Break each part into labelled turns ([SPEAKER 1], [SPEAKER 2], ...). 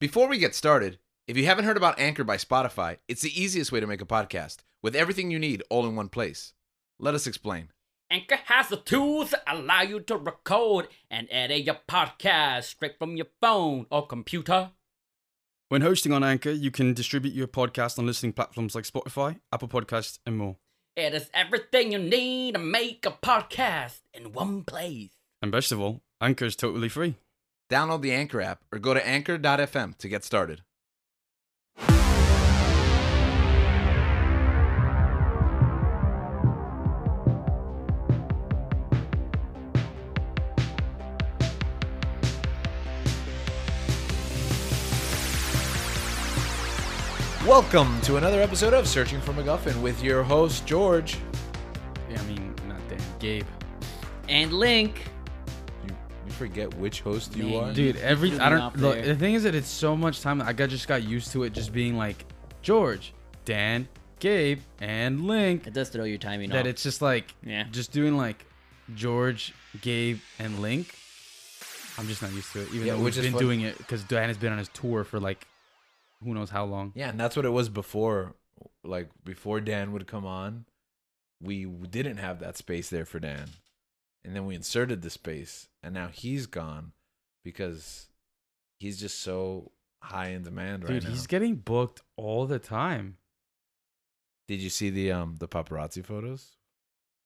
[SPEAKER 1] Before we get started, if you haven't heard about Anchor by Spotify, it's the easiest way to make a podcast with everything you need all in one place. Let us explain.
[SPEAKER 2] Anchor has the tools that allow you to record and edit your podcast straight from your phone or computer.
[SPEAKER 3] When hosting on Anchor, you can distribute your podcast on listening platforms like Spotify, Apple Podcasts, and more.
[SPEAKER 2] It is everything you need to make a podcast in one place.
[SPEAKER 3] And best of all, Anchor is totally free.
[SPEAKER 1] Download the Anchor app or go to anchor.fm to get started. Welcome to another episode of Searching for MacGuffin with your host, George.
[SPEAKER 3] Yeah, I mean, not damn Gabe.
[SPEAKER 2] And Link.
[SPEAKER 1] You, you forget which host you
[SPEAKER 2] Man,
[SPEAKER 1] are?
[SPEAKER 4] Dude, every
[SPEAKER 2] Keeping
[SPEAKER 4] I
[SPEAKER 2] up
[SPEAKER 4] don't look.
[SPEAKER 2] there.
[SPEAKER 4] The thing is that it's so much time. I got just got used to it, just being like George, Dan, Gabe, and Link.
[SPEAKER 2] It does throw your timing
[SPEAKER 4] That it's just like
[SPEAKER 2] Yeah.
[SPEAKER 4] just doing like George, Gabe, and Link. I'm just not used to it, even
[SPEAKER 1] Yeah,
[SPEAKER 4] though
[SPEAKER 1] which
[SPEAKER 4] we've
[SPEAKER 1] is
[SPEAKER 4] been
[SPEAKER 1] fun-
[SPEAKER 4] doing it because Dan has been on his tour for like who knows how long.
[SPEAKER 1] Yeah, and that's what it was before. Like before Dan would come on, we didn't have that space there for Dan, and then we inserted the space, and now he's gone because he's just so high in demand right
[SPEAKER 4] Dude,
[SPEAKER 1] now.
[SPEAKER 4] he's getting booked all the time.
[SPEAKER 1] Did you see the um the paparazzi photos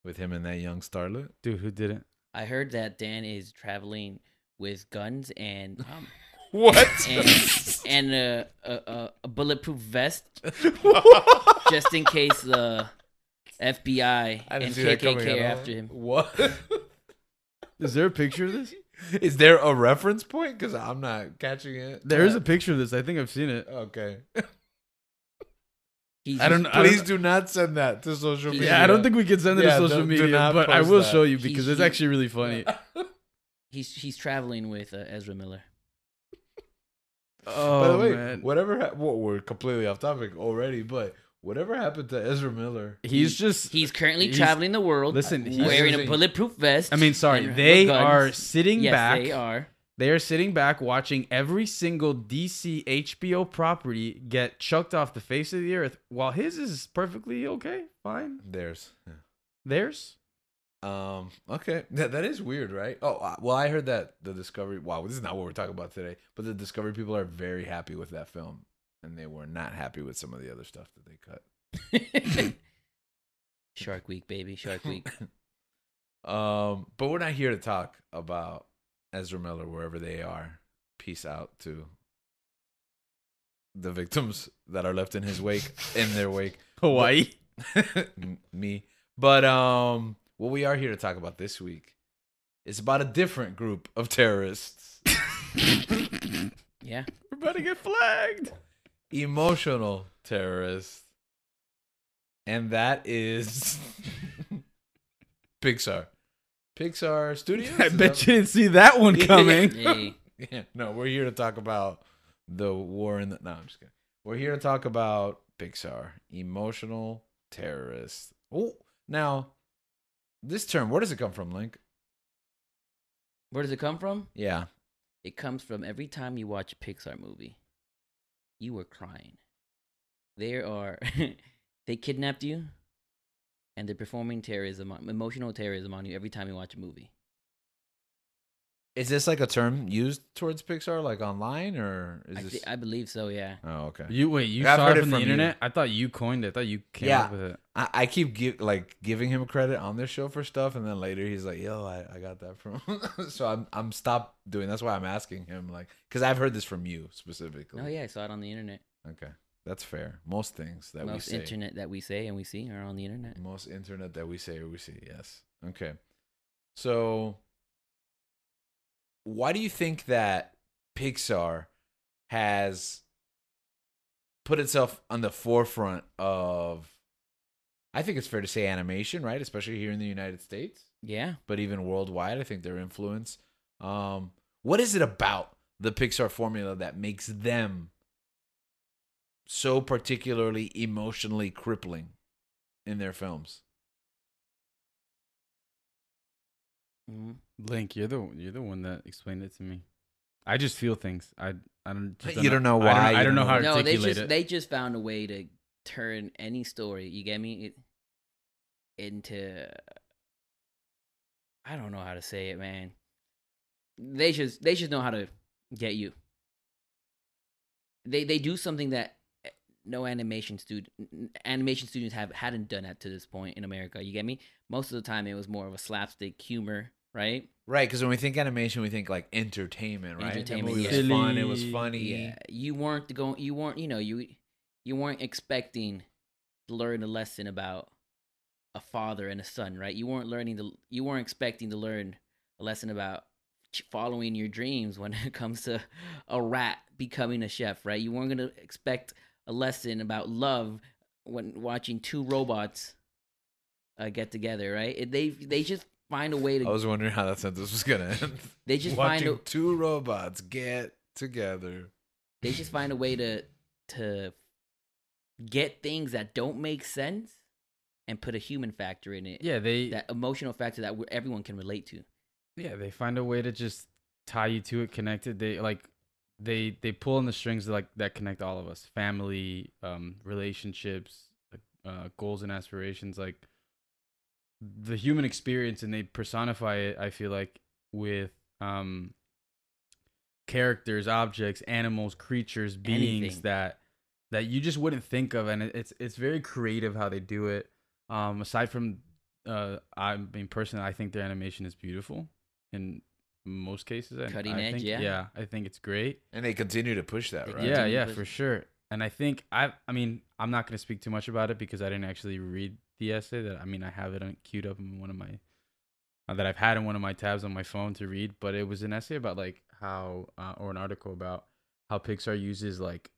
[SPEAKER 1] with him and that young starlet?
[SPEAKER 4] Dude, who didn't?
[SPEAKER 2] I heard that Dan is traveling with guns and um,
[SPEAKER 1] What?
[SPEAKER 2] and, and a, a, a, a bulletproof vest just in case the FBI
[SPEAKER 1] I didn't
[SPEAKER 2] and
[SPEAKER 1] see that coming
[SPEAKER 2] KKK are
[SPEAKER 1] at all.
[SPEAKER 2] after him.
[SPEAKER 1] What?
[SPEAKER 4] Is there a picture of this?
[SPEAKER 1] Is there a reference point? Because I'm not catching it.
[SPEAKER 4] There is a picture of this. I think I've seen it.
[SPEAKER 1] Okay.
[SPEAKER 2] He's
[SPEAKER 4] I don't know.
[SPEAKER 1] Please do not send that to social
[SPEAKER 2] Yeah,
[SPEAKER 1] media.
[SPEAKER 4] Yeah, I don't think we can send it
[SPEAKER 1] Yeah,
[SPEAKER 4] to social
[SPEAKER 1] don't- do
[SPEAKER 4] media,
[SPEAKER 1] not
[SPEAKER 4] but I
[SPEAKER 1] post
[SPEAKER 4] will
[SPEAKER 1] that.
[SPEAKER 4] show you
[SPEAKER 2] He-
[SPEAKER 4] because it's
[SPEAKER 2] he-
[SPEAKER 4] actually really funny.
[SPEAKER 2] He's he's traveling with uh, Ezra Miller.
[SPEAKER 4] Oh
[SPEAKER 1] By the way,
[SPEAKER 4] man,
[SPEAKER 1] whatever. Ha- well, we're completely off topic already, but whatever happened to Ezra Miller?
[SPEAKER 4] he's just.
[SPEAKER 2] He's currently
[SPEAKER 4] He's-
[SPEAKER 2] traveling the world.
[SPEAKER 4] listen, he's-
[SPEAKER 2] wearing a
[SPEAKER 1] using-
[SPEAKER 2] bulletproof vest.
[SPEAKER 4] I mean, sorry,
[SPEAKER 2] and
[SPEAKER 4] they
[SPEAKER 2] guns.
[SPEAKER 4] are sitting
[SPEAKER 2] yes,
[SPEAKER 4] back.
[SPEAKER 2] They are.
[SPEAKER 4] They are sitting back watching every single DC HBO property get chucked off the face of the earth, while his is perfectly okay, fine.
[SPEAKER 1] There's.
[SPEAKER 4] Theirs.
[SPEAKER 1] Um. Okay. That that is weird, right? Oh, uh, well, I heard that the Discovery. Wow, this is not what we're talking about today. But the Discovery people are very happy with that film, and they were not happy with some of the other stuff that they cut.
[SPEAKER 2] Shark Week, baby. Shark Week.
[SPEAKER 1] Um. But we're not here to talk about Ezra Miller wherever they are. Peace out to the victims that are left in his wake, in their wake.
[SPEAKER 4] Hawaii.
[SPEAKER 1] M- me. But um, what we are here to talk about this week is about a different group of terrorists.
[SPEAKER 2] Yeah.
[SPEAKER 4] We're about to get flagged.
[SPEAKER 1] Emotional terrorists. And that is Pixar. Pixar Studios?
[SPEAKER 4] I
[SPEAKER 1] Is
[SPEAKER 4] bet
[SPEAKER 1] that-
[SPEAKER 4] you didn't see that one coming.
[SPEAKER 2] Hey.
[SPEAKER 1] Yeah, no, we're here to talk about the war in the. No, I'm just kidding. We're here to talk about Pixar, emotional terrorist. Oh, now, this term, where does it come from, Link?
[SPEAKER 2] Where does it come from?
[SPEAKER 1] Yeah.
[SPEAKER 2] It comes from every time you watch a Pixar movie. You were crying. There are they kidnapped you and they're performing terrorism on, emotional terrorism on you every time you watch a movie.
[SPEAKER 1] Is this like a term used towards Pixar, like online, or is
[SPEAKER 2] I,
[SPEAKER 1] this?
[SPEAKER 2] thi- I believe so, yeah.
[SPEAKER 1] oh, okay.
[SPEAKER 4] You wait. You
[SPEAKER 1] I've
[SPEAKER 4] saw
[SPEAKER 1] heard it
[SPEAKER 4] it from the
[SPEAKER 1] from you.
[SPEAKER 4] internet. I thought you coined it. I thought you came
[SPEAKER 1] Yeah.
[SPEAKER 4] up with it.
[SPEAKER 1] I, I keep give, like giving him credit on this show for stuff, and then later he's like, "Yo, I, I got that from." so I'm I'm stop doing. That's why I'm asking him, like, because I've heard this from you specifically.
[SPEAKER 2] Oh yeah, I saw it on the internet.
[SPEAKER 1] Okay, that's fair. Most things that
[SPEAKER 2] Most
[SPEAKER 1] we say,
[SPEAKER 2] internet that we say and we see are on the internet.
[SPEAKER 1] most internet that we say or we see. Yes. Okay. So, why do you think that Pixar has put itself on the forefront of? I think it's fair to say animation, right? Especially here in the United States,
[SPEAKER 2] Yeah.
[SPEAKER 1] but even worldwide. I think their influence. Um, what is it about the Pixar formula that makes them so particularly emotionally crippling in their films?
[SPEAKER 2] Mhm.
[SPEAKER 4] Link, you're the you're the one that explained it to me. I just feel things. I I don't. just
[SPEAKER 1] You don't know
[SPEAKER 4] I
[SPEAKER 1] why,
[SPEAKER 4] don't, I
[SPEAKER 1] you
[SPEAKER 4] don't
[SPEAKER 1] don't
[SPEAKER 4] know
[SPEAKER 1] know.
[SPEAKER 4] how to
[SPEAKER 2] no, they
[SPEAKER 4] articulate
[SPEAKER 2] just
[SPEAKER 4] it.
[SPEAKER 2] they just found a way to turn any story. You get me? It, into I don't know how to say it, man. They just they just know how to get you. They they do something that eh, no animation stud n- animation studios have hadn't done that to this point in America. You get me? Most of the time, it was more of a slapstick humor, right?
[SPEAKER 1] Right, because when we think animation, we think like entertainment, right?
[SPEAKER 2] Entertainment,
[SPEAKER 1] that movie
[SPEAKER 2] yeah.
[SPEAKER 1] was fun. It was
[SPEAKER 4] Silly,
[SPEAKER 1] funny.
[SPEAKER 2] Yeah, you weren't going. You weren't. You know, you you weren't expecting to learn a lesson about a father and a son, right? You weren't learning to. You weren't expecting to learn a lesson about ch- following your dreams when it comes to a rat becoming a chef, right? You weren't gonna expect a lesson about love when watching two robots uh, get together, right? It, they they just find a way
[SPEAKER 1] I
[SPEAKER 2] to.
[SPEAKER 1] was wondering how that sentence was gonna end.
[SPEAKER 2] they just find a,
[SPEAKER 1] Watching two robots get together.
[SPEAKER 2] they just find a way to to get things that don't make sense and put a human factor in it
[SPEAKER 4] yeah, they
[SPEAKER 2] that emotional factor that we- everyone can relate to
[SPEAKER 4] yeah they find a way to just tie you to it, connected. They like they they pull on the strings that, like that connect all of us, family, um, relationships, like, uh, goals and aspirations, like the human experience, and they personify it. I feel like with um characters, objects, animals, creatures, beings
[SPEAKER 2] Anything.
[SPEAKER 4] that that you just wouldn't think of, and it- it's it's very creative how they do it. Um, aside from, uh, I mean, personally, I think their animation is beautiful in most cases. I-
[SPEAKER 2] Cutting
[SPEAKER 4] I
[SPEAKER 2] edge,
[SPEAKER 4] think-
[SPEAKER 2] yeah.
[SPEAKER 4] yeah, I think it's great.
[SPEAKER 1] And they continue to push that,
[SPEAKER 2] They
[SPEAKER 1] right?
[SPEAKER 4] Yeah,
[SPEAKER 2] do,
[SPEAKER 4] yeah,
[SPEAKER 2] but-
[SPEAKER 4] for sure. And I think I, I mean, I'm not gonna speak too much about it because I didn't actually read the essay. That I mean, I have it on, queued up in one of my uh, that I've had in one of my tabs on my phone to read. But it was an essay about like how, uh, or an article about how Pixar uses like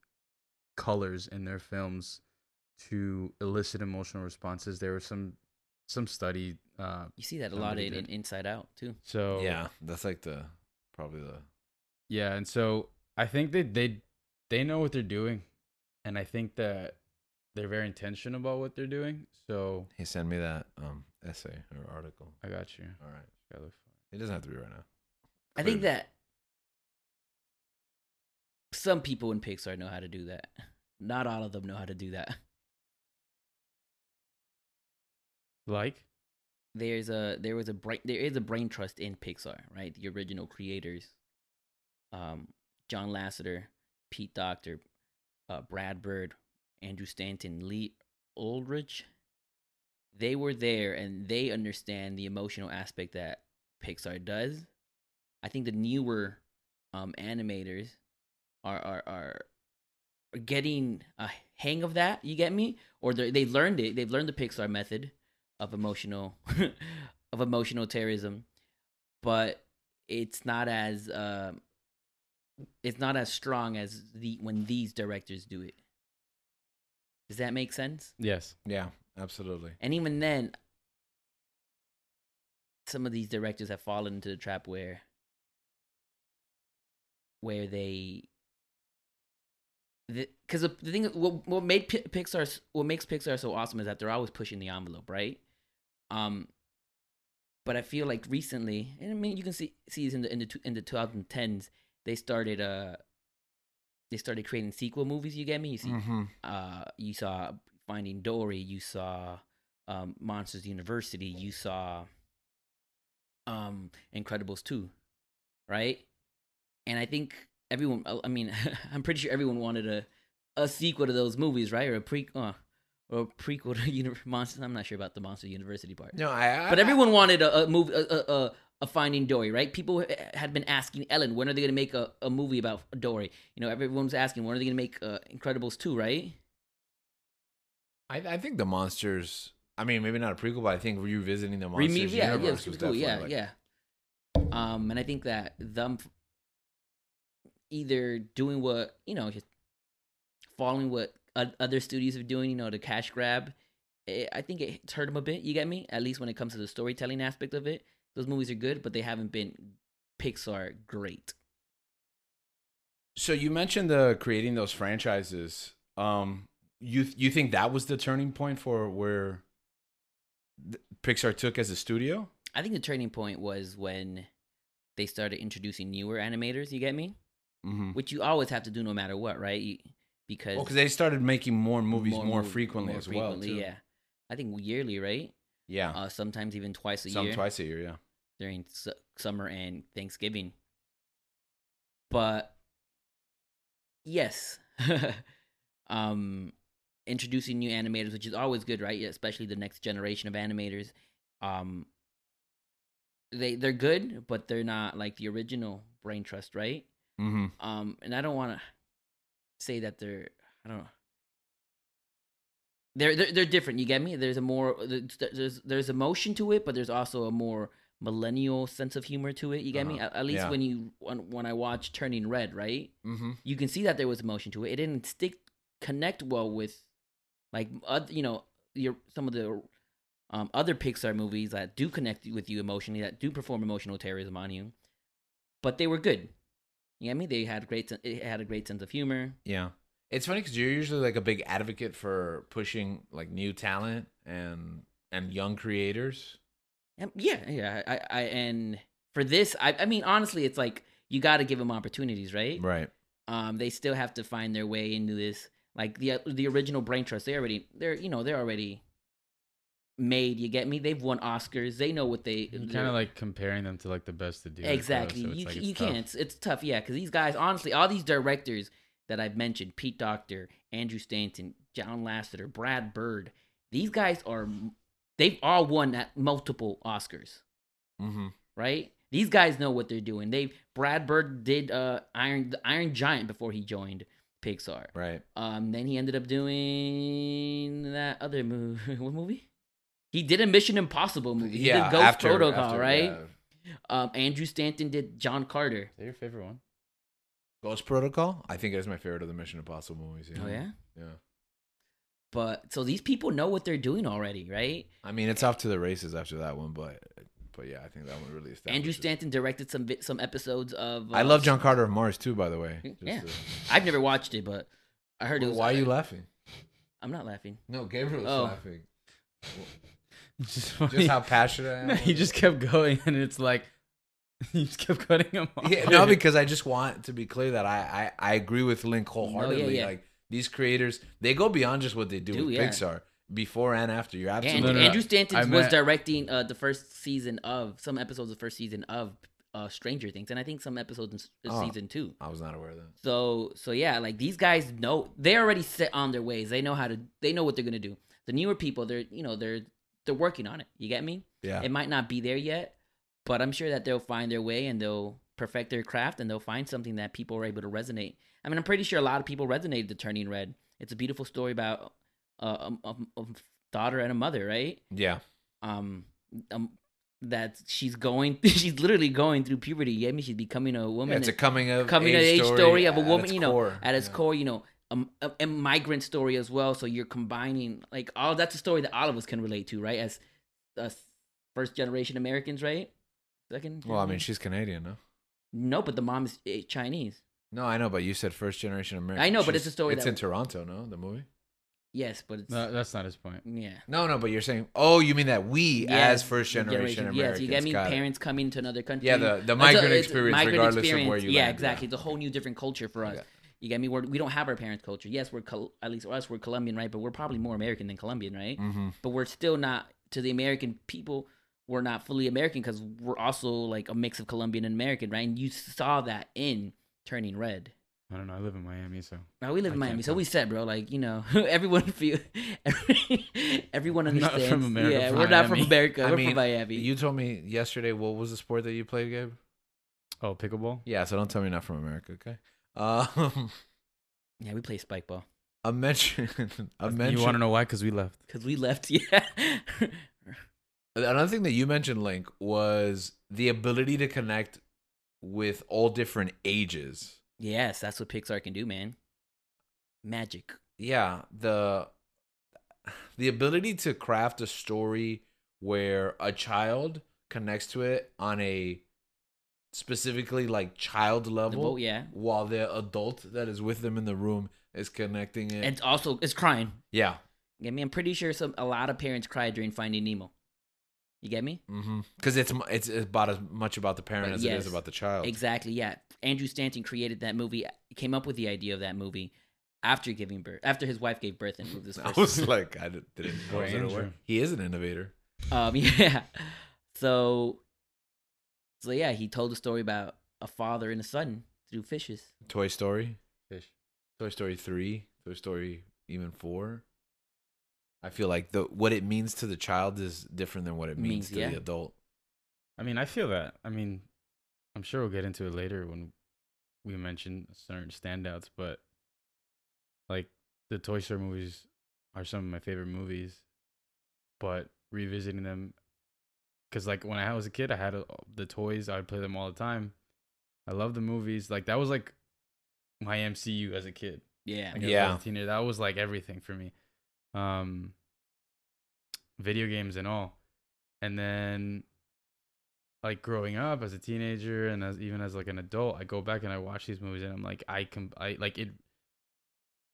[SPEAKER 4] colors in their films to elicit emotional responses. There was some some study. Uh,
[SPEAKER 2] you see that a lot
[SPEAKER 4] Somebody
[SPEAKER 2] in, in
[SPEAKER 4] did.
[SPEAKER 2] inside out too
[SPEAKER 4] so
[SPEAKER 1] Yeah, that's like the probably the
[SPEAKER 4] Yeah, and so I think that they they know what they're doing, and I think that they're very intentional about what they're doing. So
[SPEAKER 1] hey, send me that um essay or article.
[SPEAKER 4] I got you.
[SPEAKER 1] All right,
[SPEAKER 4] Gotta look for
[SPEAKER 1] it doesn't have to be right now.
[SPEAKER 2] i think
[SPEAKER 1] Clearly.
[SPEAKER 2] that some people in pixar know how to do that not all of them know how to do that
[SPEAKER 4] it. Like
[SPEAKER 2] there's a there was a brain there is a brain trust in Pixar, right? The original creators, um, John Lasseter, Pete Doctor, uh, Brad Bird, Andrew Stanton, Lee Aldrich. They were there and they understand the emotional aspect that Pixar does. I think the newer um, animators are are are are getting a hang of that. You get me? Or they they've learned it. They've learned the Pixar method of emotional of emotional terrorism but it's not as um it's not as strong as the when these directors do it does that make sense
[SPEAKER 4] yes,
[SPEAKER 1] Yeah, absolutely.
[SPEAKER 2] and even then some of these directors have fallen into the trap where where they because the, the thing what, what made Pi pixar s- what makes pixar so awesome is that they're always pushing the envelope right um but i feel like recently and i mean you can see see this in the in the, tw- in the 2010s they started uh they started creating sequel movies you get me you see
[SPEAKER 5] Mm-hmm.
[SPEAKER 2] uh, you saw Finding Dory, you saw um, Monsters University, you saw um, Incredibles 2, right? And I think everyone, I I mean, I'm pretty sure everyone wanted a, a sequel to those movies, right? Or a pre, uh, or a prequel to Univ- Monsters. I'm not sure about the Monster University part
[SPEAKER 1] No, I. I
[SPEAKER 2] but everyone wanted a, a movie, a, a, a, a Finding Dory, right? People h- had been asking Ellen, when are they going to make a, a movie about Dory? You know, everyone was asking, when are they going to make uh, Incredibles 2, right?
[SPEAKER 1] I, I think the monsters. I mean, maybe not a prequel, but I think revisiting the monsters
[SPEAKER 2] Remove- yeah, yeah,
[SPEAKER 1] universe
[SPEAKER 2] it
[SPEAKER 1] was
[SPEAKER 2] was cool,
[SPEAKER 1] definitely
[SPEAKER 2] yeah,
[SPEAKER 1] like,
[SPEAKER 2] yeah. Um, and I think that them f- either doing what you know, just following what o- other studios are doing, you know, the cash grab. It, I think it's hurt them a bit. You get me? At least when it comes to the storytelling aspect of it, those movies are good, but they haven't been Pixar great.
[SPEAKER 5] So you mentioned the creating those franchises. Um, you you think that was the turning point for where th- Pixar took as a studio?
[SPEAKER 2] I think the turning point was when they started introducing newer animators. You get me?
[SPEAKER 5] Mm-hmm.
[SPEAKER 1] Mm.
[SPEAKER 2] which you always have to do no matter what, right? You, because
[SPEAKER 5] Well, because they started making more movies more,
[SPEAKER 2] mov-
[SPEAKER 5] frequently
[SPEAKER 2] more
[SPEAKER 5] as well. Too.
[SPEAKER 2] Yeah, I think yearly, right?
[SPEAKER 5] Yeah.
[SPEAKER 2] Uh, sometimes even twice a
[SPEAKER 5] Some
[SPEAKER 2] year
[SPEAKER 5] twice a year. Yeah.
[SPEAKER 2] during su- summer and Thanksgiving. But yes, um, introducing new animators, which is always good, right? Yeah, especially the next generation of animators. Um, they they're good, but they're not like the original brain trust, right?
[SPEAKER 5] Mm-hmm.
[SPEAKER 2] um and i don't want to say that they're i don't know they're, they're they're different you get me there's a more there's there's- there's emotion to it but there's also a more millennial sense of humor to it you get me
[SPEAKER 5] Uh-huh.
[SPEAKER 2] at, at least
[SPEAKER 5] Yeah.
[SPEAKER 2] when you when, when i watch turning red right
[SPEAKER 5] Mm-hmm.
[SPEAKER 2] you can see that there was emotion to it it didn't stick connect well with like oth- you know your some of the um, other pixar movies that do connect with you emotionally that do perform emotional terrorism on you but they were good you know what i mean they had great sen- it had a great sense of humor
[SPEAKER 5] Yeah.
[SPEAKER 1] It's funny because you're usually like a big advocate for pushing like new talent and and young creators.
[SPEAKER 2] Um, yeah yeah i i and for this i i mean honestly it's like you got to give them opportunities right
[SPEAKER 1] Right.
[SPEAKER 2] um they still have to find their way into this like the the original brain trust they already they're you know they're already made you get me they've won oscars they know what they
[SPEAKER 4] You're kind
[SPEAKER 2] they're-
[SPEAKER 4] of like comparing them to like the best to do. it, though,
[SPEAKER 2] exactly
[SPEAKER 4] so it's,
[SPEAKER 2] you,
[SPEAKER 4] like,
[SPEAKER 2] ca-
[SPEAKER 4] it's
[SPEAKER 2] you
[SPEAKER 4] tough.
[SPEAKER 2] can't it's, it's tough yeah because these guys honestly all these directors that i've mentioned pete doctor andrew stanton john lasseter brad bird these guys are they've all won at multiple oscars
[SPEAKER 5] Mm-hmm.
[SPEAKER 2] right? These guys know what they're doing. They Brad Bird did uh Iron the Iron Giant before he joined Pixar.
[SPEAKER 5] Right.
[SPEAKER 2] Um, then he ended up doing that other movie. what movie? He did a Mission Impossible movie. He did Ghost Protocol, right? Um, Andrew Stanton did John Carter.
[SPEAKER 4] Is that your favorite one?
[SPEAKER 1] Ghost Protocol. I think that's my favorite of the Mission Impossible movies.
[SPEAKER 2] Oh yeah.
[SPEAKER 1] Yeah.
[SPEAKER 2] But so these people know what they're doing already, right?
[SPEAKER 1] I mean, it's off to the races after that one, but but yeah, I think that one really established.
[SPEAKER 2] Andrew Stanton directed some vi- some episodes of.
[SPEAKER 1] I
[SPEAKER 2] uh,
[SPEAKER 1] love John Carter of Mars too, by the way.
[SPEAKER 2] Yeah.
[SPEAKER 1] to-
[SPEAKER 2] I've never watched it, but I heard it was.
[SPEAKER 1] why are you laughing?
[SPEAKER 2] I'm not laughing.
[SPEAKER 1] No, Gabriel's
[SPEAKER 2] Oh.
[SPEAKER 1] laughing.
[SPEAKER 4] Just,
[SPEAKER 1] Just how passionate I am.
[SPEAKER 4] No, he just kept going, and it's like you just kept cutting him off.
[SPEAKER 1] yeah, no, because I just want to be clear that I I, I agree with Link wholeheartedly.
[SPEAKER 2] yeah.
[SPEAKER 1] Like these creators, they go beyond just what they do,
[SPEAKER 2] Do,
[SPEAKER 1] with
[SPEAKER 2] yeah.
[SPEAKER 1] Pixar before and after. You're
[SPEAKER 2] Yeah,
[SPEAKER 1] absolutely
[SPEAKER 2] and,
[SPEAKER 4] No, no, no.
[SPEAKER 2] Andrew Stanton
[SPEAKER 4] I
[SPEAKER 2] was
[SPEAKER 4] meant-
[SPEAKER 2] directing uh, the first season of some episodes of first season of uh, Stranger Things, and I think some episodes in s-
[SPEAKER 1] Oh.
[SPEAKER 2] season two.
[SPEAKER 1] I was not aware of that.
[SPEAKER 2] So, so yeah, like these guys know they're already set on their ways. They know how to. They know what they're gonna do. The newer people, they're you know they're they're working on it. You get me?
[SPEAKER 1] Yeah.
[SPEAKER 2] It might not be there yet, but I'm sure that they'll find their way and they'll perfect their craft and they'll find something that people are able to resonate. I mean, I'm pretty sure a lot of people resonated to Turning Red. It's a beautiful story about uh, a, a, a daughter and a mother, right?
[SPEAKER 1] Yeah.
[SPEAKER 2] um, um that she's going she's literally going through puberty yeah i mean she's becoming a woman
[SPEAKER 1] it's a coming of
[SPEAKER 2] coming
[SPEAKER 1] age
[SPEAKER 2] of age
[SPEAKER 1] story,
[SPEAKER 2] story, of a
[SPEAKER 1] at
[SPEAKER 2] woman
[SPEAKER 1] its
[SPEAKER 2] you know
[SPEAKER 1] core.
[SPEAKER 2] at its
[SPEAKER 1] Yeah.
[SPEAKER 2] core you know um, a, a migrant story as well so you're combining like all that's a story that all of us can relate to right as us first generation americans right second
[SPEAKER 1] Well, I mean,
[SPEAKER 2] generation?
[SPEAKER 1] she's Canadian, no?
[SPEAKER 2] no but the mom is eh, chinese
[SPEAKER 1] No, I know, but you said first generation American.
[SPEAKER 2] I know, but it's
[SPEAKER 1] She's-
[SPEAKER 2] a story
[SPEAKER 1] It's
[SPEAKER 2] that-
[SPEAKER 1] in Toronto, no? The movie.
[SPEAKER 2] yes but it's
[SPEAKER 4] No, that's not his point.
[SPEAKER 2] yeah
[SPEAKER 1] No, no, but you're saying, oh, you mean that we as
[SPEAKER 2] Yes,
[SPEAKER 1] first generation Americans?
[SPEAKER 2] Yes, you get me.
[SPEAKER 1] got it.
[SPEAKER 2] Parents coming to another country.
[SPEAKER 1] Yeah, the- the
[SPEAKER 2] That's
[SPEAKER 1] migrant
[SPEAKER 2] it's
[SPEAKER 1] experience, regardless of where you
[SPEAKER 2] Yeah,
[SPEAKER 1] land,
[SPEAKER 2] exactly.
[SPEAKER 1] yeah.
[SPEAKER 2] It's a whole new different culture for us.
[SPEAKER 1] Okay.
[SPEAKER 2] You get me? We're, we don't have our parents' culture. Yes, we're Col- at least us we're Colombian, right? But we're probably more American than Colombian, right?
[SPEAKER 1] Mhm.
[SPEAKER 2] But we're still not to the American people. We're not fully American because we're also like a mix of Colombian and American, right? And you saw that in Turning Red.
[SPEAKER 4] I don't know. I live in Miami, so
[SPEAKER 2] Now we live
[SPEAKER 4] I
[SPEAKER 2] in Miami,
[SPEAKER 4] can't
[SPEAKER 2] so
[SPEAKER 4] tell.
[SPEAKER 2] we said, bro, like you know, everyone feel, everyone
[SPEAKER 4] I'm not
[SPEAKER 2] understands.
[SPEAKER 4] from America,
[SPEAKER 2] yeah,
[SPEAKER 4] from
[SPEAKER 2] we're not from
[SPEAKER 4] Miami.
[SPEAKER 2] America.
[SPEAKER 1] I
[SPEAKER 2] we're
[SPEAKER 1] mean,
[SPEAKER 2] from Miami.
[SPEAKER 1] You told me yesterday what was the sport that you played, Gabe?
[SPEAKER 4] oh pickleball.
[SPEAKER 1] Yeah, so don't tell me you're not from America, okay? Um,
[SPEAKER 2] yeah, we play spike ball.
[SPEAKER 1] a mention, a mention.
[SPEAKER 4] You want to know why? Because we left.
[SPEAKER 2] Cause we left, yeah.
[SPEAKER 1] Another thing that you mentioned, Link, was the ability to connect with all different ages.
[SPEAKER 2] yes, that's what Pixar can do, man. Magic.
[SPEAKER 1] Yeah, the the ability to craft a story where a child connects to it on a specifically like child
[SPEAKER 2] The
[SPEAKER 1] level,
[SPEAKER 2] boat, yeah.
[SPEAKER 1] while the adult that is with them in the room is connecting it.
[SPEAKER 2] And also, it's crying.
[SPEAKER 1] yeah.
[SPEAKER 2] You get me? I'm pretty sure some a lot of parents cried during Finding Nemo. You get me?
[SPEAKER 1] Mm-hmm. Because it's mu- it's it's about as much about the parent
[SPEAKER 2] But
[SPEAKER 1] as it
[SPEAKER 2] yes,
[SPEAKER 1] is about the child.
[SPEAKER 2] Exactly. Yeah. Andrew Stanton created that movie, came up with the idea of that movie after giving birth, after his wife gave birth and moved this
[SPEAKER 1] I
[SPEAKER 2] person.
[SPEAKER 1] was like, I didn't. didn't I
[SPEAKER 4] Boy,
[SPEAKER 1] wasn't aware.
[SPEAKER 4] Andrew.
[SPEAKER 1] He is an innovator.
[SPEAKER 2] Um, yeah. So, so yeah, he told a story about a father and a son through fishes.
[SPEAKER 1] Toy Story,
[SPEAKER 4] Fish.
[SPEAKER 1] Toy Story three, Toy Story even four. I feel like the what it means to the child is different than what it means,
[SPEAKER 2] Means,
[SPEAKER 1] to
[SPEAKER 2] yeah.
[SPEAKER 1] the adult.
[SPEAKER 4] I mean, I feel that. I mean, I'm sure we'll get into it later when we mention certain standouts, but like the Toy Story movies are some of my favorite movies, but revisiting them cuz like when I was a kid, I had uh, the toys, I'd play them all the time. I love the movies. Like that was like my MCU as a kid.
[SPEAKER 2] Yeah.
[SPEAKER 4] Like, as I was
[SPEAKER 1] Yeah.
[SPEAKER 4] a teenager, that was like everything for me. Um, video games and all, and then like growing up as a teenager and as even as like an adult, I go back and I watch these movies and I'm like, I can, I like it.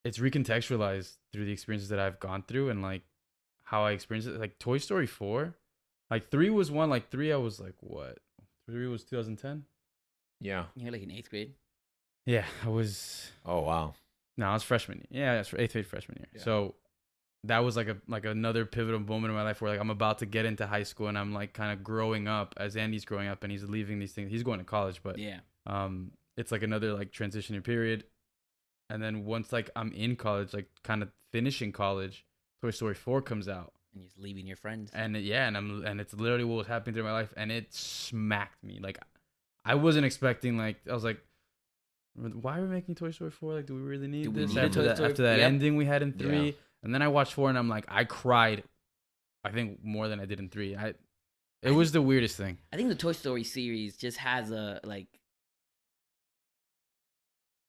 [SPEAKER 4] It's recontextualized through the experiences that I've gone through and like how I experienced it. Like Toy Story four, like three was one, like three I was like, what? Three was 2010.
[SPEAKER 1] Yeah.
[SPEAKER 2] You're like in eighth grade.
[SPEAKER 4] Yeah, I was
[SPEAKER 1] Oh wow.
[SPEAKER 4] No, I was freshman. year. Yeah, that's eighth grade freshman year. So that was like a like another pivotal moment in my life where like I'm about to get into high school and I'm like kind of growing up as Andy's growing up and he's leaving these things. He's going to college, but
[SPEAKER 2] yeah.
[SPEAKER 4] um, it's like another like transitioning period. And then once like I'm in college, like kind of finishing college, Toy Story Four comes out,
[SPEAKER 2] And you're just leaving your friends.
[SPEAKER 4] and yeah, and I'm and it's literally what was happening through my life, and it smacked me. Like I wasn't expecting. Like I was like, why are we making Toy Story four? Like, do we really need
[SPEAKER 2] Do we
[SPEAKER 4] this
[SPEAKER 2] need a
[SPEAKER 4] after
[SPEAKER 2] Toy
[SPEAKER 4] that?
[SPEAKER 2] Story-
[SPEAKER 4] After that
[SPEAKER 2] Yep.
[SPEAKER 4] ending we had in
[SPEAKER 1] Yeah.
[SPEAKER 4] three, and then I watched four, and I'm like, I cried. I think more than I did in three. I it was the weirdest thing.
[SPEAKER 2] I think the Toy Story series just has a like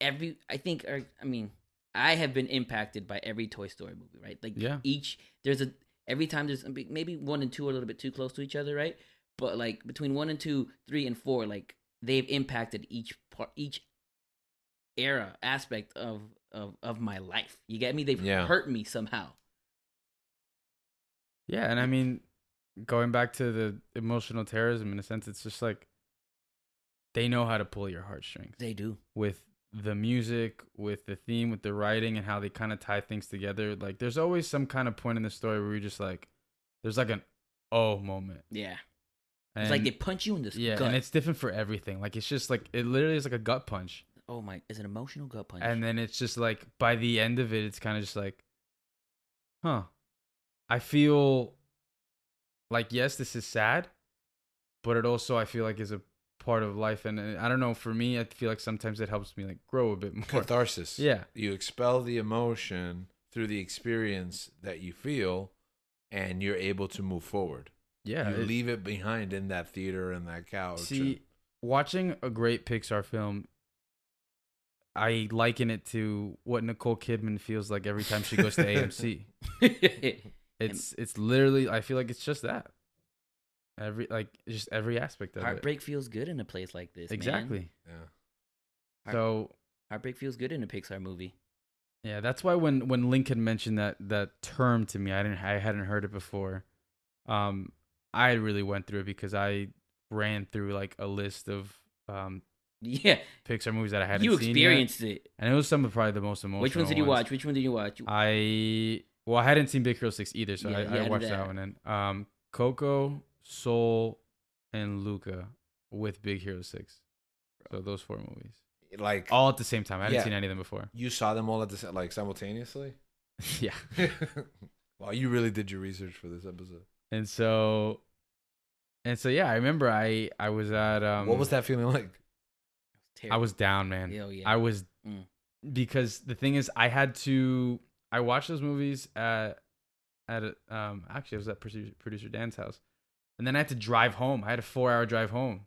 [SPEAKER 2] every. I think, or I mean, I have been impacted by every Toy Story movie, right? Like
[SPEAKER 4] Yeah.
[SPEAKER 2] each there's a every time there's maybe one and two are a little bit too close to each other, right? But like between one and two, three and four, like they've impacted each part, each era aspect of of of my life. You get me? They've
[SPEAKER 1] Yeah.
[SPEAKER 2] hurt me somehow.
[SPEAKER 4] Yeah, and I mean, going back to the emotional terrorism in a sense, it's just like they know how to pull your heartstrings.
[SPEAKER 2] They do.
[SPEAKER 4] with the music, with the theme, with the writing, and how they kind of tie things together. Like, there's always some kind of point in the story where you're just like, there's like an oh moment.
[SPEAKER 2] Yeah.
[SPEAKER 4] And
[SPEAKER 2] It's like they punch you in the
[SPEAKER 4] yeah,
[SPEAKER 2] gut.
[SPEAKER 4] and it's different for everything. Like, it's just like it literally is like a gut punch,
[SPEAKER 2] oh my, it's an emotional gut punch.
[SPEAKER 4] and then it's just like by the end of it, it's kind of just like, huh, I feel like yes, this is sad, but it also I feel like is a part of life, and and I don't know. For me, I feel like sometimes it helps me like grow a bit more.
[SPEAKER 1] Catharsis.
[SPEAKER 4] Yeah.
[SPEAKER 1] You expel the emotion through the experience that you feel, and you're able to move forward.
[SPEAKER 4] Yeah,
[SPEAKER 1] you
[SPEAKER 4] it-
[SPEAKER 1] leave it behind in that theater and that couch.
[SPEAKER 4] See, watching a great Pixar film, I liken it to what Nicole Kidman feels like every time she goes to AMC. It's it's literally I feel like it's just that. Every like just every aspect of
[SPEAKER 2] Heartbreak feels good in a place like this.
[SPEAKER 4] it.
[SPEAKER 2] man.
[SPEAKER 4] Exactly.
[SPEAKER 1] and, yeah.
[SPEAKER 2] Heart-
[SPEAKER 4] So
[SPEAKER 2] Heartbreak feels good in a Pixar movie.
[SPEAKER 4] yeah, that's why when when Lincoln mentioned that that term to me, I didn't I hadn't heard it before. Um, I really went through it because I ran through like a list of um
[SPEAKER 2] Yeah,
[SPEAKER 4] Pixar movies that I hadn't
[SPEAKER 2] you
[SPEAKER 4] seen yet.
[SPEAKER 2] experienced it.
[SPEAKER 4] and it was some of probably the most emotional.
[SPEAKER 2] Which ones did you
[SPEAKER 4] ones.
[SPEAKER 2] watch? Which one did you watch?
[SPEAKER 4] I well, I hadn't seen Big Hero Six either, so
[SPEAKER 2] Yeah, you
[SPEAKER 4] I, I
[SPEAKER 2] added
[SPEAKER 4] watched that
[SPEAKER 2] that.
[SPEAKER 4] one. And um, Coco, Soul, and Luca with Big Hero Six. So those four movies,
[SPEAKER 1] like
[SPEAKER 4] all at the same time. I hadn't
[SPEAKER 1] Yeah.
[SPEAKER 4] seen any of them before.
[SPEAKER 1] you saw them all at the sa- like simultaneously.
[SPEAKER 4] yeah,
[SPEAKER 1] wow, you really did your research for this episode.
[SPEAKER 4] and so, and so yeah, I remember I I was at um.
[SPEAKER 1] what was that feeling like?
[SPEAKER 4] I was down, man.
[SPEAKER 2] Hell yeah.
[SPEAKER 4] I was
[SPEAKER 2] Mm.
[SPEAKER 4] because the thing is, I had to. I watched those movies at at a, um actually I was at producer, producer Dan's house, and then I had to drive home. I had a four hour drive home,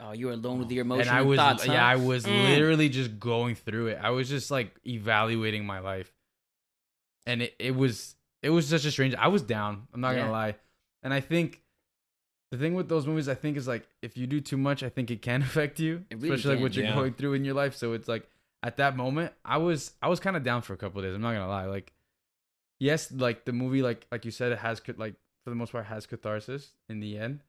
[SPEAKER 2] oh, you were alone with your emotions.
[SPEAKER 4] and I was
[SPEAKER 2] thoughts, huh?
[SPEAKER 4] yeah, I was
[SPEAKER 2] Mm.
[SPEAKER 4] literally just going through it. I was just like evaluating my life, and it it was it was such a strange. I was down. I'm not
[SPEAKER 2] Yeah.
[SPEAKER 4] gonna lie, and I think. The thing with those movies, I think, is like if you do too much, I think it can affect you,
[SPEAKER 2] It really
[SPEAKER 4] especially like
[SPEAKER 2] can,
[SPEAKER 4] what you're
[SPEAKER 1] yeah.
[SPEAKER 4] going through in your life. So it's like at that moment, I was I was kind of down for a couple of days. I'm not gonna lie. Like, yes, like the movie, like like you said, it has ca- like for the most part has catharsis in the end,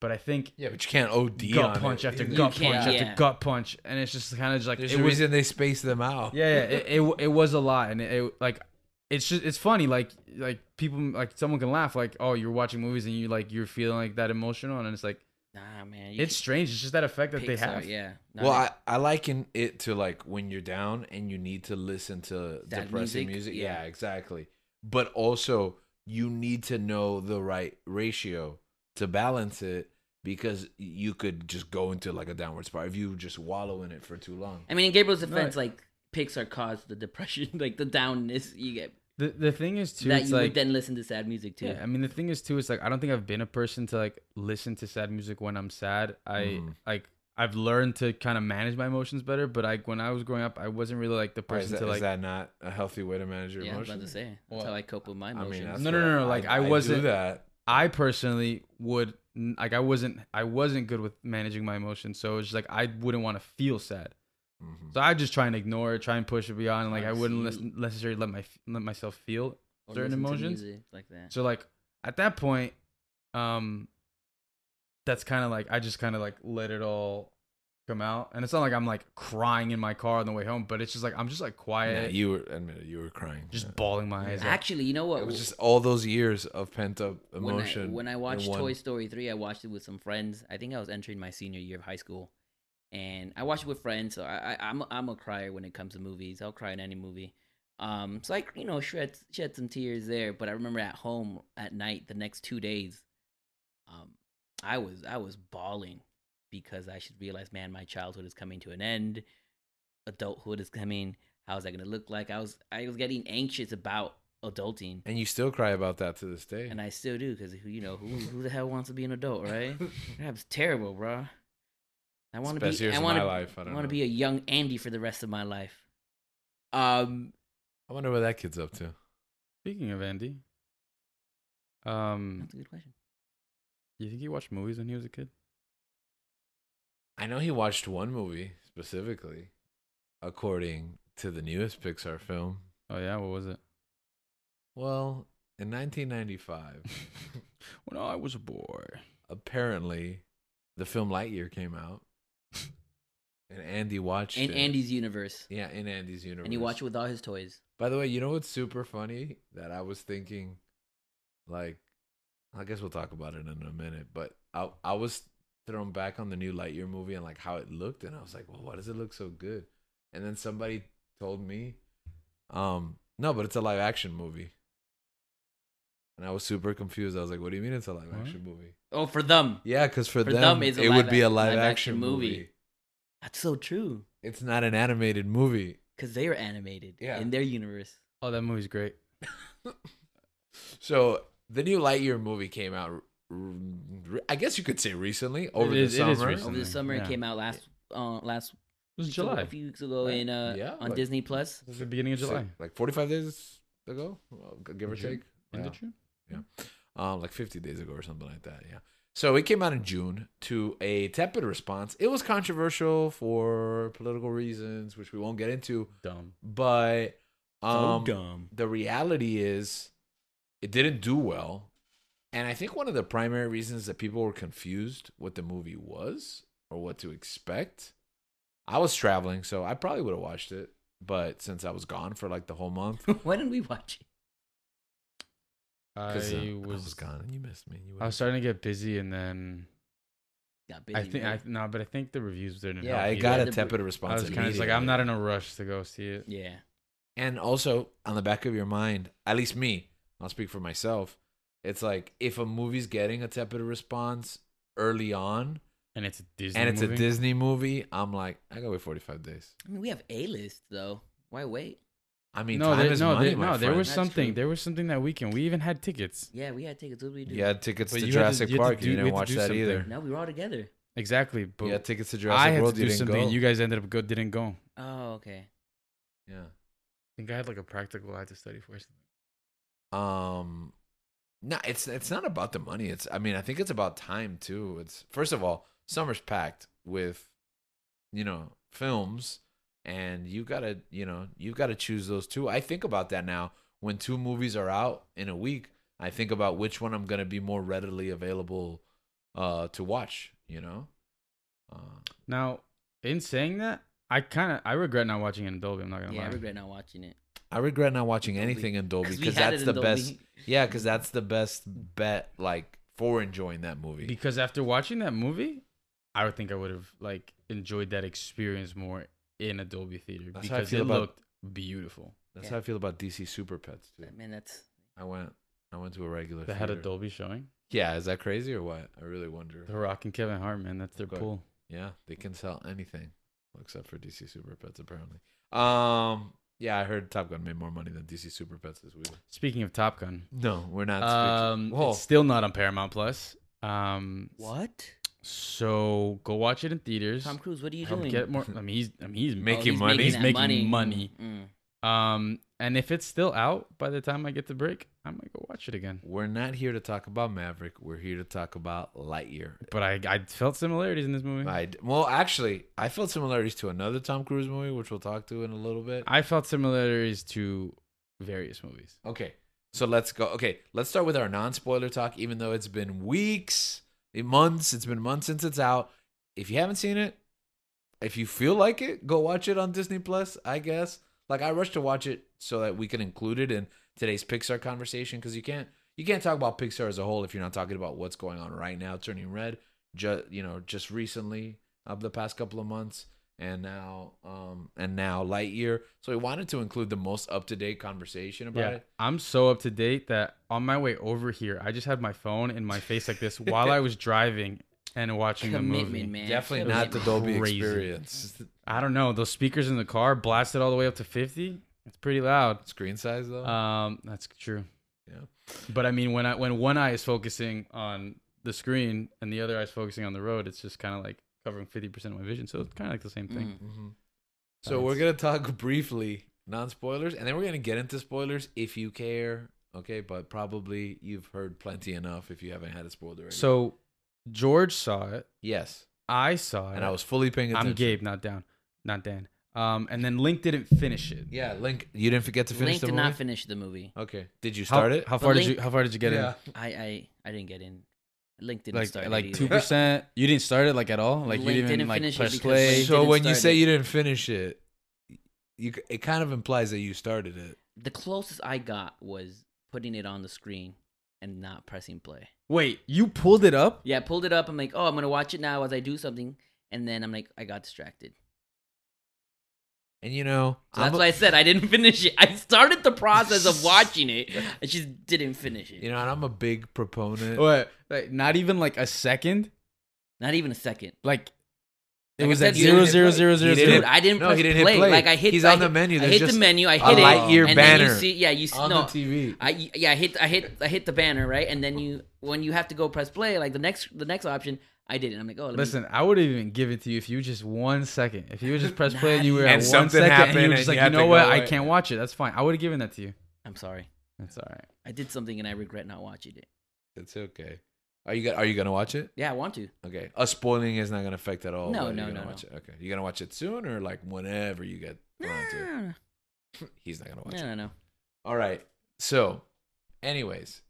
[SPEAKER 4] But I think
[SPEAKER 1] Yeah, but you can't OD
[SPEAKER 4] gut
[SPEAKER 1] on
[SPEAKER 4] punch
[SPEAKER 1] it.
[SPEAKER 4] after
[SPEAKER 1] You
[SPEAKER 4] gut
[SPEAKER 2] can't,
[SPEAKER 4] punch
[SPEAKER 2] yeah.
[SPEAKER 4] after gut punch, and it's just kind of just like
[SPEAKER 1] There's
[SPEAKER 4] it
[SPEAKER 1] a
[SPEAKER 4] was.
[SPEAKER 1] reason they space them out.
[SPEAKER 4] Yeah, yeah it, it it was a lot, and it, it like it's just it's funny like like people like someone can laugh like oh you're watching movies and you like you're feeling like that emotional and it's like
[SPEAKER 2] Nah, man. you
[SPEAKER 4] it's strange it's just that effect that
[SPEAKER 2] can't-
[SPEAKER 4] they
[SPEAKER 2] Pixar,
[SPEAKER 4] have
[SPEAKER 2] Yeah. Nah,
[SPEAKER 1] Well,
[SPEAKER 2] man.
[SPEAKER 1] I, I liken it to like when you're down and you need to listen to
[SPEAKER 2] Sad
[SPEAKER 1] depressing
[SPEAKER 2] music?
[SPEAKER 1] music.
[SPEAKER 2] Yeah.
[SPEAKER 1] Yeah. exactly. But also, you need to know the right ratio to balance it because you could just go into like a downward spiral if you just wallow in it for too long.
[SPEAKER 2] I mean, in Gabriel's
[SPEAKER 4] No,
[SPEAKER 2] defense, like Pixar caused the depression, like the downness you get
[SPEAKER 4] the the thing is too
[SPEAKER 2] that
[SPEAKER 4] it's
[SPEAKER 2] you
[SPEAKER 4] like
[SPEAKER 2] would then listen to sad music too.
[SPEAKER 4] yeah I mean the thing is too it's like I don't think I've been a person to like listen to sad music when I'm sad I
[SPEAKER 2] Mm-hmm.
[SPEAKER 1] Mhm.
[SPEAKER 4] like I've learned to kind of manage my emotions better but like when I was growing up I wasn't really like the
[SPEAKER 1] Or is
[SPEAKER 4] person
[SPEAKER 1] that,
[SPEAKER 4] to
[SPEAKER 1] is
[SPEAKER 4] like
[SPEAKER 1] that not a healthy way to manage your
[SPEAKER 2] Yeah, I was about to
[SPEAKER 1] emotions?
[SPEAKER 2] say that's
[SPEAKER 4] Well,
[SPEAKER 2] how I cope with my
[SPEAKER 1] I mean,
[SPEAKER 2] emotions.
[SPEAKER 1] that's
[SPEAKER 4] No, no,
[SPEAKER 1] what
[SPEAKER 4] no, no, like, I
[SPEAKER 1] do
[SPEAKER 4] wasn't-
[SPEAKER 1] that.
[SPEAKER 4] I personally would like I wasn't I wasn't good with managing my emotions, so it's just like I wouldn't want to feel sad.
[SPEAKER 1] Mhm.
[SPEAKER 4] So I just try and ignore it, try and push it beyond, and like I
[SPEAKER 2] Nice.
[SPEAKER 4] wouldn't
[SPEAKER 2] You-
[SPEAKER 4] listen, necessarily let my let myself feel.
[SPEAKER 2] Or
[SPEAKER 4] certain
[SPEAKER 2] listen to
[SPEAKER 4] emotions.
[SPEAKER 2] music like that.
[SPEAKER 4] So like at that point, um, that's kind of like I just kind of like let it all come out, and it's not like I'm like crying in my car on the way home, but it's just like I'm just like
[SPEAKER 1] Nah,
[SPEAKER 4] quiet,
[SPEAKER 1] you were, admit it, you were crying.
[SPEAKER 4] just
[SPEAKER 1] Yeah.
[SPEAKER 4] bawling my eyes out.
[SPEAKER 2] Actually, you know what?
[SPEAKER 1] It was just all those years of pent up emotion.
[SPEAKER 2] When I, when I
[SPEAKER 1] in
[SPEAKER 2] watched
[SPEAKER 1] one-
[SPEAKER 2] Toy Story 3, I watched it with some friends. I think I was entering my senior year of high school. And I watched it with friends, so I, I, I'm a- I'm a crier when it comes to movies. I'll cry in any movie. Um, so I you know shed shed some tears there. But I remember at home at night the next two days, um, I was I was bawling because I should realize, man, my childhood is coming to an end. Adulthood is coming. How is that going to look like? I was I was getting anxious about adulting
[SPEAKER 1] and you still cry about that to this day.
[SPEAKER 2] and I still do because you know who who the hell wants to be an adult, right? that was terrible, bro. I want to
[SPEAKER 1] best
[SPEAKER 2] be.
[SPEAKER 1] years
[SPEAKER 2] I
[SPEAKER 1] of
[SPEAKER 2] want
[SPEAKER 1] my
[SPEAKER 2] to.
[SPEAKER 1] life, I
[SPEAKER 2] I
[SPEAKER 1] don't
[SPEAKER 2] want to
[SPEAKER 1] know.
[SPEAKER 2] be a young Andy for the rest of my life. Um,
[SPEAKER 1] I wonder what that kid's up to.
[SPEAKER 4] Speaking of Andy, um,
[SPEAKER 2] that's a good question.
[SPEAKER 4] you think he watched movies when he was a kid?
[SPEAKER 1] I know he watched one movie specifically, according to the newest Pixar film.
[SPEAKER 4] Oh yeah, what was it?
[SPEAKER 1] Well, in 1995,
[SPEAKER 4] when I was a boy.
[SPEAKER 1] apparently, the film Lightyear came out, and Andy watched
[SPEAKER 2] In
[SPEAKER 1] it.
[SPEAKER 2] Andy's universe,
[SPEAKER 1] yeah, in Andy's universe.
[SPEAKER 2] and you watch it with all his toys.
[SPEAKER 1] By the way, you know what's super funny that I was thinking, like, I guess we'll talk about it in a minute, but I I was thrown back on the new Lightyear movie and like how it looked, and I was like, well, why does it look so good? And then somebody told me, um, no, but it's a live action movie. And I was super confused. I was like, what do you mean it's a live
[SPEAKER 4] What?
[SPEAKER 1] action movie?
[SPEAKER 2] Oh, for them,
[SPEAKER 1] Yeah, because for,
[SPEAKER 2] For
[SPEAKER 1] them,
[SPEAKER 2] them, it's a
[SPEAKER 1] it
[SPEAKER 2] live
[SPEAKER 1] would be
[SPEAKER 2] ac-
[SPEAKER 1] a live,
[SPEAKER 2] live action
[SPEAKER 1] action,
[SPEAKER 2] movie.
[SPEAKER 1] movie.
[SPEAKER 2] that's so true
[SPEAKER 1] It's not an animated movie.
[SPEAKER 2] because they are animated
[SPEAKER 1] Yeah.
[SPEAKER 2] in their universe.
[SPEAKER 4] Oh, that movie's great.
[SPEAKER 1] So the new Lightyear movie came out. r- r- I guess you could say recently over
[SPEAKER 4] is- it
[SPEAKER 1] the
[SPEAKER 4] is
[SPEAKER 1] summer.
[SPEAKER 4] recent.
[SPEAKER 2] Over the
[SPEAKER 4] Something,
[SPEAKER 2] summer, it
[SPEAKER 4] yeah.
[SPEAKER 2] came out last uh, last
[SPEAKER 4] It was
[SPEAKER 2] so
[SPEAKER 4] July.
[SPEAKER 2] a few weeks ago
[SPEAKER 1] Right.
[SPEAKER 2] in uh,
[SPEAKER 1] Yeah,
[SPEAKER 2] on
[SPEAKER 1] like-
[SPEAKER 2] Disney Plus.
[SPEAKER 4] It was the beginning of
[SPEAKER 1] So,
[SPEAKER 4] July.
[SPEAKER 1] like 45 days ago, well, g- give or
[SPEAKER 4] June.
[SPEAKER 1] take.
[SPEAKER 4] End
[SPEAKER 1] Yeah.
[SPEAKER 4] of June?
[SPEAKER 1] Um, like 50 days ago or something like that. Yeah. So it came out in June to a tepid response. It was controversial for political reasons, which we won't get into.
[SPEAKER 4] Dumb.
[SPEAKER 1] But um,
[SPEAKER 2] dumb.
[SPEAKER 1] the reality is it didn't do well. And I think one of the primary reasons that people were confused what the movie was or what to expect. I was traveling, so I probably would have watched it, but since I was gone for like the whole month,
[SPEAKER 2] Why didn't we watch it?
[SPEAKER 4] I
[SPEAKER 1] because
[SPEAKER 4] was,
[SPEAKER 1] uh, I, was gone and you missed me. You
[SPEAKER 4] I was
[SPEAKER 1] would've-
[SPEAKER 4] starting to get busy, and then
[SPEAKER 2] Got busy.
[SPEAKER 4] I think I
[SPEAKER 2] right?
[SPEAKER 4] no, but I think the reviews didn't.
[SPEAKER 1] yeah,
[SPEAKER 4] help
[SPEAKER 1] I
[SPEAKER 4] either.
[SPEAKER 1] got
[SPEAKER 2] Yeah,
[SPEAKER 1] a
[SPEAKER 2] the-
[SPEAKER 1] tepid
[SPEAKER 4] I
[SPEAKER 1] response.
[SPEAKER 4] was kind of just like, I'm
[SPEAKER 1] immediately.
[SPEAKER 4] not in a rush to go see it.
[SPEAKER 2] yeah.
[SPEAKER 1] And also, on the back of your mind, at least me, I'll speak for myself. It's like if a movie's getting a tepid response early on,
[SPEAKER 4] And it's a Disney.
[SPEAKER 1] and it's
[SPEAKER 4] movie.
[SPEAKER 1] a Disney movie, I'm like, I gotta wait 45 days.
[SPEAKER 2] I mean, we have A list though. Why wait?
[SPEAKER 1] I mean,
[SPEAKER 4] no,
[SPEAKER 1] time
[SPEAKER 4] there,
[SPEAKER 1] is
[SPEAKER 4] no,
[SPEAKER 1] money,
[SPEAKER 4] there,
[SPEAKER 1] my
[SPEAKER 4] no. There
[SPEAKER 1] friend.
[SPEAKER 4] was
[SPEAKER 2] That's
[SPEAKER 4] something.
[SPEAKER 2] true.
[SPEAKER 4] There was something that weekend. We even had tickets.
[SPEAKER 2] Yeah, we had tickets. What did we do?
[SPEAKER 1] You had tickets
[SPEAKER 4] But
[SPEAKER 1] to
[SPEAKER 4] you had to-
[SPEAKER 1] Jurassic
[SPEAKER 4] you had to
[SPEAKER 1] Park.
[SPEAKER 4] do-
[SPEAKER 1] you
[SPEAKER 4] we
[SPEAKER 1] didn't
[SPEAKER 4] had to
[SPEAKER 1] watch
[SPEAKER 4] do
[SPEAKER 1] that
[SPEAKER 4] something.
[SPEAKER 1] either.
[SPEAKER 2] No, we were all together.
[SPEAKER 4] Exactly, but
[SPEAKER 1] You had tickets to
[SPEAKER 4] I
[SPEAKER 1] Jurassic
[SPEAKER 4] had
[SPEAKER 1] World.
[SPEAKER 4] to
[SPEAKER 1] you
[SPEAKER 4] do
[SPEAKER 1] didn't
[SPEAKER 4] something.
[SPEAKER 1] go.
[SPEAKER 4] and You guys ended up go didn't go. I
[SPEAKER 2] Oh, okay.
[SPEAKER 1] yeah.
[SPEAKER 4] think I had like a practical I had to study for.
[SPEAKER 1] Um, no, it's it's not about the money. It's I mean, I think it's about time too. It's first of all, summer's packed with, you know, films, and you gotta you know you gotta choose those two. I think about that now. When two movies are out in a week, I think about which one I'm gonna be more readily available uh, to watch. You know, uh,
[SPEAKER 4] Now, in saying that, I kind of I regret not watching it in Dolby. I'm not gonna
[SPEAKER 2] Yeah,
[SPEAKER 4] lie.
[SPEAKER 2] I regret not watching it.
[SPEAKER 1] I regret not watching
[SPEAKER 2] Dolby.
[SPEAKER 1] anything in Dolby
[SPEAKER 2] 'Cause we
[SPEAKER 1] because
[SPEAKER 2] had
[SPEAKER 1] that's
[SPEAKER 2] it in
[SPEAKER 1] the best.
[SPEAKER 2] Dolby.
[SPEAKER 1] Yeah, because that's the best bet, like for enjoying that movie.
[SPEAKER 4] because after watching that movie, I would think I would have like enjoyed that experience more in a Dolby theater
[SPEAKER 1] That's how I
[SPEAKER 4] because it
[SPEAKER 1] feel about-
[SPEAKER 4] looked beautiful.
[SPEAKER 1] that's
[SPEAKER 2] Yeah.
[SPEAKER 1] how I feel about DC Super Pets too.
[SPEAKER 2] Man, that's
[SPEAKER 1] I went, I went to a regular.
[SPEAKER 4] They had a
[SPEAKER 1] theater.
[SPEAKER 4] Dolby showing.
[SPEAKER 1] Yeah, is that crazy or what? I really wonder.
[SPEAKER 4] The Rock and Kevin Hart, man, that's their
[SPEAKER 1] Okay.
[SPEAKER 4] pool.
[SPEAKER 1] Yeah, they can sell anything except for DC Super Pets apparently. Um, yeah, I heard Top Gun made more money than DC Super Pets this week.
[SPEAKER 4] Speaking of Top Gun,
[SPEAKER 1] No, we're not.
[SPEAKER 4] um,
[SPEAKER 1] Whoa.
[SPEAKER 4] it's still not on Paramount Plus. Um,
[SPEAKER 2] what?
[SPEAKER 4] so go watch it in theaters.
[SPEAKER 2] Tom Cruise, what are you
[SPEAKER 4] Help
[SPEAKER 2] doing?
[SPEAKER 4] Get more. I mean, he's I mean he's
[SPEAKER 2] Oh,
[SPEAKER 1] Oh, Making money.
[SPEAKER 4] He's
[SPEAKER 2] that
[SPEAKER 4] making money.
[SPEAKER 2] Mm,
[SPEAKER 4] Um, and if it's still out by the time I get the break, I might go watch it again.
[SPEAKER 1] we're not here to talk about Maverick. We're here to talk about Lightyear.
[SPEAKER 4] But I I felt similarities in this movie. I,
[SPEAKER 1] I well, actually, I felt similarities to another Tom Cruise movie, which we'll talk to in a little bit.
[SPEAKER 4] felt similarities to various movies.
[SPEAKER 1] Okay, so let's go. Okay, let's start with our non-spoiler talk. Even though it's been weeks, eh, months, it's been months since it's out. If you haven't seen it, if you feel like it, go watch it on Disney Plus. I guess. Like I rushed to watch it so that we can include it in today's Pixar conversation because you can't you can't talk about Pixar as a whole if you're not talking about what's going on right now, turning red. Just you know, just recently of the past couple of months, and now um and now Lightyear. So we wanted to include the most up to date conversation about
[SPEAKER 4] Yeah,
[SPEAKER 1] it.
[SPEAKER 4] I'm so up to date that on my way over here, I just had my phone in my face like this while I was driving and watching the movie.
[SPEAKER 2] commitment, man.
[SPEAKER 1] Definitely
[SPEAKER 2] Commitment.
[SPEAKER 1] not the Dolby
[SPEAKER 4] Crazy.
[SPEAKER 1] experience.
[SPEAKER 4] I don't know those speakers in the car blasted all the way up to 50. It's pretty loud.
[SPEAKER 1] Screen size though.
[SPEAKER 4] Um, that's true.
[SPEAKER 1] Yeah.
[SPEAKER 4] But I mean, when I when one eye is focusing on the screen and the other eye is focusing on the road, it's just kind of like covering fifty percent of my vision. So it's kind of like the same thing.
[SPEAKER 2] Mm.
[SPEAKER 1] Mhm. So we're gonna talk briefly, non spoilers, and then we're gonna get into spoilers if you care. Okay, but probably you've heard plenty enough if you haven't had a spoiler. Already.
[SPEAKER 4] So George saw it.
[SPEAKER 1] yes,
[SPEAKER 4] I saw it.
[SPEAKER 1] and I was fully paying attention.
[SPEAKER 4] I'm Gabe, not down, not Dan. Um, and then Link didn't finish it.
[SPEAKER 1] Yeah, Link, you didn't forget to finish
[SPEAKER 2] Link
[SPEAKER 1] the
[SPEAKER 2] did
[SPEAKER 1] movie.
[SPEAKER 2] not finish the movie.
[SPEAKER 1] okay, did you
[SPEAKER 4] How-
[SPEAKER 1] start it?
[SPEAKER 4] How
[SPEAKER 2] But
[SPEAKER 4] far did
[SPEAKER 2] Link-
[SPEAKER 4] you How far did you get
[SPEAKER 1] yeah.
[SPEAKER 4] in?
[SPEAKER 2] I I, I didn't get in. Link didn't
[SPEAKER 4] Like
[SPEAKER 2] start. it
[SPEAKER 4] like
[SPEAKER 2] either.
[SPEAKER 4] two percent. You didn't start it like at all. Like you
[SPEAKER 2] Link
[SPEAKER 4] didn't,
[SPEAKER 2] didn't
[SPEAKER 4] like
[SPEAKER 2] finish it
[SPEAKER 4] press
[SPEAKER 2] because
[SPEAKER 4] play.
[SPEAKER 2] Link-
[SPEAKER 1] So
[SPEAKER 2] didn't
[SPEAKER 1] when you
[SPEAKER 2] start
[SPEAKER 1] say
[SPEAKER 2] it.
[SPEAKER 1] you didn't finish it, you c- it kind of implies that you started it.
[SPEAKER 2] The closest I got was putting it on the screen and not pressing play.
[SPEAKER 4] Wait, you pulled it up?
[SPEAKER 2] Yeah, I pulled it up. I'm like, oh, I'm gonna watch it now as I do something, and then I'm like, I got distracted.
[SPEAKER 1] And you know,
[SPEAKER 2] So
[SPEAKER 1] I'm
[SPEAKER 2] that's
[SPEAKER 1] a-
[SPEAKER 2] why I said I didn't finish it. I started the process of watching it. I just didn't finish it.
[SPEAKER 1] you know, and I'm a big proponent.
[SPEAKER 4] What? Like not even like a second.
[SPEAKER 2] Not even a second.
[SPEAKER 4] Like it
[SPEAKER 2] Like I
[SPEAKER 4] was
[SPEAKER 2] said,
[SPEAKER 4] at
[SPEAKER 2] you didn't
[SPEAKER 4] zero
[SPEAKER 2] hit
[SPEAKER 4] zero
[SPEAKER 1] play.
[SPEAKER 4] zero
[SPEAKER 1] You
[SPEAKER 4] zero
[SPEAKER 1] didn't-
[SPEAKER 2] Dude,
[SPEAKER 4] zero.
[SPEAKER 2] I didn't
[SPEAKER 1] No,
[SPEAKER 2] press
[SPEAKER 1] he didn't hit
[SPEAKER 2] play.
[SPEAKER 1] play.
[SPEAKER 2] Like I hit.
[SPEAKER 1] He's
[SPEAKER 2] I
[SPEAKER 1] on the
[SPEAKER 2] hit-
[SPEAKER 1] menu.
[SPEAKER 2] I
[SPEAKER 1] There's
[SPEAKER 2] hit
[SPEAKER 1] just
[SPEAKER 2] the menu. I
[SPEAKER 1] a
[SPEAKER 2] hit it.
[SPEAKER 1] Lightyear
[SPEAKER 2] and then you
[SPEAKER 1] banner
[SPEAKER 2] see- yeah, you see,
[SPEAKER 1] on the
[SPEAKER 2] no.
[SPEAKER 1] TV.
[SPEAKER 2] I yeah, I hit I hit I hit the banner right, and then you when you have to go press play, like the next the next option, I did it. I'm like, oh, let me-
[SPEAKER 4] Listen, I would even give it to you if you just one second. If you would just press play and you were
[SPEAKER 1] And
[SPEAKER 4] at one
[SPEAKER 1] something
[SPEAKER 4] second and
[SPEAKER 1] happened
[SPEAKER 4] you were
[SPEAKER 1] and
[SPEAKER 4] just
[SPEAKER 1] you
[SPEAKER 4] like, you
[SPEAKER 1] had to
[SPEAKER 4] know what,
[SPEAKER 1] go
[SPEAKER 4] I
[SPEAKER 1] away.
[SPEAKER 4] can't watch it. That's fine. I would have given that to you.
[SPEAKER 2] I'm sorry,
[SPEAKER 4] That's all right.
[SPEAKER 2] I did something and I regret not watching it.
[SPEAKER 1] It's okay. Are you go- are you gonna watch it?
[SPEAKER 2] Yeah, I want to.
[SPEAKER 1] Okay, us spoiling is not gonna affect at all.
[SPEAKER 2] No,
[SPEAKER 1] whether
[SPEAKER 2] no,
[SPEAKER 1] you're gonna
[SPEAKER 2] no,
[SPEAKER 1] watch It. Okay, you gonna watch it soon or like whenever you get around to.
[SPEAKER 2] No,
[SPEAKER 1] it? He's not gonna watch
[SPEAKER 2] no,
[SPEAKER 1] it.
[SPEAKER 2] no, no.
[SPEAKER 1] All right. So, anyways,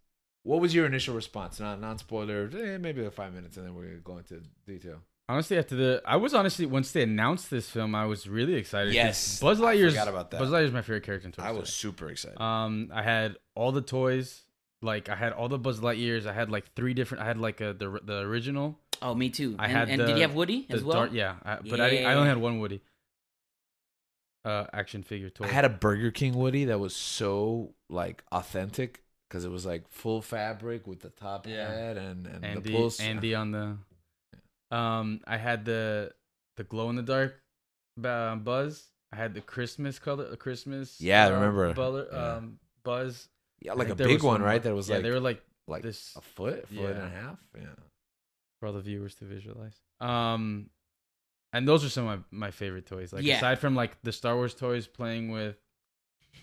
[SPEAKER 1] what was your initial response? Not non spoiler. Eh, maybe like five minutes, and then we're gonna go into detail.
[SPEAKER 4] Honestly, after the, I was honestly once they announced this film, I was really excited. 'cause
[SPEAKER 1] Yes,
[SPEAKER 4] Buzz
[SPEAKER 1] I
[SPEAKER 4] Lightyear's
[SPEAKER 1] forgot about that.
[SPEAKER 4] Buzz Lightyear's my favorite character in Toy
[SPEAKER 1] I
[SPEAKER 4] Story.
[SPEAKER 1] was super excited.
[SPEAKER 4] Um, I had all the toys. Like I had all the Buzz Lightyears. I had like three different. I had like a, the the original.
[SPEAKER 2] Oh, me too.
[SPEAKER 4] I
[SPEAKER 2] and
[SPEAKER 4] had
[SPEAKER 2] and did
[SPEAKER 4] the-
[SPEAKER 2] you have Woody
[SPEAKER 4] The
[SPEAKER 2] as well?
[SPEAKER 4] dark- yeah, I, but I didn't, I
[SPEAKER 2] Yeah.
[SPEAKER 4] only had one Woody. Uh, action figure toy.
[SPEAKER 1] I had a Burger King Woody that was so like authentic because it was like full fabric with the top
[SPEAKER 4] Yeah.
[SPEAKER 1] head and and
[SPEAKER 4] Andy,
[SPEAKER 1] the pulse.
[SPEAKER 4] Andy on the. Um, I had the the glow in the dark uh, buzz. I had the Christmas color, the Christmas.
[SPEAKER 1] Yeah, I
[SPEAKER 4] uh,
[SPEAKER 1] remember.
[SPEAKER 4] Color,
[SPEAKER 1] Yeah.
[SPEAKER 4] um, buzz.
[SPEAKER 1] yeah,
[SPEAKER 4] I
[SPEAKER 1] like
[SPEAKER 4] think
[SPEAKER 1] a
[SPEAKER 4] there
[SPEAKER 1] big
[SPEAKER 4] was
[SPEAKER 1] one,
[SPEAKER 4] more.
[SPEAKER 1] right? That was
[SPEAKER 4] yeah,
[SPEAKER 1] like
[SPEAKER 4] they were like
[SPEAKER 1] like
[SPEAKER 4] this
[SPEAKER 1] a foot, foot and
[SPEAKER 4] yeah.
[SPEAKER 1] a half. Yeah,
[SPEAKER 4] for all the viewers to visualize. Um, and those are some of my, my favorite toys. Like
[SPEAKER 2] Yeah.
[SPEAKER 4] aside from like the Star Wars toys playing with,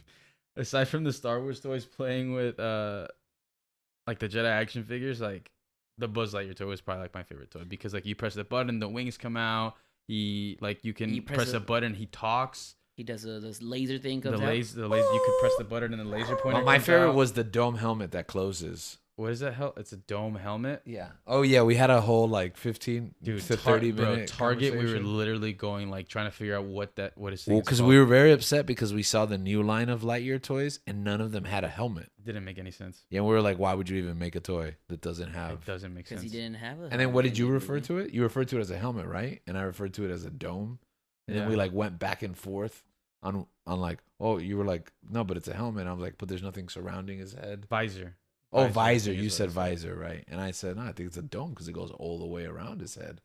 [SPEAKER 4] aside from the Star Wars toys playing with, uh, like the Jedi action figures, like the Buzz Lightyear toy was probably like my favorite toy because like you press the button, the wings come out. He like you can
[SPEAKER 2] You
[SPEAKER 4] press,
[SPEAKER 2] press
[SPEAKER 4] a,
[SPEAKER 2] a-
[SPEAKER 4] button, he talks.
[SPEAKER 2] He does a, this laser thing
[SPEAKER 4] The
[SPEAKER 2] comes out.
[SPEAKER 4] laser, the laser, you could press the button and the laser pointer.
[SPEAKER 1] Oh my
[SPEAKER 4] comes
[SPEAKER 1] favorite
[SPEAKER 4] out.
[SPEAKER 1] was the dome helmet that closes.
[SPEAKER 4] what is that hell? It's a dome helmet.
[SPEAKER 1] Yeah. Oh yeah, we had a whole like fifteen
[SPEAKER 4] Dude,
[SPEAKER 1] to
[SPEAKER 4] tar-
[SPEAKER 1] thirty
[SPEAKER 4] bro,
[SPEAKER 1] minute
[SPEAKER 4] Target. We were
[SPEAKER 1] conversation.
[SPEAKER 4] literally going like trying to figure out what that what is.
[SPEAKER 1] well because we were very upset because we saw the new line of Lightyear toys and none of them had a helmet.
[SPEAKER 4] didn't make any sense.
[SPEAKER 1] Yeah, we were like, why would you even make a toy that doesn't
[SPEAKER 4] It
[SPEAKER 1] have?
[SPEAKER 4] doesn't make sense.
[SPEAKER 2] because he didn't have a.
[SPEAKER 1] And then what did you refer
[SPEAKER 2] it?
[SPEAKER 1] to it? You referred to it as a helmet, right? And I referred to it as a dome. And then we
[SPEAKER 4] Yeah.
[SPEAKER 1] like went back and forth on on like, oh, you were like, no, but it's a helmet. I was like, but there's nothing surrounding his head.
[SPEAKER 4] Visor.
[SPEAKER 1] Oh,
[SPEAKER 4] Visor, I
[SPEAKER 1] visor.
[SPEAKER 4] think
[SPEAKER 1] You
[SPEAKER 4] is what
[SPEAKER 1] said
[SPEAKER 4] I
[SPEAKER 1] visor, right? And I said, no, I think it's a dome because it goes all the way around his head.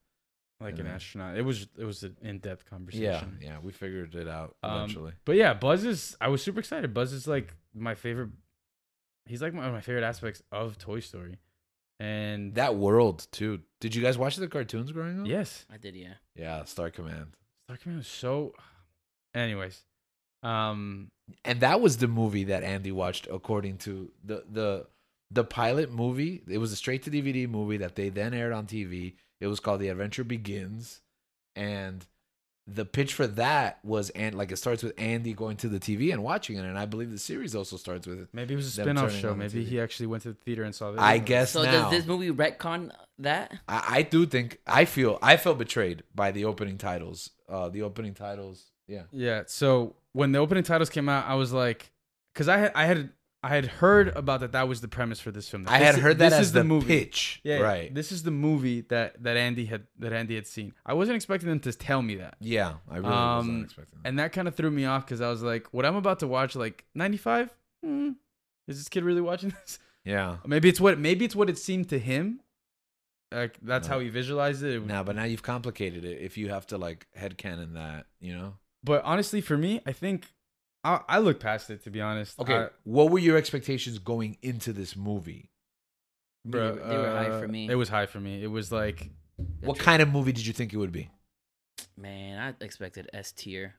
[SPEAKER 4] Like an
[SPEAKER 1] Yeah.
[SPEAKER 4] astronaut. It was it was an in depth conversation.
[SPEAKER 1] Yeah, yeah, we figured it out
[SPEAKER 4] Um,
[SPEAKER 1] eventually.
[SPEAKER 4] But yeah, Buzz is. I was super excited. Buzz is like my favorite. He's like one of my favorite aspects of Toy Story, and
[SPEAKER 1] that world too. Did you guys watch the cartoons growing up?
[SPEAKER 4] yes,
[SPEAKER 2] I did, yeah.
[SPEAKER 1] yeah, Star Command.
[SPEAKER 4] Star Command was so. Anyways, um,
[SPEAKER 1] and that was the movie that Andy watched according to the the the pilot movie. It was a straight to DVD movie that they then aired on TV. It was called The Adventure Begins and the pitch for that was and like it starts with Andy going to the TV and watching it and I believe the series also starts with it.
[SPEAKER 4] maybe it was a
[SPEAKER 1] Them
[SPEAKER 4] spin-off
[SPEAKER 1] turning
[SPEAKER 4] show.
[SPEAKER 1] on the
[SPEAKER 4] Maybe
[SPEAKER 1] TV.
[SPEAKER 4] he actually went to the theater and saw this.
[SPEAKER 1] I guess
[SPEAKER 2] So
[SPEAKER 1] now
[SPEAKER 2] does this movie retcon that?
[SPEAKER 1] I, I do think I feel I felt betrayed by the opening titles. Uh the opening titles. Yeah.
[SPEAKER 4] Yeah. So when the opening titles came out, I was like, because I had I had I had heard about that. That was the premise for this film.
[SPEAKER 1] I
[SPEAKER 4] This
[SPEAKER 1] had
[SPEAKER 4] is-
[SPEAKER 1] heard that
[SPEAKER 4] this
[SPEAKER 1] as
[SPEAKER 4] is
[SPEAKER 1] the, pitch.
[SPEAKER 4] Yeah,
[SPEAKER 1] right.
[SPEAKER 4] This is the movie that that Andy had that Andy had seen. I wasn't expecting them to tell me that,
[SPEAKER 1] yeah, I really
[SPEAKER 4] Um,
[SPEAKER 1] wasn't expecting that.
[SPEAKER 4] and that kind of threw me off because I was like, what I'm about to watch, like 95. Hmm, is this kid really watching this?
[SPEAKER 1] Yeah.
[SPEAKER 4] Maybe it's what maybe it's what it seemed to him. Like that's
[SPEAKER 1] No.
[SPEAKER 4] how he visualized it. It
[SPEAKER 1] Now, but now you've complicated it. If you have to like headcanon that, you know.
[SPEAKER 4] But honestly, for me, I think I, I look past it to be honest.
[SPEAKER 1] Okay,
[SPEAKER 4] I-
[SPEAKER 1] what were your expectations going into this movie?
[SPEAKER 4] bro,
[SPEAKER 2] they were high for
[SPEAKER 4] uh,
[SPEAKER 2] me.
[SPEAKER 4] It was high for me. It was like
[SPEAKER 1] What kind of movie did you think it would be?
[SPEAKER 2] Man, I expected S tier.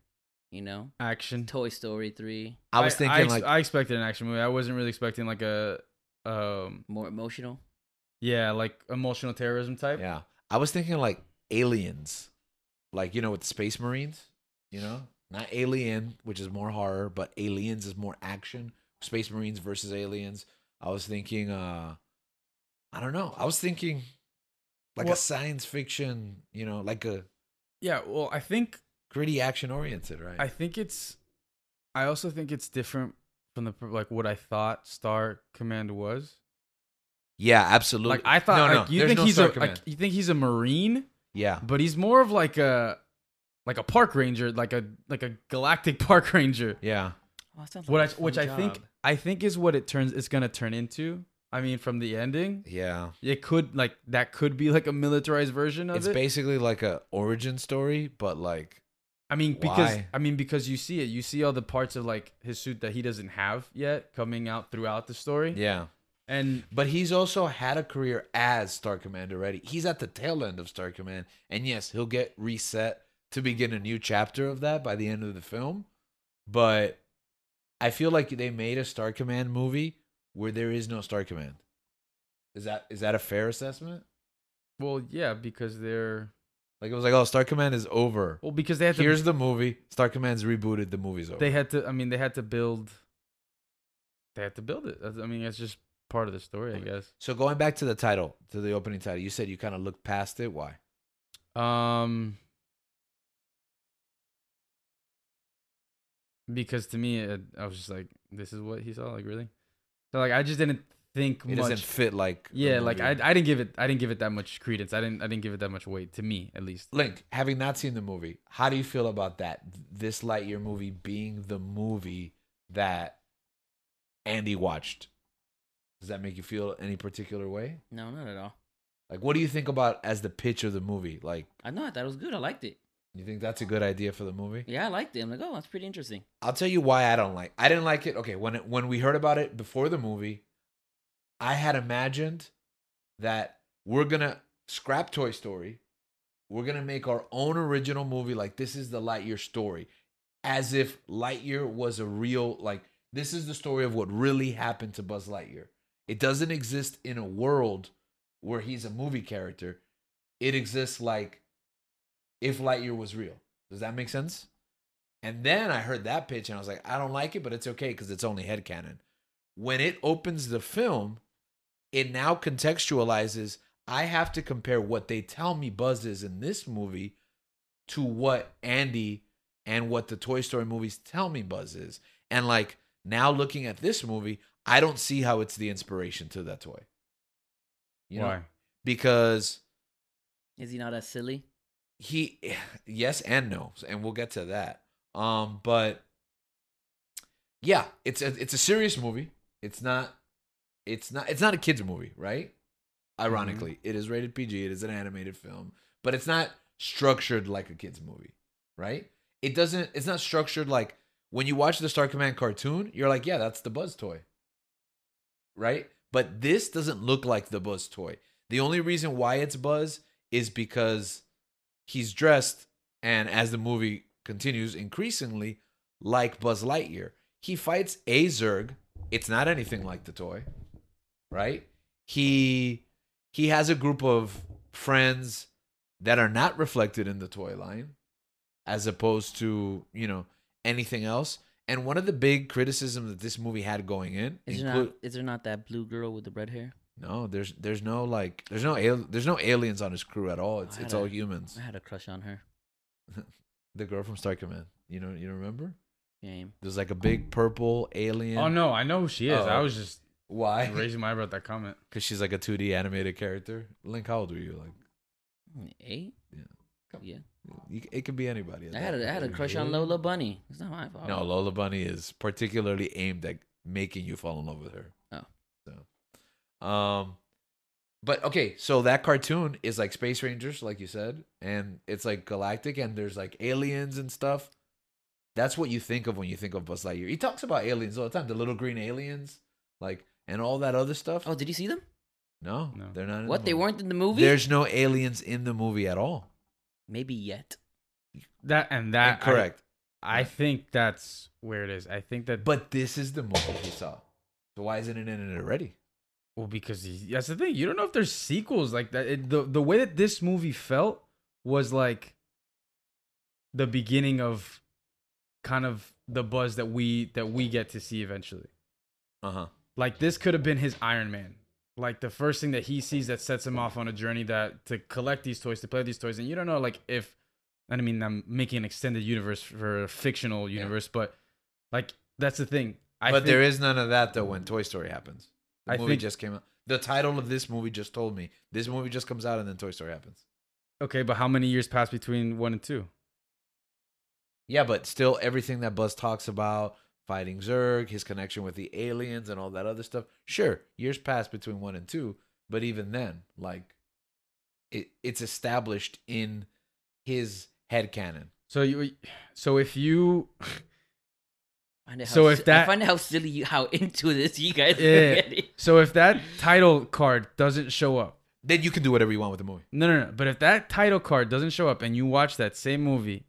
[SPEAKER 2] You know,
[SPEAKER 4] action.
[SPEAKER 2] Toy Story three,
[SPEAKER 1] I was
[SPEAKER 4] I,
[SPEAKER 1] thinking
[SPEAKER 4] ex-
[SPEAKER 1] like
[SPEAKER 4] I expected an action movie. I wasn't really expecting like a um
[SPEAKER 2] more emotional.
[SPEAKER 4] yeah like emotional terrorism type.
[SPEAKER 1] yeah, I was thinking like aliens, like you know with the space marines, you know, not alien, which is more horror, but aliens is more action. Space marines versus aliens. I was thinking, uh I don't know. I was thinking like a
[SPEAKER 4] Well-
[SPEAKER 1] science fiction, you know, like a
[SPEAKER 4] Yeah, well, I think
[SPEAKER 1] gritty action oriented, right?
[SPEAKER 4] I think it's. I also think it's different from the like what I thought Star Command was.
[SPEAKER 1] Yeah, absolutely.
[SPEAKER 4] Like I thought,
[SPEAKER 1] no,
[SPEAKER 4] like,
[SPEAKER 1] no,
[SPEAKER 4] you
[SPEAKER 1] there's
[SPEAKER 4] think
[SPEAKER 1] no
[SPEAKER 4] he's
[SPEAKER 1] Star
[SPEAKER 4] a like,
[SPEAKER 1] Command.
[SPEAKER 4] you think he's a marine,
[SPEAKER 1] yeah,
[SPEAKER 4] but he's more of like a like a park ranger, like a like a galactic park ranger.
[SPEAKER 1] yeah,
[SPEAKER 2] Oh, that sounds
[SPEAKER 4] What I
[SPEAKER 2] like a fun
[SPEAKER 4] which I think
[SPEAKER 2] job.
[SPEAKER 4] I think is what it turns it's gonna turn into. I mean, from the ending,
[SPEAKER 1] yeah.
[SPEAKER 4] it could like that could be like a militarized version of
[SPEAKER 1] It's
[SPEAKER 4] it.
[SPEAKER 1] basically like a origin story, but like
[SPEAKER 4] I mean, because
[SPEAKER 1] Why?
[SPEAKER 4] I mean because you see it, you see all the parts of like his suit that he doesn't have yet coming out throughout the story.
[SPEAKER 1] yeah.
[SPEAKER 4] And
[SPEAKER 1] But he's also had a career as Star Command already. He's at the tail end of Star Command, and yes, he'll get reset to begin a new chapter of that by the end of the film. But I feel like they made a Star Command movie where there is no Star Command. Is that is that a fair assessment?
[SPEAKER 4] well, yeah, because they're
[SPEAKER 1] Like it was like, oh, Star Command is over.
[SPEAKER 4] well because they had to
[SPEAKER 1] Here's the movie. Star Command's rebooted. The movie's over.
[SPEAKER 4] they had to I mean they had to build they had to build it. That's- I mean, that's just part of the story, I
[SPEAKER 1] Okay.
[SPEAKER 4] guess.
[SPEAKER 1] So going back to the title, to the opening title, you said you kind of looked past it. Why?
[SPEAKER 4] Um, because to me, it, I was just like, "This is what he saw." Like, really? So, like, I just didn't think
[SPEAKER 1] It
[SPEAKER 4] much.
[SPEAKER 1] doesn't fit like. a
[SPEAKER 4] yeah, like I,
[SPEAKER 1] movie.
[SPEAKER 4] I didn't give it, I didn't give it that much credence. I didn't, I didn't give it that much weight to me, at least.
[SPEAKER 1] Link, having not seen the movie, how do you feel about that? This Lightyear movie being the movie that Andy watched. Does that make you feel any particular way?
[SPEAKER 2] no, not at all.
[SPEAKER 1] Like, what do you think about as the pitch of the movie? Like,
[SPEAKER 2] I know I thought it was good. I liked it.
[SPEAKER 1] you think that's a good idea for the movie?
[SPEAKER 2] Yeah, I liked it. I'm like, oh, that's pretty interesting.
[SPEAKER 1] I'll tell you why I don't like. I didn't like it. Okay, when it, when we heard about it before the movie, I had imagined that we're gonna scrap Toy Story, we're gonna make our own original movie. Like this is the Lightyear story, as if Lightyear was a real like. This is the story of what really happened to Buzz Lightyear. It doesn't exist in a world where he's a movie character. It exists like if Lightyear was real. Does that make sense? And then I heard that pitch and I was like, I don't like it, but it's okay because it's only headcanon. When it opens the film, it now contextualizes I have to compare what they tell me Buzz is in this movie to what Andy and what the Toy Story movies tell me Buzz is. And like now looking at this movie, I don't see how it's the inspiration to that toy. You
[SPEAKER 4] Why?
[SPEAKER 1] know, because
[SPEAKER 2] Is he not as silly?
[SPEAKER 1] he yes and no and we'll get to that um but yeah it's a it's a serious movie it's not it's not it's not a kids movie right ironically it is rated pg it is an animated film but it's not structured like a kids movie right it doesn't it's not structured like when you watch the star command cartoon you're like yeah that's the buzz toy right but this doesn't look like the buzz toy the only reason why it's buzz is because he's dressed and as the movie continues increasingly like Buzz Lightyear. He fights a Zurg. It's not anything like the toy, right? He he has a group of friends that are not reflected in the toy line as opposed to, you know, anything else. And one of the big criticisms that this movie had going in,
[SPEAKER 2] Is there
[SPEAKER 1] inclu-
[SPEAKER 2] not? Is there not that blue girl with the red hair?
[SPEAKER 1] no, there's there's no like there's no al- there's no aliens on his crew at all. It's
[SPEAKER 2] I
[SPEAKER 1] it's
[SPEAKER 2] had a-
[SPEAKER 1] all humans.
[SPEAKER 2] I had a crush on her.
[SPEAKER 1] The girl from Star Command. You know you don't remember?
[SPEAKER 2] Game.
[SPEAKER 1] There's like a big purple alien.
[SPEAKER 4] Oh no, I know who she is.
[SPEAKER 1] Oh.
[SPEAKER 4] I was just
[SPEAKER 1] Why?
[SPEAKER 4] raising my eyebrow at that comment.
[SPEAKER 1] Because she's like a 2D animated character. Link, how old were you? Like,
[SPEAKER 2] Eight.
[SPEAKER 1] Yeah. Come-
[SPEAKER 2] Yeah.
[SPEAKER 1] you, it could be anybody. at
[SPEAKER 2] I
[SPEAKER 1] that
[SPEAKER 2] had a, I had a
[SPEAKER 1] point.
[SPEAKER 2] crush on Lola Bunny. It's not my fault.
[SPEAKER 1] No, Lola Bunny is particularly aimed at making you fall in love with her.
[SPEAKER 2] Oh.
[SPEAKER 1] So, um, but okay, so that cartoon is like Space Rangers, like you said, and it's like galactic, and there's like aliens and stuff. That's what you think of when you think of Buzz Lightyear. He talks about aliens all the time, the little green aliens, like, and all that other stuff.
[SPEAKER 2] Oh, did you see them?
[SPEAKER 1] No,
[SPEAKER 4] No.
[SPEAKER 1] they're not. In
[SPEAKER 2] What?
[SPEAKER 1] the
[SPEAKER 2] They
[SPEAKER 1] movie.
[SPEAKER 2] weren't in the movie.
[SPEAKER 1] There's no aliens in the movie at all.
[SPEAKER 2] Maybe yet.
[SPEAKER 4] That and
[SPEAKER 2] Ah,
[SPEAKER 4] that I-
[SPEAKER 1] Correct.
[SPEAKER 4] I, think that's where it is. I think that
[SPEAKER 1] but this is the movie he saw. So why isn't it in it already?
[SPEAKER 4] well because he- that's the thing. You don't know if there's sequels like that. It, the the way that this movie felt was like the beginning of kind of the buzz that we that we get to see eventually.
[SPEAKER 1] Uh
[SPEAKER 2] Uh-huh.
[SPEAKER 1] huh.
[SPEAKER 4] Like this could have been his Iron Man. Like the first thing that he sees that sets him off on a journey that to collect these toys, to play these toys, and you don't know like if and I mean I'm making an extended universe for a fictional universe, but like that's the thing. I
[SPEAKER 1] But
[SPEAKER 4] think,
[SPEAKER 1] there is none of that though when Toy Story happens. The
[SPEAKER 4] I
[SPEAKER 1] movie
[SPEAKER 4] think-
[SPEAKER 1] just came out. The title of this movie just told me this movie just comes out and then Toy Story happens.
[SPEAKER 4] okay, but how many years passed between one and two?
[SPEAKER 1] Yeah, but still everything that Buzz talks about, fighting Zurg, his connection with the aliens and all that other stuff. Sure, years pass between 1 and 2, but even then, like it it's established in his head canon.
[SPEAKER 4] So you so if you
[SPEAKER 2] Find out how
[SPEAKER 4] So if
[SPEAKER 2] si- I
[SPEAKER 4] that-
[SPEAKER 2] find out how silly you, how into this you guys are
[SPEAKER 4] Yeah.
[SPEAKER 2] getting.
[SPEAKER 4] so if that title card doesn't show up,
[SPEAKER 1] Then you can do whatever you want with the movie.
[SPEAKER 4] no no no, but if that title card doesn't show up and you watch that same movie,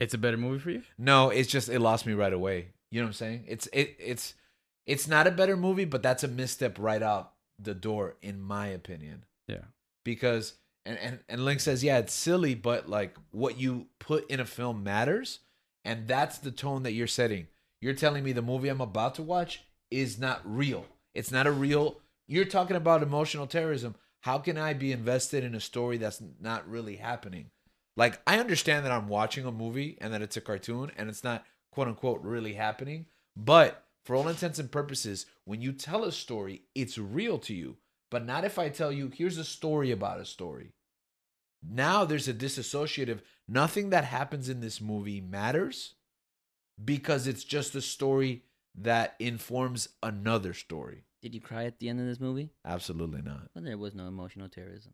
[SPEAKER 4] it's a better movie for you?
[SPEAKER 1] No, it's just it lost me right away. You know what I'm saying? It's it it's it's not a better movie, but that's a misstep right out the door, in my opinion.
[SPEAKER 4] Yeah.
[SPEAKER 1] Because and and, and Link says, yeah, it's silly, but like what you put in a film matters, and that's the tone that you're setting. You're telling me the movie I'm about to watch is not real. It's not a real. You're talking about emotional terrorism. How can I be invested in a story that's not really happening? like I understand that I'm watching a movie and that it's a cartoon and it's not quote unquote really happening, but for all intents and purposes, when you tell a story, it's real to you. But not if I tell you, here's a story about a story. Now there's a disassociative. Nothing that happens in this movie matters because it's just a story that informs another story.
[SPEAKER 2] Did you cry at the end of this movie?
[SPEAKER 1] Absolutely not.
[SPEAKER 2] Well, there was no emotional terrorism.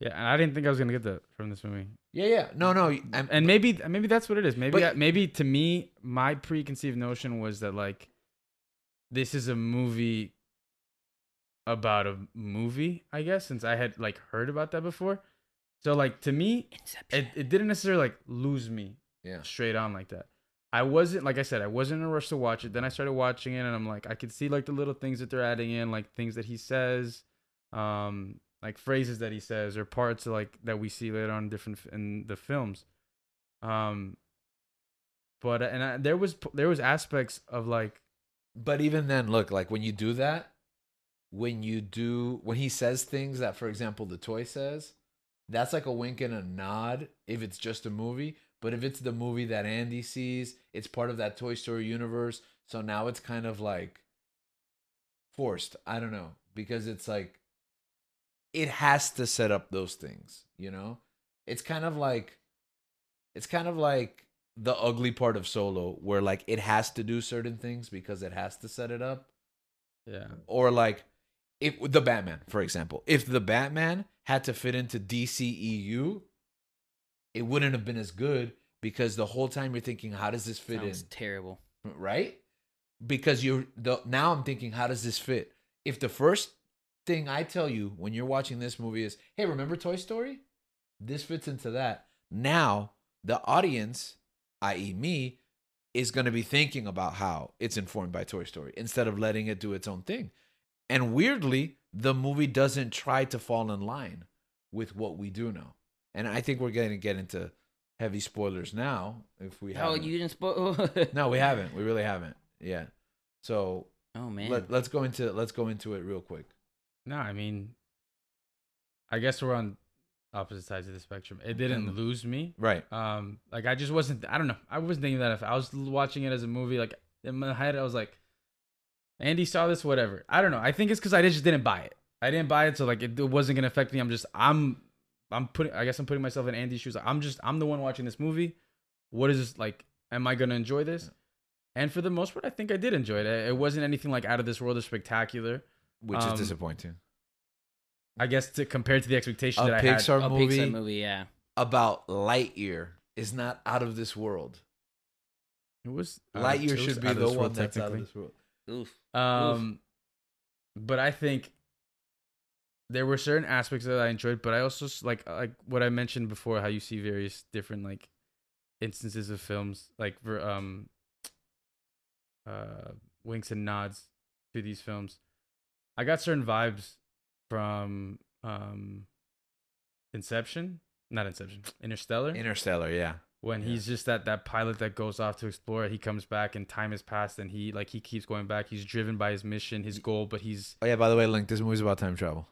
[SPEAKER 4] Yeah, and I didn't think I was gonna get that from this movie.
[SPEAKER 1] Yeah, yeah. No, no. I'm,
[SPEAKER 4] and maybe maybe that's what it is. Maybe
[SPEAKER 1] But-
[SPEAKER 4] I- maybe to me, my preconceived notion was that like this is a movie about a movie, I guess, since I had like heard about that before. So like to me,
[SPEAKER 2] Inception.
[SPEAKER 4] it, it didn't necessarily like lose me
[SPEAKER 1] yeah.
[SPEAKER 4] straight on like that. I wasn't like I said, I wasn't in a rush to watch it. Then I started watching it and I'm like I could see like the little things that they're adding in, like things that he says, um, like phrases that he says or parts like that we see later on in different f- in the films. Um but and I, there was p- there was aspects of like
[SPEAKER 1] But even then, look, like when you do that, when you do when he says things that, for example, the toy says, that's like a wink and a nod if it's just a movie. But if it's the movie that Andy sees, it's part of that Toy Story universe. So now it's kind of like forced. I don't know because it's like it has to set up those things. You know, it's kind of like it's kind of like the ugly part of solo where like it has to do certain things because it has to set it up
[SPEAKER 4] Yeah.
[SPEAKER 1] or like if the batman for example if the batman had to fit into dceu it wouldn't have been as good because the whole time you're thinking how does this fit
[SPEAKER 2] Sounds
[SPEAKER 1] in
[SPEAKER 2] terrible.
[SPEAKER 1] right? Because you're the now I'm thinking, how does this fit? If the first thing I tell you when you're watching this movie is, hey, remember Toy Story? This fits into that. Now the audience, i.e., me, is going to be thinking about how it's informed by Toy Story instead of letting it do its own thing. And weirdly, the movie doesn't try to fall in line with what we do know. And I think we're going to get into heavy spoilers now. If we
[SPEAKER 2] oh,
[SPEAKER 1] haven't.
[SPEAKER 2] you didn't spoil.
[SPEAKER 1] No, we haven't. We really haven't. Yeah. So
[SPEAKER 2] Oh man.
[SPEAKER 1] let, let's go into let's go into it real quick.
[SPEAKER 4] No, I mean, I guess we're on opposite sides of the spectrum. It didn't lose me.
[SPEAKER 1] Right.
[SPEAKER 4] Um, like I just wasn't. I don't know. I wasn't thinking that. If I was watching it as a movie, like in my head, I was like, Andy saw this, whatever. I don't know. I think it's because I just didn't buy it. I didn't buy it, so like it, it wasn't gonna affect me. I'm just, I'm, I'm putting. I guess I'm putting myself in Andy's shoes. I'm just, I'm the one watching this movie. What is this like? Am I gonna enjoy this? And for the most part, I think I did enjoy it. It it wasn't anything like out of this world or spectacular.
[SPEAKER 1] Which
[SPEAKER 4] Um,
[SPEAKER 1] is disappointing.
[SPEAKER 4] I guess to compared to the expectation
[SPEAKER 1] A
[SPEAKER 4] that I had.
[SPEAKER 1] Pixar
[SPEAKER 2] a
[SPEAKER 1] movie
[SPEAKER 2] Oh, Pixar movie, yeah.
[SPEAKER 1] about Lightyear is not out of this world.
[SPEAKER 4] It was uh, it
[SPEAKER 1] Lightyear
[SPEAKER 4] was
[SPEAKER 1] should be
[SPEAKER 4] out of
[SPEAKER 1] the
[SPEAKER 4] this
[SPEAKER 1] one
[SPEAKER 4] world,
[SPEAKER 1] that's out of
[SPEAKER 4] technically.
[SPEAKER 1] this world.
[SPEAKER 2] Oof.
[SPEAKER 4] Um, but I think there were certain aspects that I enjoyed, but I also s- like uh, like what I mentioned before, how you see various different like instances of films, like ver- um, uh, winks and nods to these films. I got certain vibes from um, Inception, not Inception, Interstellar.
[SPEAKER 1] Interstellar, yeah.
[SPEAKER 4] when he's just that that pilot that goes off to explore he comes back and time has passed and he like he keeps going back he's driven by his mission his goal but he's
[SPEAKER 1] Oh yeah, by the way, Link, this movie's about time travel.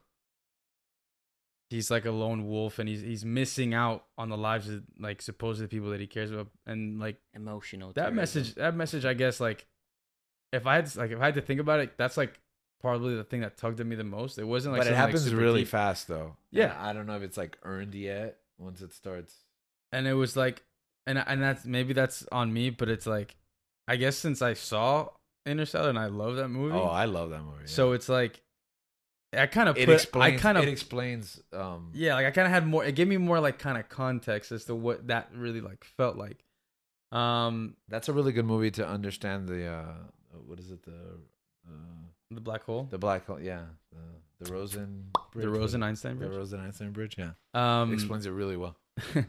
[SPEAKER 4] he's like a lone wolf and he's he's missing out on the lives of like supposedly people that he cares about and like
[SPEAKER 2] Emotional.
[SPEAKER 4] that
[SPEAKER 2] terrorism.
[SPEAKER 4] message that message i guess like if i had like if i had to think about it that's like probably the thing that tugged at me the most it wasn't like
[SPEAKER 1] but it
[SPEAKER 4] something, like,
[SPEAKER 1] happens
[SPEAKER 4] super
[SPEAKER 1] really
[SPEAKER 4] deep.
[SPEAKER 1] fast though.
[SPEAKER 4] Yeah.
[SPEAKER 1] And I don't know if it's like earned yet once it starts.
[SPEAKER 4] and it was like and and that's maybe that's on me but it's like i guess since i saw interstellar and i love that movie
[SPEAKER 1] Oh, I love that movie. yeah.
[SPEAKER 4] So it's like I kind of
[SPEAKER 1] it
[SPEAKER 4] put
[SPEAKER 1] explains
[SPEAKER 4] I kind of
[SPEAKER 1] it explains um
[SPEAKER 4] yeah, like I kind of had more it gave me more like kind of context as to what that really like felt like. Um
[SPEAKER 1] that's a really good movie to understand the uh what is it the uh
[SPEAKER 4] the black hole,
[SPEAKER 1] The black hole, yeah. The, the Rosen
[SPEAKER 4] the, Rosen Einstein
[SPEAKER 1] The
[SPEAKER 4] bridge.
[SPEAKER 1] Rosen Einstein Bridge, yeah.
[SPEAKER 4] Um
[SPEAKER 1] Explains it really well.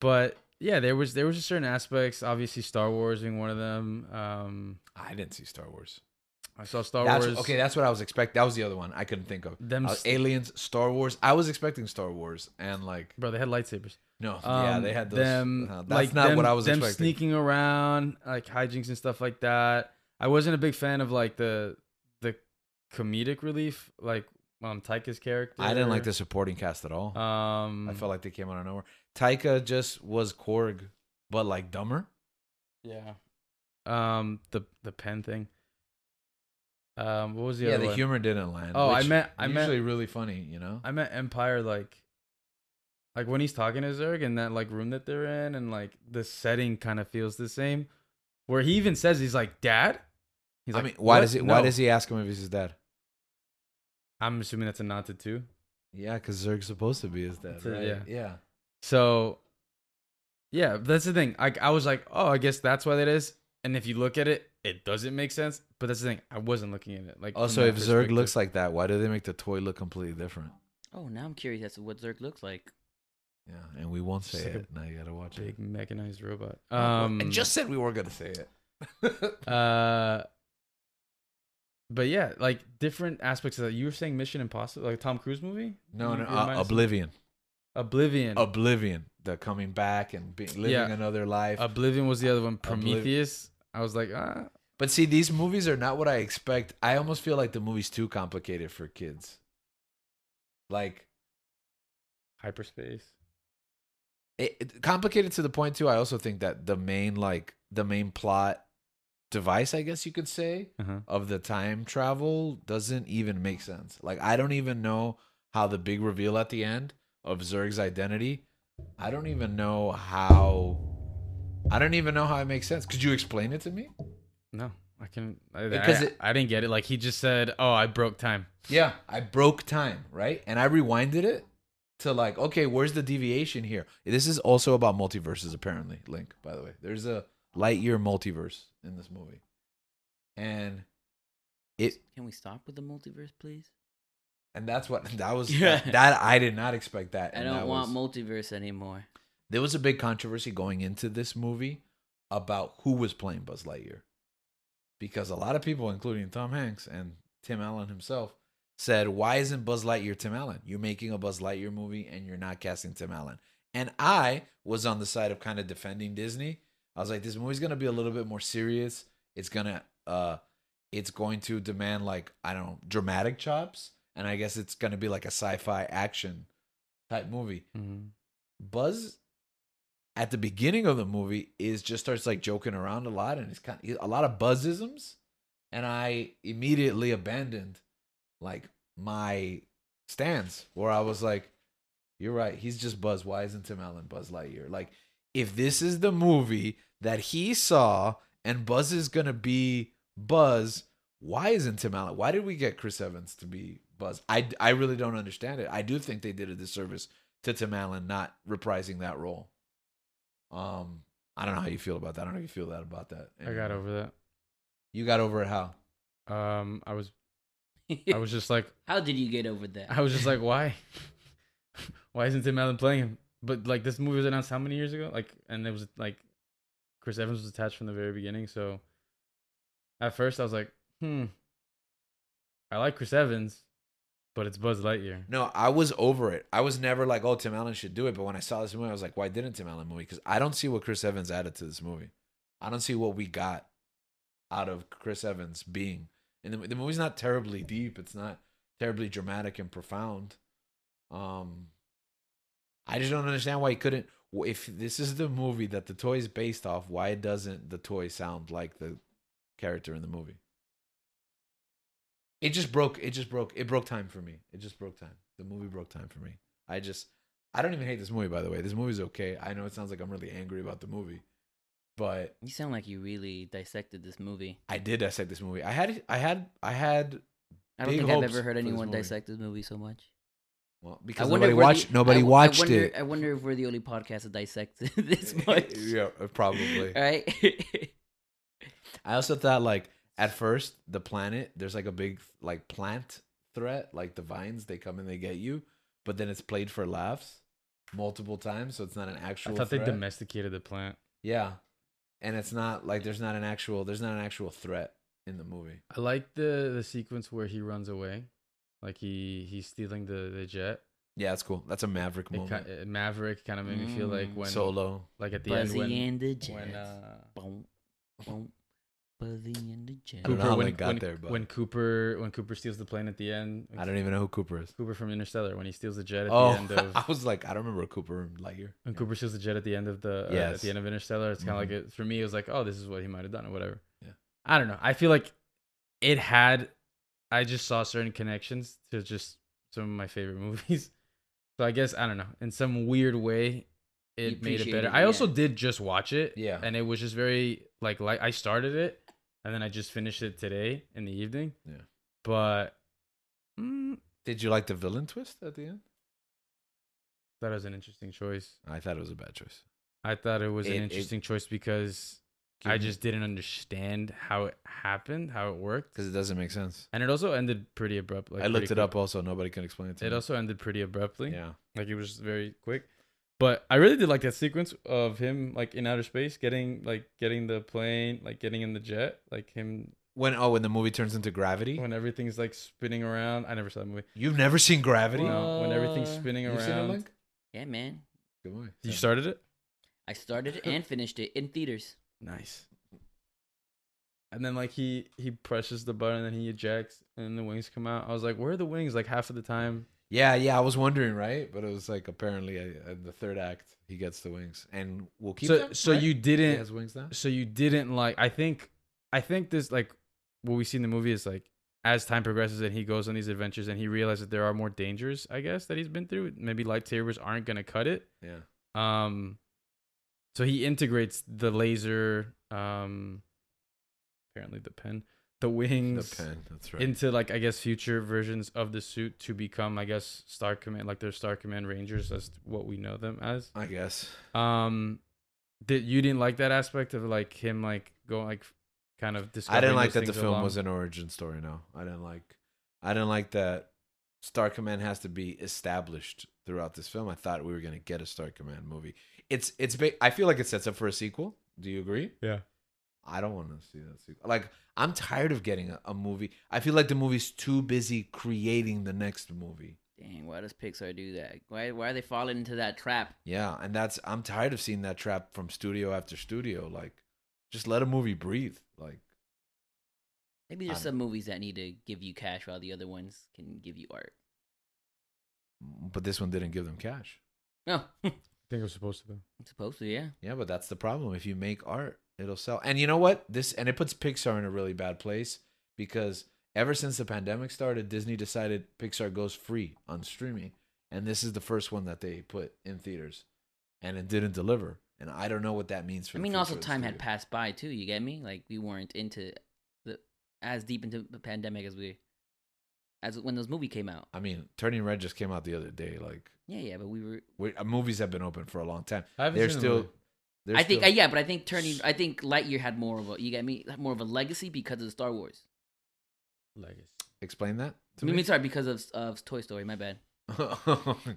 [SPEAKER 4] but yeah, there was there was just certain aspects, obviously Star Wars being one of them. Um
[SPEAKER 1] I didn't see Star Wars.
[SPEAKER 4] I saw Star
[SPEAKER 1] That's-
[SPEAKER 4] Wars. Um,
[SPEAKER 1] Okay, that's what I was expecting. That was the other one I couldn't think of.
[SPEAKER 4] them
[SPEAKER 1] I was- aliens, Star Wars. I was expecting Star Wars, and like
[SPEAKER 4] bro, they had lightsabers.
[SPEAKER 1] no, yeah,
[SPEAKER 4] Um,
[SPEAKER 1] they had those.
[SPEAKER 4] them.
[SPEAKER 1] uh, that's
[SPEAKER 4] like
[SPEAKER 1] not
[SPEAKER 4] them-
[SPEAKER 1] what I was
[SPEAKER 4] them
[SPEAKER 1] expecting.
[SPEAKER 4] sneaking around, like hijinks and stuff like that. I wasn't a big fan of like the the comedic relief, like um Taika's character.
[SPEAKER 1] I didn't like the supporting cast at all.
[SPEAKER 4] Um,
[SPEAKER 1] I felt like they came out of nowhere. Taika just was Korg, but like dumber.
[SPEAKER 4] yeah. Um, the the pen thing. Um, what was the
[SPEAKER 1] Yeah,
[SPEAKER 4] other
[SPEAKER 1] the
[SPEAKER 4] one?
[SPEAKER 1] humor didn't land.
[SPEAKER 4] Oh, I
[SPEAKER 1] which
[SPEAKER 4] meant- I meant-
[SPEAKER 1] usually really funny, you know.
[SPEAKER 4] I meant Empire, like, like when he's talking to Zerg in that like room that they're in, and like the setting kind of feels the same. Where he even says he's like, "Dad." He's
[SPEAKER 1] I mean, why
[SPEAKER 4] "What?
[SPEAKER 1] does it? Why
[SPEAKER 4] No."
[SPEAKER 1] does he ask him if he's his dad?
[SPEAKER 4] I'm assuming that's a nod to two.
[SPEAKER 1] Yeah, because Zerg's supposed to be his dad,
[SPEAKER 4] To-
[SPEAKER 1] right?
[SPEAKER 4] yeah.
[SPEAKER 1] yeah.
[SPEAKER 4] So, yeah, that's the thing. Like, I was like, oh, I guess that's what it is. And if you look at it, it doesn't make sense. But that's the thing. I wasn't looking at it. Like, from
[SPEAKER 1] Also,
[SPEAKER 4] that
[SPEAKER 1] if Zerg looks
[SPEAKER 4] perspective.
[SPEAKER 1] like that, why do they make the toy look completely different?
[SPEAKER 2] Oh, now I'm curious as to what Zerk looks like.
[SPEAKER 1] Yeah, and we won't
[SPEAKER 4] Just
[SPEAKER 1] say
[SPEAKER 4] like a
[SPEAKER 1] it. Now you gotta watch
[SPEAKER 4] big
[SPEAKER 1] it.
[SPEAKER 4] mechanized robot,
[SPEAKER 1] Um,
[SPEAKER 4] um,
[SPEAKER 1] I just said we weren't gonna say it.
[SPEAKER 4] uh, but yeah, like different aspects of that. You were saying Mission Impossible, like a Tom Cruise movie.
[SPEAKER 1] no,
[SPEAKER 4] You-
[SPEAKER 1] no,
[SPEAKER 4] you
[SPEAKER 1] uh,
[SPEAKER 4] reminded us-
[SPEAKER 1] Oblivion,
[SPEAKER 4] Oblivion.
[SPEAKER 1] Oblivion, the coming back and be, living
[SPEAKER 4] Yeah.
[SPEAKER 1] another life.
[SPEAKER 4] Oblivion was the other one.
[SPEAKER 1] Obliv-
[SPEAKER 4] Prometheus. I was like, ah,
[SPEAKER 1] But see, these movies are not what I expect. I almost feel like the movie's too complicated for kids. Like
[SPEAKER 4] Hyperspace.
[SPEAKER 1] it, it- complicated to the point too. I also think that the main like the main plot device, I guess you could say,
[SPEAKER 4] Uh-huh.
[SPEAKER 1] of the time travel doesn't even make sense. Like I don't even know how the big reveal at the end of Zurg's identity. I don't even know how. I don't even know how it makes sense. Could you explain it to me?
[SPEAKER 4] No, I can
[SPEAKER 1] Because
[SPEAKER 4] because I,
[SPEAKER 1] it-
[SPEAKER 4] I didn't get it. Like he just said, "Oh, I broke time."
[SPEAKER 1] Yeah, I broke time, right? And I rewinded it to like, okay, where's the deviation here? This is also about multiverses, apparently. Link, by the way, there's a light year multiverse in this movie, and it
[SPEAKER 2] Can we stop with the multiverse, please?
[SPEAKER 1] and that's what that was
[SPEAKER 2] Yeah.
[SPEAKER 1] that, that I did not expect that.
[SPEAKER 2] I
[SPEAKER 1] and
[SPEAKER 2] don't
[SPEAKER 1] that
[SPEAKER 2] want
[SPEAKER 1] was-
[SPEAKER 2] multiverse anymore.
[SPEAKER 1] There was a big controversy going into this movie about who was playing Buzz Lightyear. Because a lot of people, including Tom Hanks and Tim Allen himself, said, Why isn't Buzz Lightyear Tim Allen? You're making a Buzz Lightyear movie and you're not casting Tim Allen. And I was on the side of kind of defending Disney. I was like, this movie's gonna be a little bit more serious. It's gonna uh it's going to demand like, I don't know, dramatic chops. And I guess it's gonna be like a sci-fi action type movie. Buzz at the beginning of the movie is just starts like joking around a lot and it's kind of a lot of buzzisms and I immediately abandoned like my stance where I was like you're right he's just Buzz why isn't Tim Allen Buzz Lightyear like if this is the movie that he saw and Buzz is going to be Buzz why isn't Tim Allen why did we get Chris Evans to be Buzz I I really don't understand it I do think they did a disservice to Tim Allen not reprising that role. Um, I don't know how you feel about that. I don't know if you feel that about that.
[SPEAKER 4] I got over
[SPEAKER 1] You got over it how?
[SPEAKER 4] that. Um, I was I was just like
[SPEAKER 2] How did you get over that?
[SPEAKER 4] I was just like, why? why isn't Tim Allen playing him? But like this movie was announced how many years ago? Like, and it was like Chris Evans was attached from the very beginning. So at first I was like, hmm, I like Chris Evans, but it's Buzz Lightyear.
[SPEAKER 1] No, I was over it. I was never like, oh, Tim Allen should do it. But when I saw this movie, I was like, why didn't Tim Allen movie? Because I don't see what Chris Evans added to this movie. I don't see what we got out of Chris Evans being. And the, the movie's not terribly deep. It's not terribly dramatic and profound. Um, I just don't understand why he couldn't. wh- If this is the movie that the toy is based off, why doesn't the toy sound like the character in the movie? It just broke. It just broke. It broke time for me. It just broke time. The movie broke time for me. I just. I don't even hate this movie, by the way. This movie's okay. I know it sounds like I'm really angry about the movie, but
[SPEAKER 2] you sound like you really dissected this movie.
[SPEAKER 1] I did dissect this movie. I had I had I had
[SPEAKER 2] I don't
[SPEAKER 1] Big
[SPEAKER 2] think I've
[SPEAKER 1] hopes
[SPEAKER 2] ever heard
[SPEAKER 1] for this
[SPEAKER 2] anyone
[SPEAKER 1] movie.
[SPEAKER 2] dissect this movie so much.
[SPEAKER 1] well because
[SPEAKER 2] I wonder
[SPEAKER 1] nobody
[SPEAKER 2] if we're the-
[SPEAKER 1] watched nobody
[SPEAKER 2] I w-
[SPEAKER 1] watched
[SPEAKER 2] I wonder,
[SPEAKER 1] it.
[SPEAKER 2] I wonder if we're the only podcast that dissects it this much.
[SPEAKER 1] yeah, uh, probably.
[SPEAKER 2] Right?
[SPEAKER 1] I also thought like at first the planet there's like a big like plant threat like the vines they come and they get you, but then it's played for laughs multiple times, so it's not an
[SPEAKER 4] I
[SPEAKER 1] actual.
[SPEAKER 4] thought they
[SPEAKER 1] threat.
[SPEAKER 4] domesticated the plant.
[SPEAKER 1] Yeah, and it's not like there's not an actual there's not an actual threat in the movie.
[SPEAKER 4] I like the the sequence where he runs away, like he he's stealing the the jet.
[SPEAKER 1] Yeah, that's cool. That's a Maverick
[SPEAKER 4] It,
[SPEAKER 1] moment.
[SPEAKER 4] ki- it- Maverick kind of made me feel like
[SPEAKER 2] Mm.
[SPEAKER 4] when
[SPEAKER 1] Solo.
[SPEAKER 4] like at the
[SPEAKER 2] Buzzy
[SPEAKER 4] end
[SPEAKER 2] and the Jets.
[SPEAKER 4] when when uh,
[SPEAKER 2] Boom, boom. Buzzy and the Jets.
[SPEAKER 1] I don't know
[SPEAKER 4] Cooper,
[SPEAKER 1] how
[SPEAKER 4] when,
[SPEAKER 1] they got
[SPEAKER 4] when-
[SPEAKER 1] there, but-
[SPEAKER 4] when Cooper when Cooper steals the plane at the end,
[SPEAKER 1] I don't even know who Cooper is.
[SPEAKER 4] Cooper from Interstellar when he steals the jet at
[SPEAKER 1] oh,
[SPEAKER 4] the end of
[SPEAKER 1] I was like, I don't remember Cooper in Lightyear.
[SPEAKER 4] when Cooper steals the jet at the end of the uh, at
[SPEAKER 1] Yes. Mm-hmm.
[SPEAKER 4] the end of Interstellar. It's kind of like it, for me, it was like, oh, this is what he might have done or whatever.
[SPEAKER 1] Yeah.
[SPEAKER 4] I don't know. I feel like it had. I just saw certain connections to just some of my favorite movies. So I guess I don't know. In some weird way, it made it
[SPEAKER 2] appreciated
[SPEAKER 4] better.
[SPEAKER 2] it,
[SPEAKER 4] I also
[SPEAKER 2] yeah.
[SPEAKER 4] did just watch it.
[SPEAKER 1] Yeah.
[SPEAKER 4] And it was just very like like I started it, and then I just finished it today in the evening.
[SPEAKER 1] Yeah.
[SPEAKER 4] But. Mm,
[SPEAKER 1] Did you like the villain twist at the end?
[SPEAKER 4] that was an interesting choice.
[SPEAKER 1] I thought it was a bad choice.
[SPEAKER 4] I thought it was
[SPEAKER 1] It-
[SPEAKER 4] an
[SPEAKER 1] it-
[SPEAKER 4] interesting choice because I just didn't understand how it happened, how it worked,
[SPEAKER 1] because it doesn't make sense.
[SPEAKER 4] and it also ended pretty abruptly.
[SPEAKER 1] I looked it up. Also, nobody can explain it to
[SPEAKER 4] It
[SPEAKER 1] me.
[SPEAKER 4] also ended pretty abruptly.
[SPEAKER 1] yeah,
[SPEAKER 4] Like it was just very quick. But I really did like that sequence of him like in outer space, getting like getting the plane, like getting in the jet, like him
[SPEAKER 1] when oh when the movie turns into Gravity,
[SPEAKER 4] when everything's like spinning around. I never saw that movie.
[SPEAKER 1] you've never seen Gravity.
[SPEAKER 4] No, when everything's
[SPEAKER 2] What?
[SPEAKER 4] spinning
[SPEAKER 1] You've seen it,
[SPEAKER 4] around.
[SPEAKER 1] Link?
[SPEAKER 2] Yeah, man.
[SPEAKER 1] Good movie.
[SPEAKER 4] You
[SPEAKER 1] So-
[SPEAKER 4] started it.
[SPEAKER 2] I started it and finished it in theaters.
[SPEAKER 4] Nice. And then like he he presses the button and he ejects and the wings come out. I was like, where are the wings? Like half of the time.
[SPEAKER 1] Yeah, yeah, I was wondering, right? But it was like apparently uh, in the third act he gets the wings, and we'll keep
[SPEAKER 4] so
[SPEAKER 1] them.
[SPEAKER 4] so
[SPEAKER 1] right?
[SPEAKER 4] you
[SPEAKER 1] he
[SPEAKER 4] didn't
[SPEAKER 1] has wings now.
[SPEAKER 4] so you didn't like I think I think this like what we see in the movie is like as time progresses and he goes on these adventures and he realizes that there are more dangers, I guess, that he's been through. Maybe lightsabers aren't gonna cut it.
[SPEAKER 1] Yeah,
[SPEAKER 4] Um, so he integrates the laser, um, apparently the pen, the
[SPEAKER 1] the
[SPEAKER 4] wings,
[SPEAKER 1] pen. That's right.
[SPEAKER 4] into like I guess future versions of the suit to become I guess Star Command, like their Star Command Rangers. That's what we know them as.
[SPEAKER 1] I guess.
[SPEAKER 4] Um, did you didn't like that aspect of like him like going like kind of
[SPEAKER 1] I
[SPEAKER 4] discovering
[SPEAKER 1] didn't like
[SPEAKER 4] those
[SPEAKER 1] that the
[SPEAKER 4] things
[SPEAKER 1] film
[SPEAKER 4] along-
[SPEAKER 1] was an origin story. No, I didn't like. I didn't like that. Star Command has to be established throughout this film. I thought we were gonna get a Star Command movie. It's it's. Ba- I feel like it sets up for a sequel. Do you agree?
[SPEAKER 4] Yeah.
[SPEAKER 1] I don't want to see that sequel. Like I'm tired of getting a, a movie. I feel like the movie's too busy creating the next movie.
[SPEAKER 2] Dang, why does Pixar do that? Why why are they falling into that trap?
[SPEAKER 1] Yeah, and that's I'm tired of seeing that trap from studio after studio. Like, just let a movie breathe. Like,
[SPEAKER 2] Maybe there's
[SPEAKER 1] I
[SPEAKER 2] some movies that need to give you cash while the other ones can give you art.
[SPEAKER 1] but this one didn't give them cash.
[SPEAKER 2] No,
[SPEAKER 4] I think it was supposed to be.
[SPEAKER 2] Oh, supposed to, yeah.
[SPEAKER 1] Yeah, but that's the problem. If you make art, it'll sell. And you know what? This and it puts Pixar in a really bad place because ever since the pandemic started, Disney decided Pixar goes free on streaming, and this is the first one that they put in theaters, and it didn't deliver. And I don't know what that means for.
[SPEAKER 2] I
[SPEAKER 1] the
[SPEAKER 2] mean,
[SPEAKER 1] future
[SPEAKER 2] also
[SPEAKER 1] of the
[SPEAKER 2] time had
[SPEAKER 1] studio.
[SPEAKER 2] passed by too. You get me? Like we weren't into the as deep into the pandemic as we as when those movie came out.
[SPEAKER 1] I mean, Turning Red just came out the other day. Like,
[SPEAKER 2] Yeah, yeah, but we were.
[SPEAKER 1] we, uh, movies have been open for a long time.
[SPEAKER 4] I haven't
[SPEAKER 1] They're
[SPEAKER 4] seen the
[SPEAKER 1] still.
[SPEAKER 4] movie.
[SPEAKER 1] they're
[SPEAKER 2] I think
[SPEAKER 1] still-
[SPEAKER 2] uh, yeah, but I think turning. I think Lightyear had more of a you get me more of a legacy because of Star Wars.
[SPEAKER 4] Legacy
[SPEAKER 1] explain that.
[SPEAKER 2] I mean, sorry, because of of Toy Story. My bad.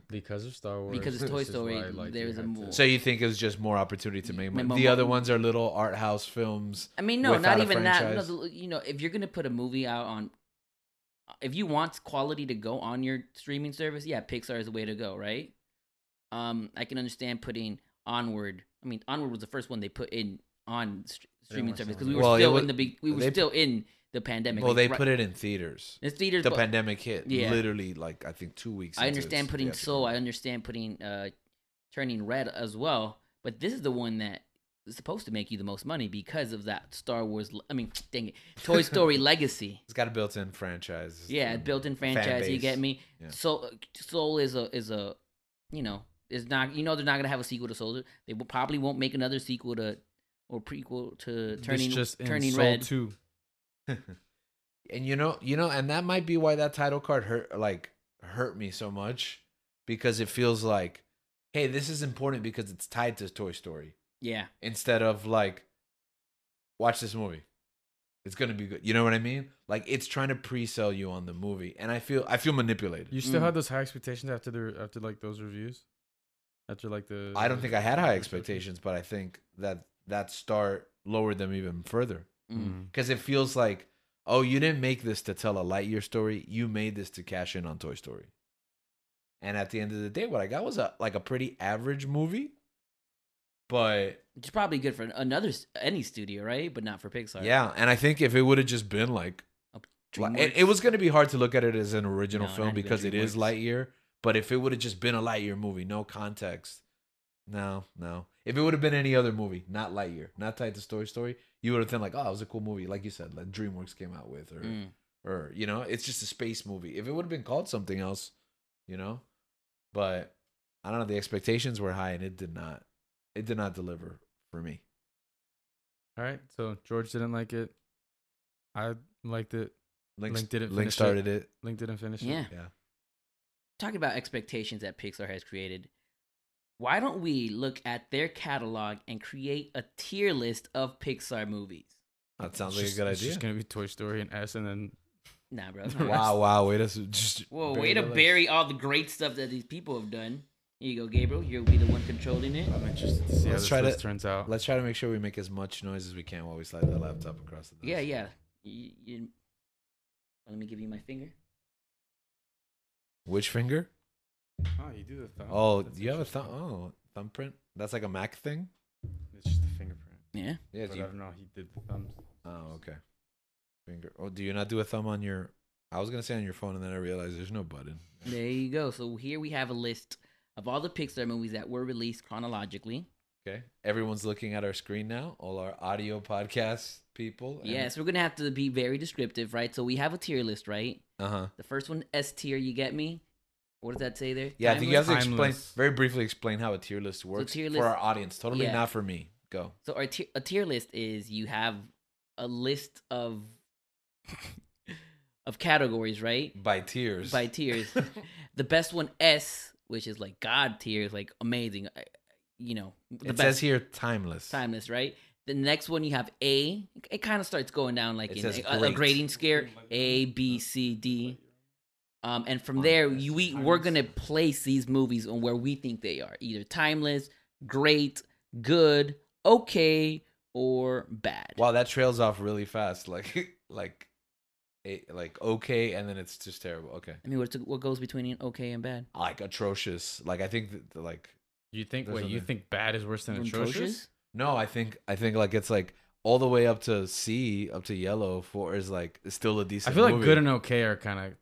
[SPEAKER 4] because of Star Wars.
[SPEAKER 2] Because it's Toy
[SPEAKER 4] this is
[SPEAKER 2] Story,
[SPEAKER 4] why I liked
[SPEAKER 2] there's
[SPEAKER 4] it.
[SPEAKER 2] a
[SPEAKER 4] Had
[SPEAKER 2] more-
[SPEAKER 4] to-
[SPEAKER 1] so you think it was just more opportunity to make money?
[SPEAKER 2] Memo-
[SPEAKER 1] The other ones are little art house films.
[SPEAKER 2] I mean, no,
[SPEAKER 1] without
[SPEAKER 2] not
[SPEAKER 1] a
[SPEAKER 2] even that. No,
[SPEAKER 1] franchise.
[SPEAKER 2] the- you know, if you're gonna put a movie out on, if you want quality to go on your streaming service, yeah, Pixar is the way to go, right? Um, I can understand putting Onward. I mean, Onward was the first one they put in on str- streaming
[SPEAKER 4] weren't
[SPEAKER 2] service because
[SPEAKER 4] selling
[SPEAKER 2] we
[SPEAKER 4] it.
[SPEAKER 2] were
[SPEAKER 1] Well, it
[SPEAKER 2] still
[SPEAKER 1] was-
[SPEAKER 2] in the big, we were
[SPEAKER 1] they-
[SPEAKER 2] still in the pandemic.
[SPEAKER 1] well, they
[SPEAKER 2] right-
[SPEAKER 1] put it in theaters.
[SPEAKER 2] it's theaters.
[SPEAKER 1] The
[SPEAKER 2] but
[SPEAKER 1] pandemic hit
[SPEAKER 2] Yeah.
[SPEAKER 1] literally like I think two weeks.
[SPEAKER 2] I
[SPEAKER 1] into
[SPEAKER 2] understand
[SPEAKER 1] its
[SPEAKER 2] putting
[SPEAKER 1] theatrical
[SPEAKER 2] Soul. I understand putting uh, Turning Red as well. But this is the one that is supposed to make you the most money because of that Star Wars. le- I mean, dang it, Toy Story legacy.
[SPEAKER 1] It's got a built-in franchise.
[SPEAKER 2] Yeah,
[SPEAKER 1] and
[SPEAKER 2] built-in
[SPEAKER 1] fan
[SPEAKER 2] franchise. You
[SPEAKER 1] base.
[SPEAKER 2] get me.
[SPEAKER 1] Yeah.
[SPEAKER 2] Soul Soul is a is a you know is not you know they're not gonna have a sequel to Soul. They will, probably won't make another sequel to or prequel to
[SPEAKER 4] This
[SPEAKER 2] Turning
[SPEAKER 4] just in
[SPEAKER 2] Turning
[SPEAKER 4] Soul
[SPEAKER 2] Red.
[SPEAKER 4] Two.
[SPEAKER 1] And you know, you know, and that might be why that title card hurt like hurt me so much because it feels like, hey, this is important because it's tied to Toy Story
[SPEAKER 2] Yeah,
[SPEAKER 1] instead of like, watch this movie. It's gonna be good. You know what I mean? Like it's trying to pre-sell you on the movie, and I feel I feel manipulated.
[SPEAKER 4] You still
[SPEAKER 2] Mm.
[SPEAKER 4] had those high expectations after the after like those reviews, after like the.
[SPEAKER 1] I don't think I had high expectations, but I think that that start lowered them even further.
[SPEAKER 2] mm.
[SPEAKER 1] because it feels like oh you didn't make this to tell a lightyear story you made this to cash in on toy story and at the end of the day what i got was a like a pretty average movie but
[SPEAKER 2] it's probably good for another s- any studio, right? But not for Pixar.
[SPEAKER 1] yeah and i think if it would have just been like li- it, it was going to be hard to look at it as an original
[SPEAKER 2] No, it
[SPEAKER 1] film
[SPEAKER 2] had to be
[SPEAKER 1] because it is
[SPEAKER 2] DreamWorks.
[SPEAKER 1] lightyear but if it would have just been a lightyear movie no context no no if it would have been any other movie not lightyear not tied to story story you would have been like oh it was a cool movie like you said like dreamworks came out with or
[SPEAKER 2] Mm.
[SPEAKER 1] or you know it's just a space movie if it would have been called something else you know but i don't know the expectations were high and it did not it did not deliver for me
[SPEAKER 4] All right, so George didn't like it. I liked it.
[SPEAKER 1] link,
[SPEAKER 4] Link didn't
[SPEAKER 1] link
[SPEAKER 4] finish it.
[SPEAKER 1] started it.
[SPEAKER 4] Link didn't finish
[SPEAKER 2] Yeah.
[SPEAKER 4] it.
[SPEAKER 1] yeah
[SPEAKER 2] talking about expectations that Pixar has created, why don't we look at their catalog and create a tier list of Pixar movies?
[SPEAKER 1] that sounds
[SPEAKER 4] It's
[SPEAKER 1] like a
[SPEAKER 4] just-
[SPEAKER 1] good
[SPEAKER 4] It's
[SPEAKER 1] idea
[SPEAKER 4] just gonna be Toy Story and S, and then
[SPEAKER 2] Nah, bro.
[SPEAKER 1] wow wow wait a s- just
[SPEAKER 2] Whoa,
[SPEAKER 4] bury
[SPEAKER 2] way to
[SPEAKER 4] the list.
[SPEAKER 2] bury all the great stuff that these people have done. Here you go, Gabriel. You'll be the one controlling it.
[SPEAKER 4] I'm interested to see
[SPEAKER 1] Let's
[SPEAKER 4] how
[SPEAKER 1] try
[SPEAKER 4] this
[SPEAKER 1] to-
[SPEAKER 4] list turns out.
[SPEAKER 1] let's try to make sure we make as much noise as we can while we slide the laptop across the desk.
[SPEAKER 2] Yeah, yeah. You, you- Let me give you my finger.
[SPEAKER 1] which finger
[SPEAKER 4] Oh, you do the thumb.
[SPEAKER 1] oh do you have a thumb oh thumbprint that's like a mac thing
[SPEAKER 4] It's just the fingerprint.
[SPEAKER 2] Yeah.
[SPEAKER 1] yeah
[SPEAKER 4] but
[SPEAKER 1] do you-
[SPEAKER 4] I don't know. He did the thumbs.
[SPEAKER 1] Oh, okay. Finger. Oh, do you not do a thumb on your? I was gonna say on your phone, and then I realized there's no button.
[SPEAKER 2] There you go. So here we have a list of all the Pixar movies that were released chronologically.
[SPEAKER 1] Okay. Everyone's looking at our screen now. All our audio podcast people.
[SPEAKER 2] Yes, we're gonna have to be very descriptive, right? So we have a tier list, right?
[SPEAKER 1] Uh huh.
[SPEAKER 2] The first one, S tier. You get me? What does that say there?
[SPEAKER 1] Yeah, I think you have to
[SPEAKER 2] Timeless?
[SPEAKER 1] explain
[SPEAKER 4] Timeless.
[SPEAKER 1] very briefly. Explain how a tier list works
[SPEAKER 2] tier
[SPEAKER 1] for
[SPEAKER 2] list-
[SPEAKER 1] our audience. Totally
[SPEAKER 2] Yeah.
[SPEAKER 1] not for me. Go.
[SPEAKER 2] So our tier, a tier list is you have a list of of categories, right?
[SPEAKER 1] By tiers.
[SPEAKER 2] By tiers. the best one S, which is like God tiers, like amazing. I- You know, the
[SPEAKER 1] it
[SPEAKER 2] best
[SPEAKER 1] says here timeless.
[SPEAKER 2] timeless, right? The next one you have A. It kind of starts going down like
[SPEAKER 1] It
[SPEAKER 2] in
[SPEAKER 1] says
[SPEAKER 2] a, a
[SPEAKER 1] great.
[SPEAKER 2] grading scale. A, B, C, D. Um, and from there, you, we we're gonna place these movies on where we think they are, either timeless, great, good, okay, or bad.
[SPEAKER 1] Wow, that trails off really fast. Like, like, it, like okay, and then it's just terrible. Okay,
[SPEAKER 2] I mean, what what goes between an okay and bad?
[SPEAKER 1] like atrocious. Like I think that, like
[SPEAKER 4] You think
[SPEAKER 1] There's
[SPEAKER 4] wait, you
[SPEAKER 1] nothing.
[SPEAKER 4] think bad is worse than atrocious?
[SPEAKER 2] Atrocious?
[SPEAKER 1] no, I think I think like it's like all the way up to C, up to yellow. Four is like still a
[SPEAKER 4] I
[SPEAKER 1] decent.
[SPEAKER 4] feel like
[SPEAKER 1] movie.
[SPEAKER 4] good and okay are kind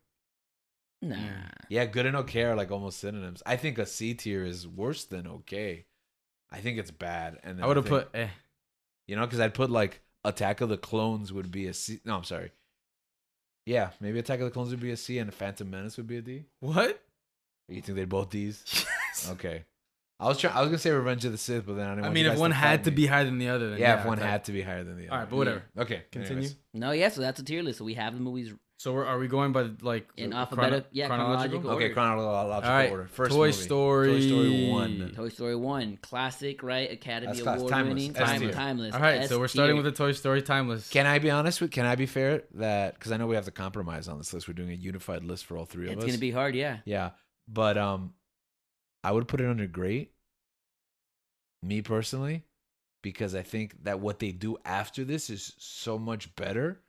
[SPEAKER 2] Nah.
[SPEAKER 1] Yeah, good and okay are like almost synonyms. I think a C tier is worse than okay. I think it's bad. And
[SPEAKER 4] of.
[SPEAKER 1] then
[SPEAKER 4] I would have
[SPEAKER 1] think-
[SPEAKER 4] put eh.
[SPEAKER 1] you know, because I'd put like Attack of the Clones would be a C. No, I'm sorry. Yeah, maybe Attack of the Clones would be a C, and Phantom Menace would be a D.
[SPEAKER 4] What?
[SPEAKER 1] You think they're both D's? Yes. Okay. I was trying. I was gonna say Revenge of the Sith, but then I didn't.
[SPEAKER 4] I
[SPEAKER 1] want
[SPEAKER 4] mean,
[SPEAKER 1] you
[SPEAKER 4] if
[SPEAKER 1] guys
[SPEAKER 4] one
[SPEAKER 1] fight
[SPEAKER 4] had to
[SPEAKER 1] me.
[SPEAKER 4] be higher than the other, then
[SPEAKER 1] yeah, if one
[SPEAKER 4] it's like-
[SPEAKER 1] had to be higher than the
[SPEAKER 4] All
[SPEAKER 1] other. Mm.
[SPEAKER 4] right, but whatever.
[SPEAKER 1] okay,
[SPEAKER 4] Continue.
[SPEAKER 1] anyways.
[SPEAKER 2] No, yeah. So that's a tier list. So we have the movies
[SPEAKER 4] So we're, are we going by like
[SPEAKER 2] In
[SPEAKER 4] the
[SPEAKER 2] alphabeti- yeah, chronological
[SPEAKER 1] Okay,
[SPEAKER 2] Order.
[SPEAKER 1] chronological
[SPEAKER 4] All right,
[SPEAKER 1] order. First
[SPEAKER 4] Toy
[SPEAKER 1] movie.
[SPEAKER 4] Story.
[SPEAKER 1] Toy Story one.
[SPEAKER 2] Toy Story One, classic, right? Academy
[SPEAKER 1] That's class-
[SPEAKER 2] Award
[SPEAKER 1] timeless,
[SPEAKER 2] winning,
[SPEAKER 1] S
[SPEAKER 2] time,
[SPEAKER 1] tier.
[SPEAKER 2] timeless.
[SPEAKER 4] All right,
[SPEAKER 2] S
[SPEAKER 4] so we're starting
[SPEAKER 2] tier.
[SPEAKER 4] with the Toy Story timeless.
[SPEAKER 1] Can I be honest with? Can I be fair that because I know we have to compromise on this list. We're doing a unified list for all three of
[SPEAKER 2] It's
[SPEAKER 1] us.
[SPEAKER 2] gonna be hard, yeah.
[SPEAKER 1] Yeah, but um, I would put it under great. Me personally, because I think that what they do after this is so much better.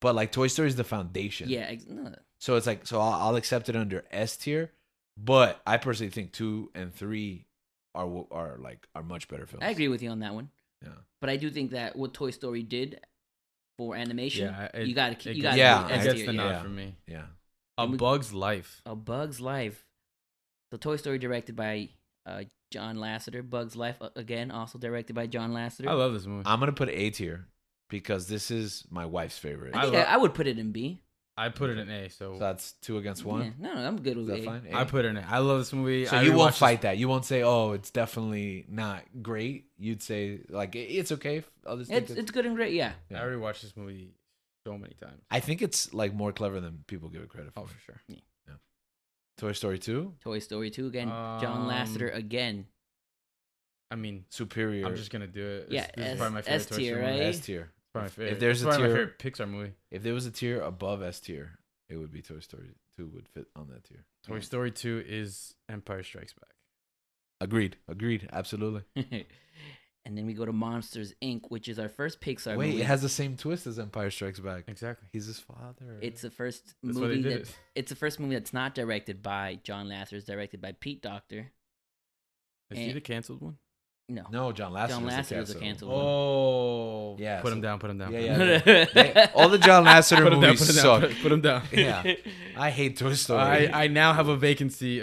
[SPEAKER 1] But like Toy Story is the foundation.
[SPEAKER 2] Yeah, ex- no,
[SPEAKER 1] So it's like so I'll, I'll accept it under S tier, but I personally think two and three are w- are like are much better films.
[SPEAKER 2] I agree with you on that one.
[SPEAKER 1] Yeah.
[SPEAKER 2] But I do think that what Toy Story did for animation,
[SPEAKER 4] Yeah,
[SPEAKER 2] you gotta
[SPEAKER 4] it
[SPEAKER 2] keep, you
[SPEAKER 4] gets-
[SPEAKER 2] gotta
[SPEAKER 1] Yeah,
[SPEAKER 2] do
[SPEAKER 1] I
[SPEAKER 4] it
[SPEAKER 2] S
[SPEAKER 4] gets
[SPEAKER 2] tier,
[SPEAKER 4] the
[SPEAKER 2] yeah.
[SPEAKER 4] nod
[SPEAKER 1] yeah.
[SPEAKER 4] for me.
[SPEAKER 1] Yeah.
[SPEAKER 4] A
[SPEAKER 2] And we-
[SPEAKER 4] Bug's Life.
[SPEAKER 2] A Bug's Life. So Toy Story directed by uh, John Lasseter. Bug's Life uh, again also directed by John Lasseter.
[SPEAKER 4] I love this movie.
[SPEAKER 1] I'm gonna put A tier because this is my wife's favorite.
[SPEAKER 2] I, think
[SPEAKER 4] I
[SPEAKER 2] I,
[SPEAKER 4] love-
[SPEAKER 2] I would put it in B.
[SPEAKER 4] I put it in A, so,
[SPEAKER 1] so that's two against
[SPEAKER 2] Yeah,
[SPEAKER 1] one.
[SPEAKER 2] no, no, I'm good
[SPEAKER 1] Is
[SPEAKER 2] with
[SPEAKER 1] that
[SPEAKER 2] A.
[SPEAKER 1] fine?
[SPEAKER 4] I put it in A. I love this movie.
[SPEAKER 1] So
[SPEAKER 4] I
[SPEAKER 1] you
[SPEAKER 4] rewatched
[SPEAKER 1] won't
[SPEAKER 4] this-
[SPEAKER 1] fight that. You won't say, "Oh, it's definitely not great." You'd say, "Like it- it's okay." if Others think
[SPEAKER 2] It's
[SPEAKER 1] it's,
[SPEAKER 2] it's good and great. Yeah,
[SPEAKER 1] Yeah.
[SPEAKER 4] I rewatched this movie so many times.
[SPEAKER 1] I think it's like more clever than people give it credit for.
[SPEAKER 4] Oh, for sure.
[SPEAKER 1] Toy Story Two,
[SPEAKER 2] Toy Story two again. John Lasseter
[SPEAKER 4] Um,
[SPEAKER 2] again.
[SPEAKER 4] I mean,
[SPEAKER 1] Superior,
[SPEAKER 4] I'm just gonna do it. This,
[SPEAKER 2] Yeah,
[SPEAKER 4] this
[SPEAKER 2] S-
[SPEAKER 4] is probably my favorite
[SPEAKER 2] S
[SPEAKER 4] Toy
[SPEAKER 2] tier,
[SPEAKER 4] Story
[SPEAKER 2] right?
[SPEAKER 4] movie.
[SPEAKER 1] S tier.
[SPEAKER 4] It's probably my favorite.
[SPEAKER 1] if there's
[SPEAKER 4] it's
[SPEAKER 1] a
[SPEAKER 4] probably
[SPEAKER 1] tier-
[SPEAKER 4] my favorite Pixar movie.
[SPEAKER 1] If there was a tier above S tier, it would be Toy Story Two. Would fit on that tier.
[SPEAKER 4] Toy Story 2 is Empire Strikes Back.
[SPEAKER 1] Agreed. Agreed. Absolutely.
[SPEAKER 2] and then we go to Monsters Inc., which is our first Pixar
[SPEAKER 1] Wait,
[SPEAKER 2] movie.
[SPEAKER 1] it has the same twist as Empire Strikes Back.
[SPEAKER 4] Exactly.
[SPEAKER 1] He's his father.
[SPEAKER 2] it's the first
[SPEAKER 4] That's why
[SPEAKER 2] movie
[SPEAKER 4] they did
[SPEAKER 2] that
[SPEAKER 4] it.
[SPEAKER 2] it's the first movie that's not directed by John Lasseter. It's directed by Pete Doctor.
[SPEAKER 4] Is he
[SPEAKER 2] And-
[SPEAKER 4] the canceled one?
[SPEAKER 2] No.
[SPEAKER 1] no John Lasseter.
[SPEAKER 2] John
[SPEAKER 1] was the
[SPEAKER 2] Lasseter was the
[SPEAKER 1] canceled
[SPEAKER 2] canceled one.
[SPEAKER 1] one.
[SPEAKER 4] Oh,
[SPEAKER 1] Yeah,
[SPEAKER 4] Put
[SPEAKER 1] so-
[SPEAKER 4] him down. Put him down.
[SPEAKER 1] Yeah,
[SPEAKER 4] put him
[SPEAKER 1] yeah.
[SPEAKER 4] down.
[SPEAKER 1] They- all the John Lasseter
[SPEAKER 4] Put him down.
[SPEAKER 1] movies
[SPEAKER 4] Put him down.
[SPEAKER 1] suck.
[SPEAKER 4] Put, put him down.
[SPEAKER 1] yeah, I hate Toy Story.
[SPEAKER 4] I, I now have a vacancy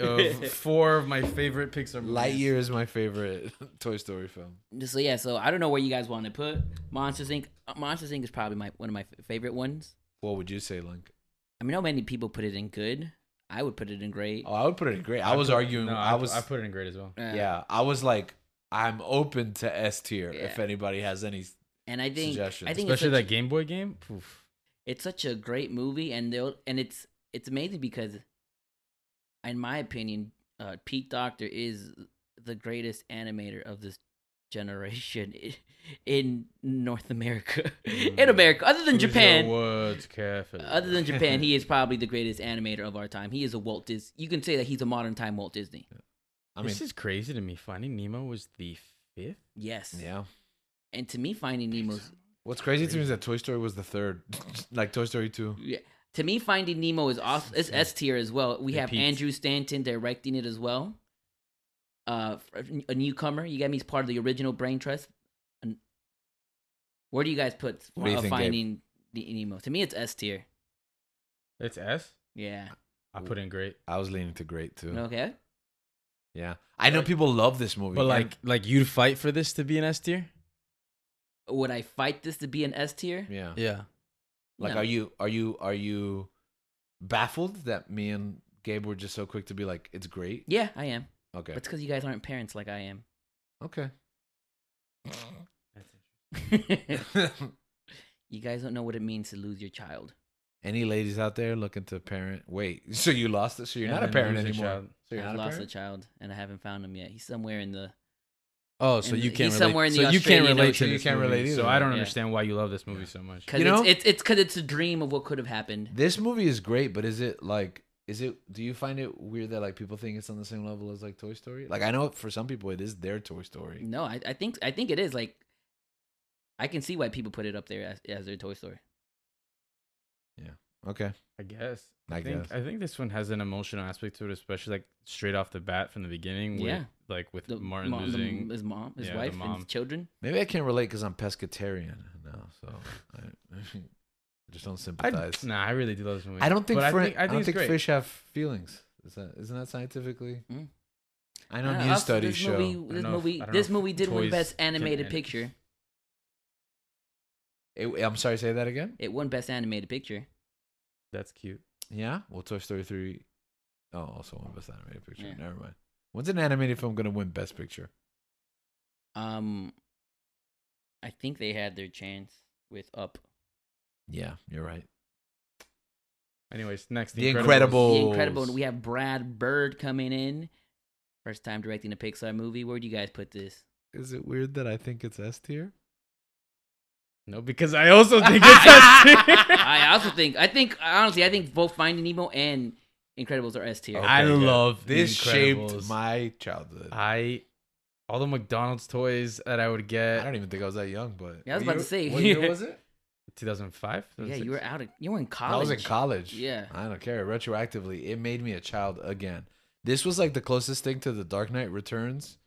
[SPEAKER 4] of four of my favorite Pixar movies.
[SPEAKER 1] Lightyear is my favorite Toy Story film.
[SPEAKER 2] So yeah, so I don't know where you guys want to put Monsters Inc. Uh, Monsters Inc. is probably my one of my f- favorite ones.
[SPEAKER 1] What would you say, Link?
[SPEAKER 2] I mean, how many people put it in good? I would put it in great.
[SPEAKER 1] Oh, I would put it in great. I, was
[SPEAKER 4] put-
[SPEAKER 1] arguing.
[SPEAKER 4] No,
[SPEAKER 1] I,
[SPEAKER 4] pu-
[SPEAKER 1] was.
[SPEAKER 4] I put it in great as well.
[SPEAKER 2] Uh,
[SPEAKER 1] yeah, I was like, I'm open to S tier if
[SPEAKER 2] Yeah.
[SPEAKER 1] anybody has any.
[SPEAKER 2] and I think
[SPEAKER 1] Suggestions.
[SPEAKER 2] I think it's
[SPEAKER 4] Especially
[SPEAKER 2] such,
[SPEAKER 4] that Game Boy game. Poof.
[SPEAKER 2] it's such a great movie, and they'll and it's it's amazing because, in my opinion, uh, Pete Doctor is the greatest animator of this generation i- in North America, in
[SPEAKER 1] Mm-hmm.
[SPEAKER 4] Mm.
[SPEAKER 2] America, other than
[SPEAKER 4] Who's your
[SPEAKER 2] Japan.
[SPEAKER 4] Words carefully.
[SPEAKER 2] Other than Japan, he is probably the greatest animator of our time. He is a Walt Disney. You can say that he's a modern time Walt Disney.
[SPEAKER 1] I mean,
[SPEAKER 4] this is crazy to me. Finding Nemo was the fifth.
[SPEAKER 2] Yes.
[SPEAKER 1] yeah.
[SPEAKER 2] And to me, Finding Nemo's
[SPEAKER 1] What's crazy to me is that Toy Story was the third, like Toy Story Two.
[SPEAKER 2] yeah. To me, Finding Nemo is also it's S tier as well. We
[SPEAKER 4] It
[SPEAKER 2] have
[SPEAKER 4] peaks.
[SPEAKER 2] Andrew Stanton directing it as well. Uh, f- a newcomer. You got me. He's part of the original Brain Trust. An- Where do you guys put
[SPEAKER 1] What do you
[SPEAKER 2] uh,
[SPEAKER 1] think, Gabe?
[SPEAKER 2] Finding the Nemo? To me, it's S tier.
[SPEAKER 4] It's S.
[SPEAKER 2] Yeah.
[SPEAKER 4] I put in great,
[SPEAKER 1] I was leaning to great too.
[SPEAKER 2] Okay.
[SPEAKER 1] Yeah, I know people love this movie,
[SPEAKER 4] but
[SPEAKER 1] man.
[SPEAKER 4] like, like you'd fight for this to be an S tier.
[SPEAKER 2] Would I fight this to be an S tier?
[SPEAKER 1] yeah,
[SPEAKER 4] Yeah.
[SPEAKER 1] like
[SPEAKER 2] No.
[SPEAKER 1] are you are you are you baffled that me and Gabe were just so quick to be like, it's great?
[SPEAKER 2] Yeah, I am.
[SPEAKER 1] Okay,
[SPEAKER 2] But it's because you guys aren't parents like I am.
[SPEAKER 1] okay.
[SPEAKER 2] you guys don't know what it means to lose your child.
[SPEAKER 1] Any ladies out there looking to parent? Wait, so you lost it? So you're
[SPEAKER 4] And
[SPEAKER 1] not a
[SPEAKER 4] then
[SPEAKER 1] parent
[SPEAKER 4] lose a
[SPEAKER 1] anymore?
[SPEAKER 4] child.
[SPEAKER 1] So you're
[SPEAKER 2] I
[SPEAKER 1] not a
[SPEAKER 2] lost a
[SPEAKER 1] parent?
[SPEAKER 2] child and I haven't found him yet. He's somewhere in the.
[SPEAKER 4] Oh, so
[SPEAKER 2] And
[SPEAKER 4] you
[SPEAKER 2] he's
[SPEAKER 4] can't.
[SPEAKER 2] somewhere
[SPEAKER 4] relate.
[SPEAKER 2] in the
[SPEAKER 4] so you can't
[SPEAKER 2] Australian
[SPEAKER 4] relate
[SPEAKER 2] Ocean.
[SPEAKER 4] to
[SPEAKER 1] You
[SPEAKER 4] this
[SPEAKER 1] can't
[SPEAKER 4] movie,
[SPEAKER 1] relate either.
[SPEAKER 4] So I don't
[SPEAKER 2] Yeah.
[SPEAKER 4] understand why you love this movie so much.
[SPEAKER 2] Cause
[SPEAKER 1] You know-
[SPEAKER 2] it's, it's it's because it's a dream of what could have happened.
[SPEAKER 1] This movie is great, but is it like? Is it? Do you find it weird that like people think it's on the same level as like Toy Story? Like I know for some people it is their Toy Story.
[SPEAKER 2] No, I, I think I think it is like. I can see why people put it up there as, as their Toy Story.
[SPEAKER 1] Okay,
[SPEAKER 4] I guess.
[SPEAKER 1] I,
[SPEAKER 4] I think
[SPEAKER 1] guess.
[SPEAKER 4] I think this one has an emotional aspect to it, especially like straight off the bat from the beginning. With,
[SPEAKER 2] Yeah.
[SPEAKER 4] Like with
[SPEAKER 2] The
[SPEAKER 4] Martin
[SPEAKER 2] mom- the-
[SPEAKER 4] losing.
[SPEAKER 2] his mom, his
[SPEAKER 4] Yeah, the
[SPEAKER 2] wife, and
[SPEAKER 4] mom.
[SPEAKER 2] his children.
[SPEAKER 1] Maybe I can't relate because I'm pescatarian now, so I, I just don't
[SPEAKER 4] I,
[SPEAKER 1] sympathize. I,
[SPEAKER 4] nah, I really do love this movie.
[SPEAKER 1] don't think
[SPEAKER 4] But I
[SPEAKER 1] fri-
[SPEAKER 4] think- I
[SPEAKER 1] I,
[SPEAKER 4] think
[SPEAKER 1] don't
[SPEAKER 4] it's
[SPEAKER 1] think
[SPEAKER 4] great.
[SPEAKER 1] fish have feelings. Is that isn't that scientifically?
[SPEAKER 2] Mm.
[SPEAKER 1] I know
[SPEAKER 2] Uh,
[SPEAKER 1] news
[SPEAKER 2] also,
[SPEAKER 1] studies
[SPEAKER 2] this
[SPEAKER 1] show.
[SPEAKER 2] Movie,
[SPEAKER 4] I
[SPEAKER 2] this
[SPEAKER 4] don't know if-
[SPEAKER 2] movie,
[SPEAKER 4] I don't know
[SPEAKER 2] this
[SPEAKER 4] if
[SPEAKER 2] movie did win
[SPEAKER 4] toys
[SPEAKER 2] Best
[SPEAKER 4] can
[SPEAKER 2] Animated
[SPEAKER 4] animate.
[SPEAKER 2] Picture.
[SPEAKER 1] It- I'm sorry, say that again.
[SPEAKER 2] It won Best Animated Picture.
[SPEAKER 4] That's cute.
[SPEAKER 1] Yeah. Well, Toy Story three. Oh, also won best animated picture.
[SPEAKER 2] Yeah.
[SPEAKER 1] Never mind. When's an animated film gonna win best picture?
[SPEAKER 2] Um, I think they had their chance with Up.
[SPEAKER 1] Yeah, you're right.
[SPEAKER 4] Anyways, next
[SPEAKER 1] The
[SPEAKER 2] The
[SPEAKER 1] Incredible- Bulls.
[SPEAKER 2] Incredible. We have Brad Bird coming in, first time directing a Pixar movie. Where do you guys put this?
[SPEAKER 1] Is it weird that I think it's S tier?
[SPEAKER 4] No, because I also think it's S tier.
[SPEAKER 2] I also think. I think honestly, I think both Finding Nemo and Incredibles are S tier.
[SPEAKER 1] Okay,
[SPEAKER 4] I
[SPEAKER 1] yeah.
[SPEAKER 4] love The
[SPEAKER 1] This shaped
[SPEAKER 4] Incredibles.
[SPEAKER 1] my childhood. I,
[SPEAKER 4] I all the McDonald's toys that I would get.
[SPEAKER 1] don't even think I was that young, but
[SPEAKER 2] Yeah, I was
[SPEAKER 1] What
[SPEAKER 2] about to
[SPEAKER 1] year-
[SPEAKER 2] say.
[SPEAKER 1] What year was it?
[SPEAKER 4] 2005.
[SPEAKER 2] Yeah, you were out of. You were in college.
[SPEAKER 1] I was in college.
[SPEAKER 2] Yeah.
[SPEAKER 1] I don't care. Retroactively, it made me a child again. This was like the closest thing to The Dark Knight Returns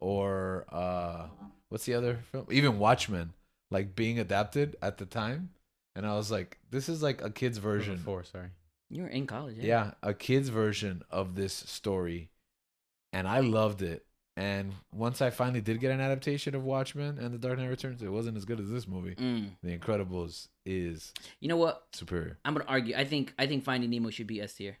[SPEAKER 1] or uh what's the other film? Even Watchmen, like being adapted at the time. And I was like, this is like a kid's version.
[SPEAKER 4] four. Sorry.
[SPEAKER 2] You were in college.
[SPEAKER 1] Yeah. a kid's version of this story. And I loved it. And once I finally did get an adaptation of Watchmen and The Dark Knight Returns, it wasn't as good as this movie.
[SPEAKER 2] Mm.
[SPEAKER 1] The Incredibles is
[SPEAKER 2] You know what?
[SPEAKER 1] superior.
[SPEAKER 2] I'm gonna argue. I think. I think Finding Nemo should be S tier.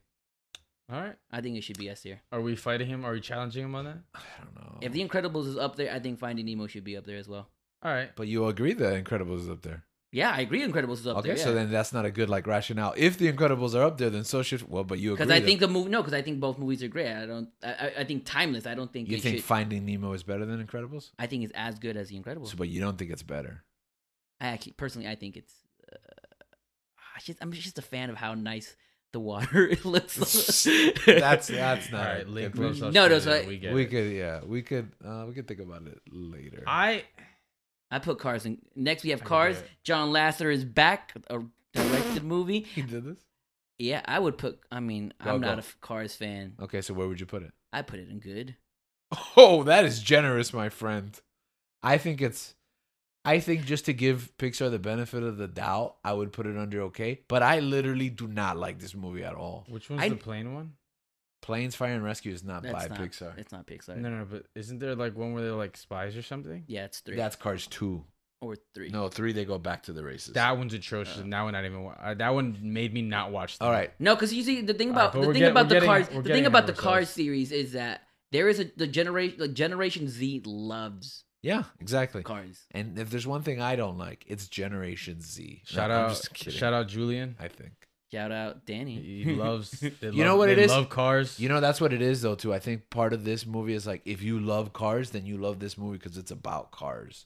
[SPEAKER 4] All right.
[SPEAKER 2] I think it should be S tier.
[SPEAKER 4] Are we fighting him? Are we challenging him on that?
[SPEAKER 1] I don't know.
[SPEAKER 2] If The Incredibles is up there, I think Finding Nemo should be up there as well.
[SPEAKER 4] All right.
[SPEAKER 1] But you agree that Incredibles is up there.
[SPEAKER 2] Yeah, I agree. Incredibles is up
[SPEAKER 1] okay,
[SPEAKER 2] there.
[SPEAKER 1] so then that's not a good like rationale. If the Incredibles are up there, then so should well. But you agree
[SPEAKER 2] because I
[SPEAKER 1] that-
[SPEAKER 2] think the movie no, because I think both movies are great. I don't. I, I, I think timeless. I don't think
[SPEAKER 1] you
[SPEAKER 2] it
[SPEAKER 1] think
[SPEAKER 2] should-
[SPEAKER 1] Finding Nemo is better than Incredibles,
[SPEAKER 2] I think it's as good as The Incredibles.
[SPEAKER 1] so, but you don't think it's better.
[SPEAKER 2] I actually personally, I think it's. Uh, I just, I'm just a fan of how nice the water looks.
[SPEAKER 1] that's that's
[SPEAKER 4] All
[SPEAKER 1] not
[SPEAKER 4] right. Link
[SPEAKER 1] good.
[SPEAKER 4] loves
[SPEAKER 2] No,
[SPEAKER 4] Australia,
[SPEAKER 2] no, so I-
[SPEAKER 4] we get.
[SPEAKER 1] We
[SPEAKER 4] it.
[SPEAKER 1] could yeah we could uh, we could think about it later.
[SPEAKER 4] I
[SPEAKER 2] I put Cars in. Next, we have
[SPEAKER 4] I can
[SPEAKER 2] Cars.
[SPEAKER 4] do it.
[SPEAKER 2] John Lasseter is back. A directed movie.
[SPEAKER 1] you did this.
[SPEAKER 2] Yeah, I would put. I mean,
[SPEAKER 1] Go,
[SPEAKER 2] I'm
[SPEAKER 1] go.
[SPEAKER 2] not a f- Cars fan.
[SPEAKER 1] Okay, so where would you put it?
[SPEAKER 2] I put it in good.
[SPEAKER 1] Oh, that is generous, my friend. I think it's. I think just to give Pixar the benefit of the doubt, I would put it under okay. But I literally do not like this movie at all.
[SPEAKER 4] Which one's
[SPEAKER 1] I-
[SPEAKER 4] the plain one?
[SPEAKER 1] Planes, Fire, and Rescue is not by
[SPEAKER 2] That's not
[SPEAKER 1] Pixar.
[SPEAKER 2] It's not Pixar.
[SPEAKER 4] No, no, no, but isn't there like one where they're like spies or something?
[SPEAKER 2] Yeah, it's three
[SPEAKER 1] That's Cars two.
[SPEAKER 2] or three.
[SPEAKER 1] No, three. They go back to the races.
[SPEAKER 4] That one's atrocious, and that one I didn't even. wa- Uh, that one made me not watch.
[SPEAKER 1] All right.
[SPEAKER 2] No, because you see the thing
[SPEAKER 4] Alright,
[SPEAKER 2] about
[SPEAKER 4] but
[SPEAKER 2] the
[SPEAKER 4] we're
[SPEAKER 2] thing
[SPEAKER 4] get-
[SPEAKER 2] about
[SPEAKER 4] we're
[SPEAKER 2] the
[SPEAKER 4] getting-
[SPEAKER 2] cars
[SPEAKER 4] we're
[SPEAKER 2] the
[SPEAKER 4] getting
[SPEAKER 2] thing about the
[SPEAKER 4] ahead of
[SPEAKER 2] cars
[SPEAKER 4] ourselves.
[SPEAKER 2] series is that there is a the generation like Generation Z loves
[SPEAKER 1] Yeah, exactly.
[SPEAKER 2] cars.
[SPEAKER 1] And if there's one thing I don't like, it's Generation Z. No,
[SPEAKER 4] Shout
[SPEAKER 1] I'm
[SPEAKER 4] out,
[SPEAKER 1] just kidding.
[SPEAKER 4] shout out, Julian.
[SPEAKER 1] I think.
[SPEAKER 2] Shout out Danny.
[SPEAKER 4] He he loves. They
[SPEAKER 1] You
[SPEAKER 4] love,
[SPEAKER 1] know what
[SPEAKER 4] they
[SPEAKER 1] it is?
[SPEAKER 4] Love cars.
[SPEAKER 1] You know that's what it is though too. I think part of this movie is like if you love cars, then you love this movie because it's about cars.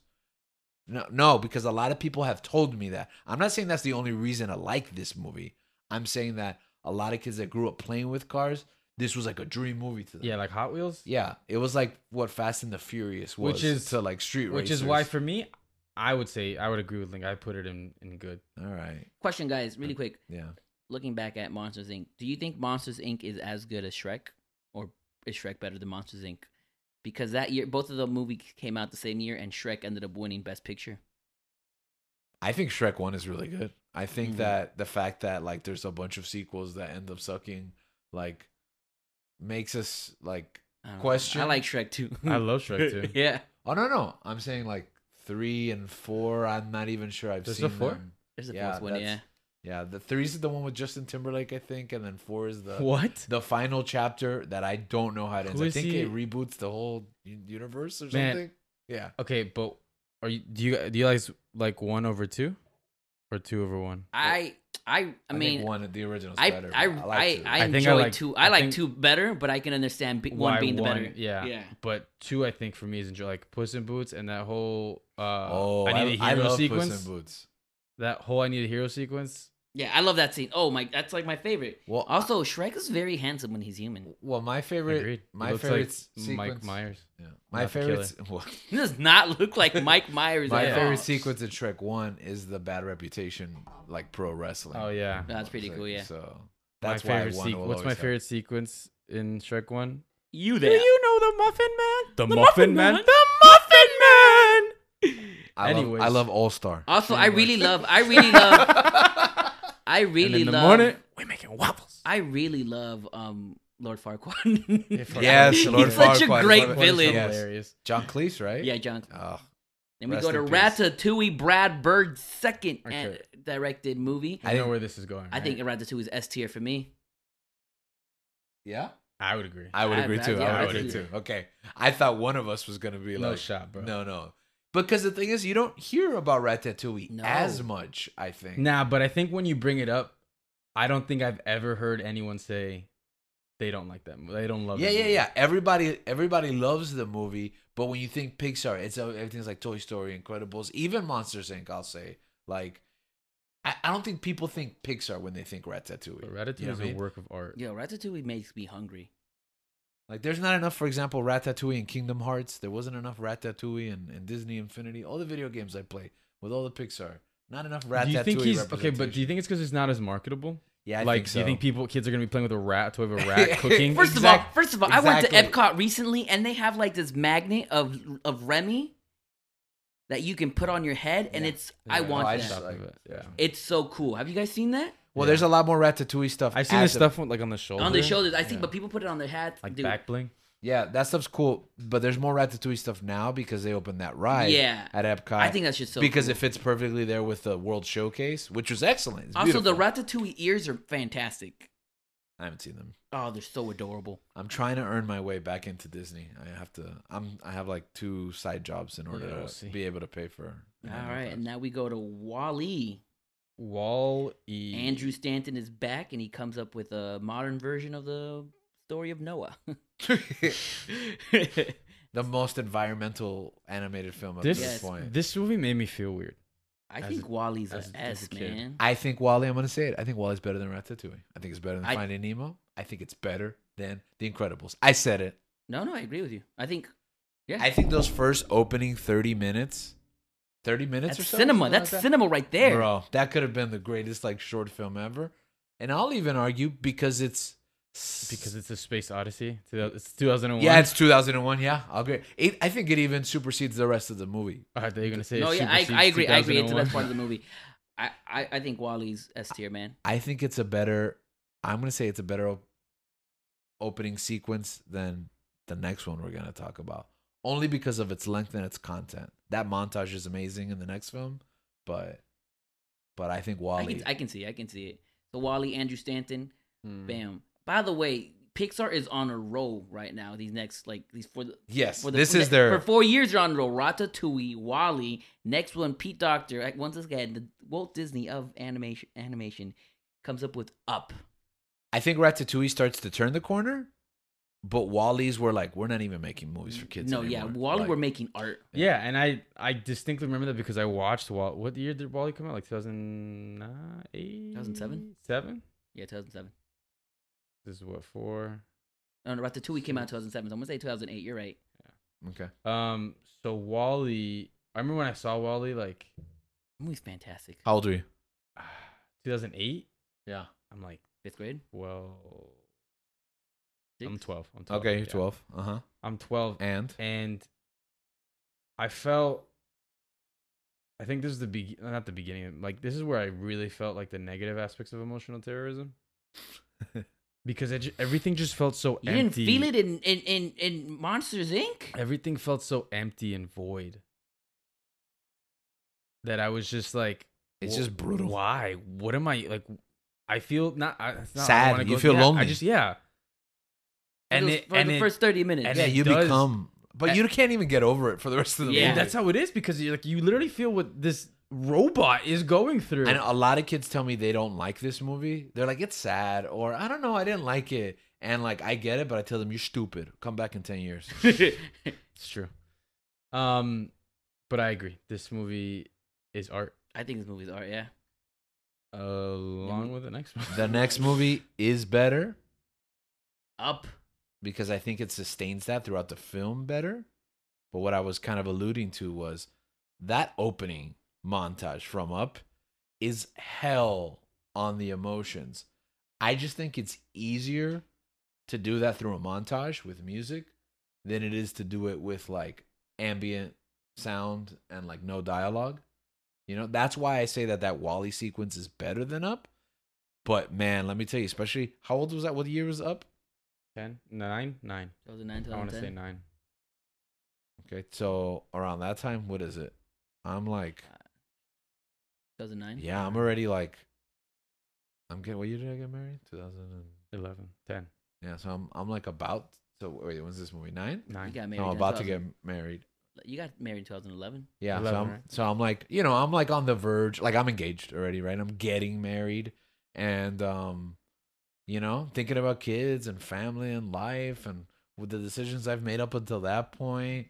[SPEAKER 1] No, no, because a lot of people have told me that. I'm not saying that's the only reason I like this movie. I'm saying that a lot of kids that grew up playing with cars, this was like a dream movie to them.
[SPEAKER 4] yeah, like Hot Wheels.
[SPEAKER 1] Yeah, it was like what Fast and the Furious was,
[SPEAKER 4] Which is-
[SPEAKER 1] to like street
[SPEAKER 4] which
[SPEAKER 1] racers.
[SPEAKER 4] is why for me, I would say I would agree with Link. I put it in in good.
[SPEAKER 1] all right,
[SPEAKER 2] Question, guys, really quick.
[SPEAKER 1] yeah,
[SPEAKER 2] Looking back at Monsters Inc., do you think Monsters Inc. is as good as Shrek, or is Shrek better than Monsters Inc.? Because that year, both of the movies came out the same year, and Shrek ended up winning Best Picture.
[SPEAKER 1] I think Shrek One is really good. I think
[SPEAKER 4] Mm-hmm.
[SPEAKER 2] Mhm.
[SPEAKER 1] that the fact that like there's a bunch of sequels that end up sucking like makes us like
[SPEAKER 2] I don't know. I
[SPEAKER 1] Question.
[SPEAKER 2] like Shrek too.
[SPEAKER 4] I
[SPEAKER 1] Hmm.
[SPEAKER 4] love Shrek too.
[SPEAKER 2] yeah.
[SPEAKER 1] oh no no I'm saying like three and four I'm not even sure I've
[SPEAKER 4] There's a
[SPEAKER 1] seen
[SPEAKER 4] four?
[SPEAKER 1] them.
[SPEAKER 2] There's a
[SPEAKER 1] Yeah,
[SPEAKER 2] fourth one,
[SPEAKER 1] that's-
[SPEAKER 2] yeah.
[SPEAKER 1] Yeah, the three's the one with Justin Timberlake I think, and then four is the
[SPEAKER 4] What?
[SPEAKER 1] the final chapter that I don't know how it
[SPEAKER 4] Who
[SPEAKER 1] ends. I
[SPEAKER 4] is
[SPEAKER 1] think
[SPEAKER 4] he?
[SPEAKER 1] it reboots the whole u- universe or
[SPEAKER 4] Man.
[SPEAKER 1] something. Yeah.
[SPEAKER 4] Okay, but are you do you do you guys like one over two, or two over one?
[SPEAKER 2] I I I
[SPEAKER 1] think
[SPEAKER 2] mean
[SPEAKER 1] one the original's
[SPEAKER 2] I
[SPEAKER 1] better.
[SPEAKER 2] I I,
[SPEAKER 1] but
[SPEAKER 2] I,
[SPEAKER 1] two.
[SPEAKER 4] I think I
[SPEAKER 2] enjoy
[SPEAKER 4] like-
[SPEAKER 2] two.
[SPEAKER 4] I
[SPEAKER 2] I like
[SPEAKER 4] think-
[SPEAKER 2] two better, but I can understand be, one
[SPEAKER 4] Why
[SPEAKER 2] being the
[SPEAKER 4] one-
[SPEAKER 2] better.
[SPEAKER 4] Yeah.
[SPEAKER 2] Yeah.
[SPEAKER 4] But two, I think for me is enjoy like Puss in Boots and that whole uh,
[SPEAKER 1] oh,
[SPEAKER 4] I
[SPEAKER 1] I,
[SPEAKER 4] need a
[SPEAKER 1] I
[SPEAKER 4] hero
[SPEAKER 1] love
[SPEAKER 4] sequence.
[SPEAKER 1] Puss in Boots.
[SPEAKER 4] That whole I need a hero sequence.
[SPEAKER 2] Yeah, I love that scene. Oh my, that's like my favorite.
[SPEAKER 1] Well, I-
[SPEAKER 2] Also, Shrek is very handsome when he's human.
[SPEAKER 1] well, my favorite,
[SPEAKER 4] Agreed. He
[SPEAKER 1] my
[SPEAKER 4] looks
[SPEAKER 1] favorite
[SPEAKER 4] like
[SPEAKER 1] sequence,
[SPEAKER 4] Mike Myers.
[SPEAKER 1] Yeah. My
[SPEAKER 4] Not the
[SPEAKER 1] favorite, se- well,
[SPEAKER 2] He does not look like Mike Myers.
[SPEAKER 1] my
[SPEAKER 2] at all.
[SPEAKER 1] favorite sequence in Shrek One is the bad reputation, like pro wrestling.
[SPEAKER 4] Oh yeah.
[SPEAKER 2] That's pretty
[SPEAKER 1] So-
[SPEAKER 2] cool. Yeah,
[SPEAKER 1] So that's
[SPEAKER 4] my favorite
[SPEAKER 1] why one
[SPEAKER 4] sequ-
[SPEAKER 1] will
[SPEAKER 4] What's my
[SPEAKER 1] always have-
[SPEAKER 4] favorite sequence in Shrek One?
[SPEAKER 2] you there?
[SPEAKER 4] know the Muffin Man?
[SPEAKER 2] The
[SPEAKER 4] The,
[SPEAKER 2] Muffin
[SPEAKER 4] Muffin, Man.
[SPEAKER 2] Man.
[SPEAKER 4] The Muffin Man.
[SPEAKER 1] I love, I
[SPEAKER 4] Anyways.
[SPEAKER 1] love All Star.
[SPEAKER 2] Also, I really love. I really love. I
[SPEAKER 4] and
[SPEAKER 2] really
[SPEAKER 4] in the
[SPEAKER 2] love.
[SPEAKER 4] morning, we're making waffles.
[SPEAKER 2] I really love um Lord Farquaad.
[SPEAKER 1] Yes, Lord
[SPEAKER 2] he's
[SPEAKER 1] Farquaad
[SPEAKER 2] such a
[SPEAKER 1] is
[SPEAKER 2] great
[SPEAKER 1] one of the-
[SPEAKER 2] villain.
[SPEAKER 1] Yes.
[SPEAKER 4] Hilarious.
[SPEAKER 1] John Cleese, right?
[SPEAKER 2] Yeah, John.
[SPEAKER 1] Oh,
[SPEAKER 2] Then we
[SPEAKER 1] rest
[SPEAKER 2] go to
[SPEAKER 1] in peace.
[SPEAKER 2] Ratatouille, Brad Bird's second
[SPEAKER 4] Okay.
[SPEAKER 2] uh, directed movie.
[SPEAKER 4] I know where this is going.
[SPEAKER 2] I
[SPEAKER 4] right?
[SPEAKER 2] think Ratatouille is S tier for me.
[SPEAKER 1] yeah.
[SPEAKER 4] I would agree.
[SPEAKER 1] I would
[SPEAKER 2] I-
[SPEAKER 1] agree
[SPEAKER 2] I-
[SPEAKER 1] too.
[SPEAKER 2] yeah,
[SPEAKER 1] I
[SPEAKER 2] I
[SPEAKER 1] would agree
[SPEAKER 2] would
[SPEAKER 1] too. Okay. I thought one of us was gonna be
[SPEAKER 4] no
[SPEAKER 1] like
[SPEAKER 4] shot, bro.
[SPEAKER 1] No, no. Because the thing is you don't hear about Ratatouille
[SPEAKER 2] No.
[SPEAKER 1] as much, I think.
[SPEAKER 4] Nah, but I think when you bring it up, I don't think I've ever heard anyone say they don't like that. mo- They don't love.
[SPEAKER 1] yeah,
[SPEAKER 4] that
[SPEAKER 1] yeah,
[SPEAKER 4] movie.
[SPEAKER 1] yeah. Everybody everybody loves the movie, but when you think Pixar, it's uh, everything's like Toy Story, Incredibles, even Monsters Inc., I'll say. Like I, I don't think people think Pixar when they think Ratatouille.
[SPEAKER 4] But Ratatouille
[SPEAKER 1] You know
[SPEAKER 4] is
[SPEAKER 1] what I
[SPEAKER 4] a
[SPEAKER 1] mean?
[SPEAKER 4] work of art.
[SPEAKER 2] Yo, Ratatouille makes me hungry.
[SPEAKER 1] Like there's not enough, for example, Ratatouille in Kingdom Hearts. There wasn't enough Ratatouille in, in Disney Infinity. All the video games I play with all the Pixar. Not enough Ratatouille.
[SPEAKER 4] Do you think he's okay? But do
[SPEAKER 1] representation.
[SPEAKER 4] you think it's because it's not as marketable?
[SPEAKER 1] yeah, I
[SPEAKER 4] like,
[SPEAKER 1] think
[SPEAKER 4] do you
[SPEAKER 1] so.
[SPEAKER 4] think people, kids, are gonna be playing with a rat toy of a rat cooking?
[SPEAKER 2] First of all,
[SPEAKER 1] Exact-
[SPEAKER 2] first of all, I went to
[SPEAKER 1] exactly.
[SPEAKER 2] Epcot recently, and they have like this magnet of of Remy that you can put on your head, and
[SPEAKER 1] Yeah.
[SPEAKER 2] it's I
[SPEAKER 4] Yeah.
[SPEAKER 2] want
[SPEAKER 1] Oh, I
[SPEAKER 2] that.
[SPEAKER 1] just-
[SPEAKER 4] Top
[SPEAKER 1] like-
[SPEAKER 4] of it, yeah.
[SPEAKER 2] it's so cool. Have you guys seen that
[SPEAKER 1] Well,
[SPEAKER 4] Yeah.
[SPEAKER 1] there's a lot more Ratatouille stuff.
[SPEAKER 4] I've seen
[SPEAKER 1] at
[SPEAKER 4] this
[SPEAKER 1] the-
[SPEAKER 4] stuff on, like on the shoulder.
[SPEAKER 2] on the shoulders? I think,
[SPEAKER 4] Yeah.
[SPEAKER 2] but people put it on their hats.
[SPEAKER 4] like
[SPEAKER 2] dude.
[SPEAKER 4] back bling.
[SPEAKER 1] Yeah, that stuff's cool, but there's more Ratatouille stuff now because they opened that ride.
[SPEAKER 2] Yeah.
[SPEAKER 1] at Epcot.
[SPEAKER 2] I think that's just so.
[SPEAKER 1] because
[SPEAKER 2] cool.
[SPEAKER 1] it fits perfectly there with the World Showcase, which was excellent. It's
[SPEAKER 2] also the
[SPEAKER 1] beautiful.
[SPEAKER 2] Ratatouille ears are fantastic.
[SPEAKER 1] I haven't seen them.
[SPEAKER 2] Oh, they're so adorable.
[SPEAKER 1] I'm trying to earn my way back into Disney. I have to. I'm. I have like two side jobs in order
[SPEAKER 4] Yeah, we'll
[SPEAKER 1] to
[SPEAKER 4] see.
[SPEAKER 1] be able to pay for. an
[SPEAKER 2] All
[SPEAKER 1] annual
[SPEAKER 2] right,
[SPEAKER 1] pass.
[SPEAKER 2] and now we go to Wally.
[SPEAKER 4] Wall E.
[SPEAKER 2] Andrew Stanton is back, and he comes up with a modern version of the story of Noah.
[SPEAKER 1] the most environmental animated film at
[SPEAKER 4] This
[SPEAKER 1] this,
[SPEAKER 2] Yes.
[SPEAKER 1] point.
[SPEAKER 4] this movie made me feel weird.
[SPEAKER 2] I
[SPEAKER 4] As
[SPEAKER 2] think
[SPEAKER 4] a-
[SPEAKER 2] Wally's a
[SPEAKER 4] as a
[SPEAKER 2] S,
[SPEAKER 4] stupid kid.
[SPEAKER 2] man.
[SPEAKER 1] I think Wally. I'm gonna say it. I think Wally's better than Ratatouille. I think it's better than
[SPEAKER 2] I-
[SPEAKER 1] Finding Nemo. I think it's better than The Incredibles. I said it.
[SPEAKER 2] No, no, I agree with you. I think
[SPEAKER 1] I think those first opening 30 minutes, 30 minutes
[SPEAKER 2] that's
[SPEAKER 1] or so.
[SPEAKER 2] cinema.
[SPEAKER 1] something like
[SPEAKER 2] That's
[SPEAKER 1] that.
[SPEAKER 2] cinema right there.
[SPEAKER 1] Bro, that could have been the greatest like short film ever. And I'll even argue because it's
[SPEAKER 4] because it's a space odyssey. Two thou- It's 2001.
[SPEAKER 1] yeah, it's 2001. Yeah, I'll agree. It, I think it even supersedes the rest of the movie.
[SPEAKER 4] Are they gonna say?
[SPEAKER 2] No,
[SPEAKER 4] it
[SPEAKER 2] yeah, I,
[SPEAKER 4] supersedes
[SPEAKER 2] I agree. I agree. It's the
[SPEAKER 4] 2001?
[SPEAKER 2] best part of the movie. I, I, I think Wally's S tier, man.
[SPEAKER 1] I think it's a better. I'm gonna say it's a better op- opening sequence than the next one we're gonna talk about, only because of its length and its content. That montage is amazing in the next film, but but I think
[SPEAKER 2] I
[SPEAKER 1] Wally.
[SPEAKER 2] can, I can see. I can see it. So Wally, Andrew Stanton,
[SPEAKER 1] Mm-hmm.
[SPEAKER 4] Hmm.
[SPEAKER 2] bam. By the way, Pixar is on a roll right now. These next, like these for the
[SPEAKER 1] yes,
[SPEAKER 2] For the,
[SPEAKER 1] this
[SPEAKER 2] for
[SPEAKER 1] is
[SPEAKER 2] the-
[SPEAKER 1] their
[SPEAKER 2] for four years. They're on roll. Ratatouille, Wally. Next one, Pete Doctor. Like, Once again, the Walt Disney of animation animation comes up with Up.
[SPEAKER 1] I think Ratatouille starts to turn the corner, but Wally's were like, we're not even making movies for kids.
[SPEAKER 2] no, yeah,
[SPEAKER 1] anymore."
[SPEAKER 2] Wally.
[SPEAKER 1] Like,
[SPEAKER 2] we're making art.
[SPEAKER 4] Yeah, and I I distinctly remember that because I watched Wall. What year did Wally come out? Like 2008?
[SPEAKER 2] 2007?
[SPEAKER 4] Seven.
[SPEAKER 2] Yeah, 2007.
[SPEAKER 4] This is what four.
[SPEAKER 2] Oh, No, no, Ratatouille came out in 2007. So I'm gonna say 2008. You're right.
[SPEAKER 1] okay.
[SPEAKER 4] Um. So Wally, I remember when I saw Wally, like ah,
[SPEAKER 2] The movie's fantastic.
[SPEAKER 1] How old are you?
[SPEAKER 4] 2008.
[SPEAKER 1] Yeah.
[SPEAKER 4] I'm like,
[SPEAKER 2] Fifth grade.
[SPEAKER 4] well,
[SPEAKER 2] Six?
[SPEAKER 4] I'm 12. I'm 12.
[SPEAKER 1] Okay, you're
[SPEAKER 4] yeah.
[SPEAKER 1] 12. Uh huh.
[SPEAKER 4] I'm 12,
[SPEAKER 1] And
[SPEAKER 4] and I felt. I think this is the be- not the beginning. Like this is where I really felt like the negative aspects of emotional terrorism, because it, ju- everything just felt so
[SPEAKER 2] You didn't
[SPEAKER 4] empty.
[SPEAKER 2] feel it in in in, in Monsters Inc.
[SPEAKER 4] Everything felt so empty and void that I was just like,
[SPEAKER 1] It's
[SPEAKER 4] "Wh-
[SPEAKER 1] just brutal."
[SPEAKER 4] Why? What am I like? I feel not. I, it's not I
[SPEAKER 1] Sad.
[SPEAKER 4] wanna
[SPEAKER 1] You feel
[SPEAKER 4] yeah, I
[SPEAKER 1] lonely.
[SPEAKER 4] just yeah.
[SPEAKER 2] For
[SPEAKER 4] And
[SPEAKER 2] those-
[SPEAKER 4] it
[SPEAKER 2] for
[SPEAKER 4] and
[SPEAKER 2] the
[SPEAKER 4] it,
[SPEAKER 2] first thirty minutes.
[SPEAKER 4] and
[SPEAKER 1] yeah,
[SPEAKER 4] it
[SPEAKER 1] you
[SPEAKER 4] does-
[SPEAKER 1] become, but you can't even get over it for the rest of the
[SPEAKER 2] Yeah.
[SPEAKER 1] movie.
[SPEAKER 4] that's how it is because you like you literally feel what this robot is going through.
[SPEAKER 1] And a lot of kids tell me they don't like this movie. They're like, it's sad, or I don't know, I didn't like it. And like, I get it, but I tell them, you're stupid. Come back in 10 years.
[SPEAKER 4] It's true. Um, but I agree. This movie is art.
[SPEAKER 2] I think these movies are yeah.
[SPEAKER 4] Along with the next one.
[SPEAKER 1] Mm-hmm. The next movie is better
[SPEAKER 2] Up.
[SPEAKER 1] because I think it sustains that throughout the film better. But what I was kind of alluding to was that opening montage from Up is hell on the emotions. I just think it's easier to do that through a montage with music than it is to do it with like ambient sound and like no dialogue. You know, that's why I say that that Wally sequence is better than Up. But man, let me tell you, especially how old was that? What year was Up?
[SPEAKER 4] Ten? Nine? Nine.
[SPEAKER 2] That was a nine
[SPEAKER 4] I want to say
[SPEAKER 2] ten.
[SPEAKER 4] nine.
[SPEAKER 1] Okay, so around that time, what is it? I'm like,
[SPEAKER 2] Two thousand nine.
[SPEAKER 1] yeah, I'm already like, I'm getting. What year did I get married? 2000. And,
[SPEAKER 4] Eleven. Ten.
[SPEAKER 1] yeah, so I'm I'm like about. So wait, when's this movie? Nine.
[SPEAKER 4] Nine.
[SPEAKER 2] You got
[SPEAKER 1] So
[SPEAKER 2] married.
[SPEAKER 1] I'm
[SPEAKER 2] in
[SPEAKER 1] about to
[SPEAKER 2] 2000
[SPEAKER 1] get married.
[SPEAKER 2] You got married in two thousand eleven.
[SPEAKER 1] Yeah, so
[SPEAKER 4] 11,
[SPEAKER 1] I'm
[SPEAKER 4] right?
[SPEAKER 1] so I'm like, you know, I'm like on the verge. Like I'm engaged already, right? I'm getting married, and um, you know, thinking about kids and family and life and with the decisions I've made up until that point.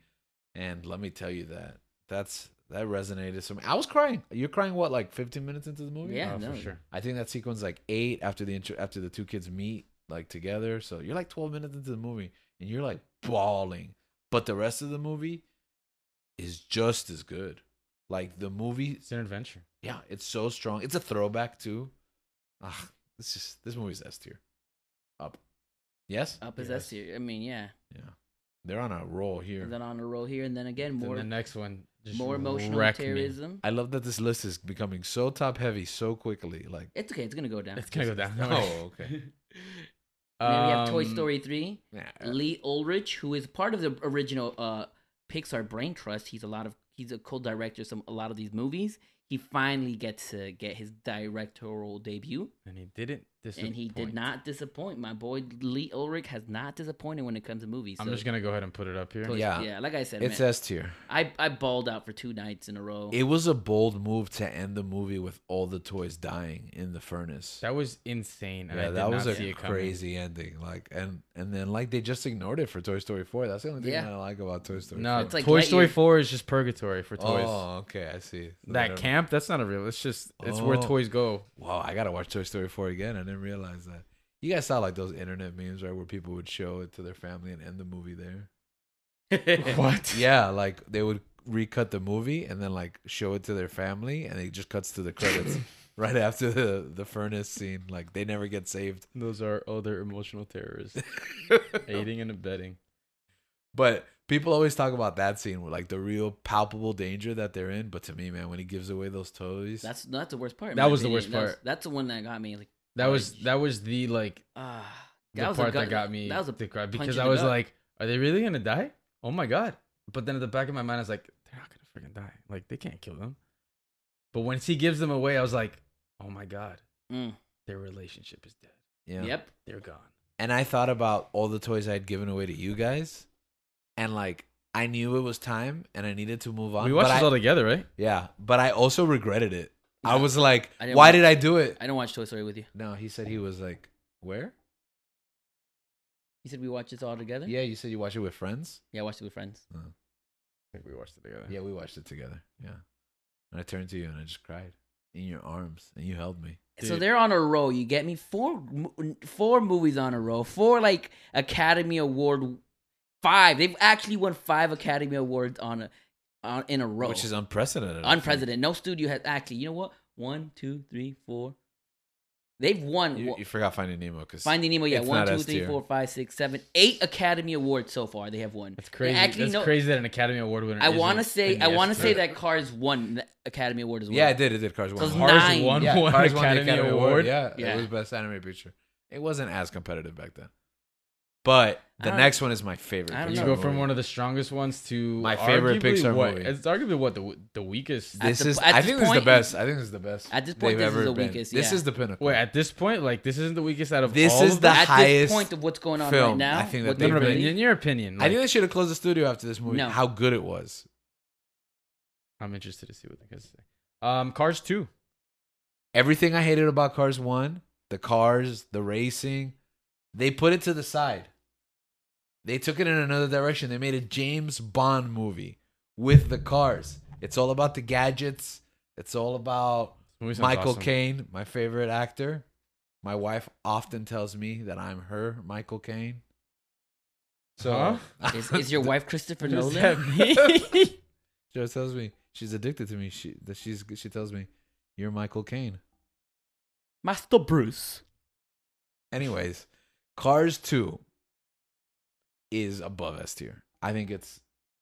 [SPEAKER 1] And let me tell you that that's that resonated. So I was crying. You're crying what? Like 15 minutes into the movie?
[SPEAKER 2] Yeah,
[SPEAKER 4] Oh,
[SPEAKER 2] no.
[SPEAKER 4] for sure.
[SPEAKER 1] I think that sequence like eight after the intro after the two kids meet like together. So you're like 12 minutes into the movie and you're like bawling. But the rest of the movie is just as good. Like the movie,
[SPEAKER 4] It's an adventure.
[SPEAKER 1] yeah, it's so strong. It's a throwback too. Ah, this is this movie's S tier. Up, yes,
[SPEAKER 2] Up is
[SPEAKER 4] Yes.
[SPEAKER 2] S tier. I mean, yeah.
[SPEAKER 1] yeah. They're on a roll here.
[SPEAKER 2] And then on a roll here, and then again
[SPEAKER 4] Then
[SPEAKER 2] more
[SPEAKER 4] the next one. Just
[SPEAKER 2] more emotional
[SPEAKER 4] wrecked me.
[SPEAKER 2] terrorism.
[SPEAKER 1] I love that this list is becoming so top heavy so quickly. Like,
[SPEAKER 2] It's okay. It's gonna go down.
[SPEAKER 4] It's gonna go down.
[SPEAKER 1] oh, okay.
[SPEAKER 2] And then we have Toy
[SPEAKER 4] Um,
[SPEAKER 2] Story three.
[SPEAKER 1] Yeah.
[SPEAKER 2] Lee Ulrich, who is part of the original uh, Pixar Brain Trust. He's a lot of he's a co-director of some a lot of these movies. He finally gets to get his directorial debut,
[SPEAKER 4] And he didn't.
[SPEAKER 2] and he did
[SPEAKER 4] disappoint.
[SPEAKER 2] not disappoint. My boy Lee Ulrich has not disappointed when it comes to movies.
[SPEAKER 4] I'm
[SPEAKER 2] so-
[SPEAKER 4] just gonna go ahead and put it up here.
[SPEAKER 1] Toy- Yeah.
[SPEAKER 2] yeah. Like I said,
[SPEAKER 1] It's
[SPEAKER 2] man,
[SPEAKER 1] S tier.
[SPEAKER 2] I I balled out for two nights in a row.
[SPEAKER 1] It was a bold move to end the movie with all the toys dying in the furnace.
[SPEAKER 4] That was insane. And I
[SPEAKER 1] yeah,
[SPEAKER 4] did
[SPEAKER 1] that
[SPEAKER 4] not
[SPEAKER 1] was
[SPEAKER 4] see
[SPEAKER 1] a
[SPEAKER 4] it coming.
[SPEAKER 1] crazy ending. Like, and and then like they just ignored it for Toy Story Four. That's the only thing
[SPEAKER 2] Yeah.
[SPEAKER 1] I like about Toy Story.
[SPEAKER 4] No,
[SPEAKER 1] 4.
[SPEAKER 2] It's like
[SPEAKER 4] Toy Story
[SPEAKER 2] Lightyear.
[SPEAKER 4] Four is just purgatory for toys.
[SPEAKER 1] Oh, okay, I see. So
[SPEAKER 4] that
[SPEAKER 1] whatever.
[SPEAKER 4] camp, that's not a real. It's just it's where
[SPEAKER 1] Oh.
[SPEAKER 4] toys go.
[SPEAKER 1] Wow, I gotta watch Toy Story Four again. I didn't realize that. You guys saw like those internet memes, right, where people would show it to their family and end the movie there.
[SPEAKER 4] what?
[SPEAKER 1] Yeah, like they would recut the movie and then like show it to their family, and it just cuts to the credits right after the the furnace scene. Like they never get saved.
[SPEAKER 4] Those are other emotional terrorists, aiding and abetting.
[SPEAKER 1] But people always talk about that scene with like the real palpable danger that they're in. But to me, man, when he gives away those toys,
[SPEAKER 2] That's that's the worst part. in
[SPEAKER 4] That
[SPEAKER 2] my
[SPEAKER 4] was the worst
[SPEAKER 2] That was-
[SPEAKER 4] part.
[SPEAKER 2] that's the one that got me. Like
[SPEAKER 4] That was
[SPEAKER 2] Like-
[SPEAKER 4] that was the like
[SPEAKER 2] ah,
[SPEAKER 4] the
[SPEAKER 2] that was a
[SPEAKER 4] part
[SPEAKER 2] gut-
[SPEAKER 4] that got me.
[SPEAKER 2] That was a
[SPEAKER 4] to cry
[SPEAKER 2] punch
[SPEAKER 4] because
[SPEAKER 2] in
[SPEAKER 4] I
[SPEAKER 2] the
[SPEAKER 4] was
[SPEAKER 2] gut.
[SPEAKER 4] like, are they really gonna die? Oh my god! But then at the back of my mind, I was like, they're not gonna freaking die. Like they can't kill them. But once he gives them away, I was like, oh my god,
[SPEAKER 2] mm,
[SPEAKER 4] their relationship is dead.
[SPEAKER 1] yeah.
[SPEAKER 2] yep.
[SPEAKER 4] They're gone.
[SPEAKER 1] And I thought about all the toys I had given away to you guys, and like I knew it was time, and I needed to move on.
[SPEAKER 4] we watched
[SPEAKER 1] but
[SPEAKER 4] this
[SPEAKER 1] I,
[SPEAKER 4] all together, right?
[SPEAKER 1] yeah, but I also regretted it. I was like,
[SPEAKER 2] I didn't
[SPEAKER 1] why
[SPEAKER 2] want-
[SPEAKER 1] did I do it?
[SPEAKER 2] I don't watch Toy Story with you.
[SPEAKER 1] No, he said he was like, where?
[SPEAKER 2] You said we watched this all together.
[SPEAKER 1] Yeah, you said you watched it with friends.
[SPEAKER 2] yeah. I watched it with friends.
[SPEAKER 4] I think we watched it together.
[SPEAKER 1] Yeah, we watched it together. Yeah, and I turned to you and I just cried in your arms, and you held me.
[SPEAKER 2] So
[SPEAKER 4] Dude.
[SPEAKER 2] they're on a roll. You get me four mo- four movies on a roll. Four like Academy Award five. They've actually won five Academy Awards on a on in a row,
[SPEAKER 1] Which is unprecedented. I think.
[SPEAKER 2] unprecedented. No studio has actually. You know what? One, two, three, four. They've won
[SPEAKER 1] You,
[SPEAKER 2] wo-
[SPEAKER 1] you forgot Finding Nemo because
[SPEAKER 2] Finding Nemo. Yeah,
[SPEAKER 1] it's
[SPEAKER 2] one,
[SPEAKER 1] not
[SPEAKER 2] two,
[SPEAKER 1] S
[SPEAKER 2] three,
[SPEAKER 1] tier.
[SPEAKER 2] four, five, six, seven, eight Academy Awards so far. They have won.
[SPEAKER 4] That's
[SPEAKER 2] And
[SPEAKER 4] crazy.
[SPEAKER 2] Actually,
[SPEAKER 4] That's
[SPEAKER 2] no,
[SPEAKER 4] crazy that an Academy Award winner.
[SPEAKER 2] I want to
[SPEAKER 4] isn't
[SPEAKER 2] say
[SPEAKER 4] in
[SPEAKER 2] I
[SPEAKER 4] the
[SPEAKER 2] want to
[SPEAKER 4] S
[SPEAKER 2] say
[SPEAKER 4] tier.
[SPEAKER 2] that Cars won the Academy Award as well.
[SPEAKER 1] yeah, it did. It did. Cars
[SPEAKER 2] So it's
[SPEAKER 1] won.
[SPEAKER 2] not-
[SPEAKER 4] Cars
[SPEAKER 2] Nine.
[SPEAKER 4] won
[SPEAKER 1] Yeah,
[SPEAKER 4] one
[SPEAKER 1] Cars
[SPEAKER 4] Academy,
[SPEAKER 1] won the Academy
[SPEAKER 4] Award.
[SPEAKER 1] Award. Yeah,
[SPEAKER 2] Yeah.
[SPEAKER 1] it was best animated picture. It wasn't as competitive back then, but
[SPEAKER 2] I
[SPEAKER 1] the
[SPEAKER 2] don't-
[SPEAKER 1] next one is my favorite.
[SPEAKER 2] I don't
[SPEAKER 4] You
[SPEAKER 2] know.
[SPEAKER 4] go from one of the strongest ones to
[SPEAKER 1] My favorite
[SPEAKER 4] arguably
[SPEAKER 1] Pixar
[SPEAKER 4] what-
[SPEAKER 1] movie.
[SPEAKER 4] It's arguably what the the weakest.
[SPEAKER 2] At
[SPEAKER 1] This
[SPEAKER 2] the-
[SPEAKER 1] is.
[SPEAKER 2] at
[SPEAKER 1] I
[SPEAKER 2] this
[SPEAKER 1] think this is the
[SPEAKER 2] point-
[SPEAKER 1] best. I think this is the best.
[SPEAKER 2] At this point,
[SPEAKER 1] they've
[SPEAKER 2] this is
[SPEAKER 1] ever
[SPEAKER 2] the
[SPEAKER 1] been.
[SPEAKER 2] weakest,
[SPEAKER 1] This
[SPEAKER 2] yeah.
[SPEAKER 1] is the pinnacle.
[SPEAKER 4] Wait, at this point, like this isn't the weakest out of
[SPEAKER 1] This
[SPEAKER 4] all
[SPEAKER 1] is
[SPEAKER 4] of
[SPEAKER 1] the
[SPEAKER 4] them?
[SPEAKER 2] at this
[SPEAKER 1] highest
[SPEAKER 2] point of what's going on right
[SPEAKER 1] film
[SPEAKER 2] now.
[SPEAKER 1] I think that
[SPEAKER 2] what
[SPEAKER 1] they've
[SPEAKER 2] they're
[SPEAKER 4] No, no, no,
[SPEAKER 1] been-
[SPEAKER 4] but in
[SPEAKER 2] really-
[SPEAKER 4] in your opinion,
[SPEAKER 1] I
[SPEAKER 4] like,
[SPEAKER 1] think they should have closed the studio after this movie.
[SPEAKER 2] No.
[SPEAKER 1] How good it was.
[SPEAKER 4] I'm interested to see what they guys say. Um, Cars two.
[SPEAKER 1] Everything I hated about Cars One, the cars, the racing, they put it to the side. They took it in another direction. They made a James Bond movie with the cars. It's all about the gadgets. It's all about
[SPEAKER 4] This movie sounds
[SPEAKER 1] Michael
[SPEAKER 4] awesome.
[SPEAKER 1] Caine, my favorite actor. My wife often tells me that I'm her Michael Caine. So
[SPEAKER 2] Is, is your wife Christopher
[SPEAKER 4] Does
[SPEAKER 2] Nolan?
[SPEAKER 4] that-
[SPEAKER 1] She always tells me she's addicted to me. She that she's she tells me you're Michael Caine.
[SPEAKER 2] Master Bruce.
[SPEAKER 1] Anyways, Cars 2 is above S tier. I think it's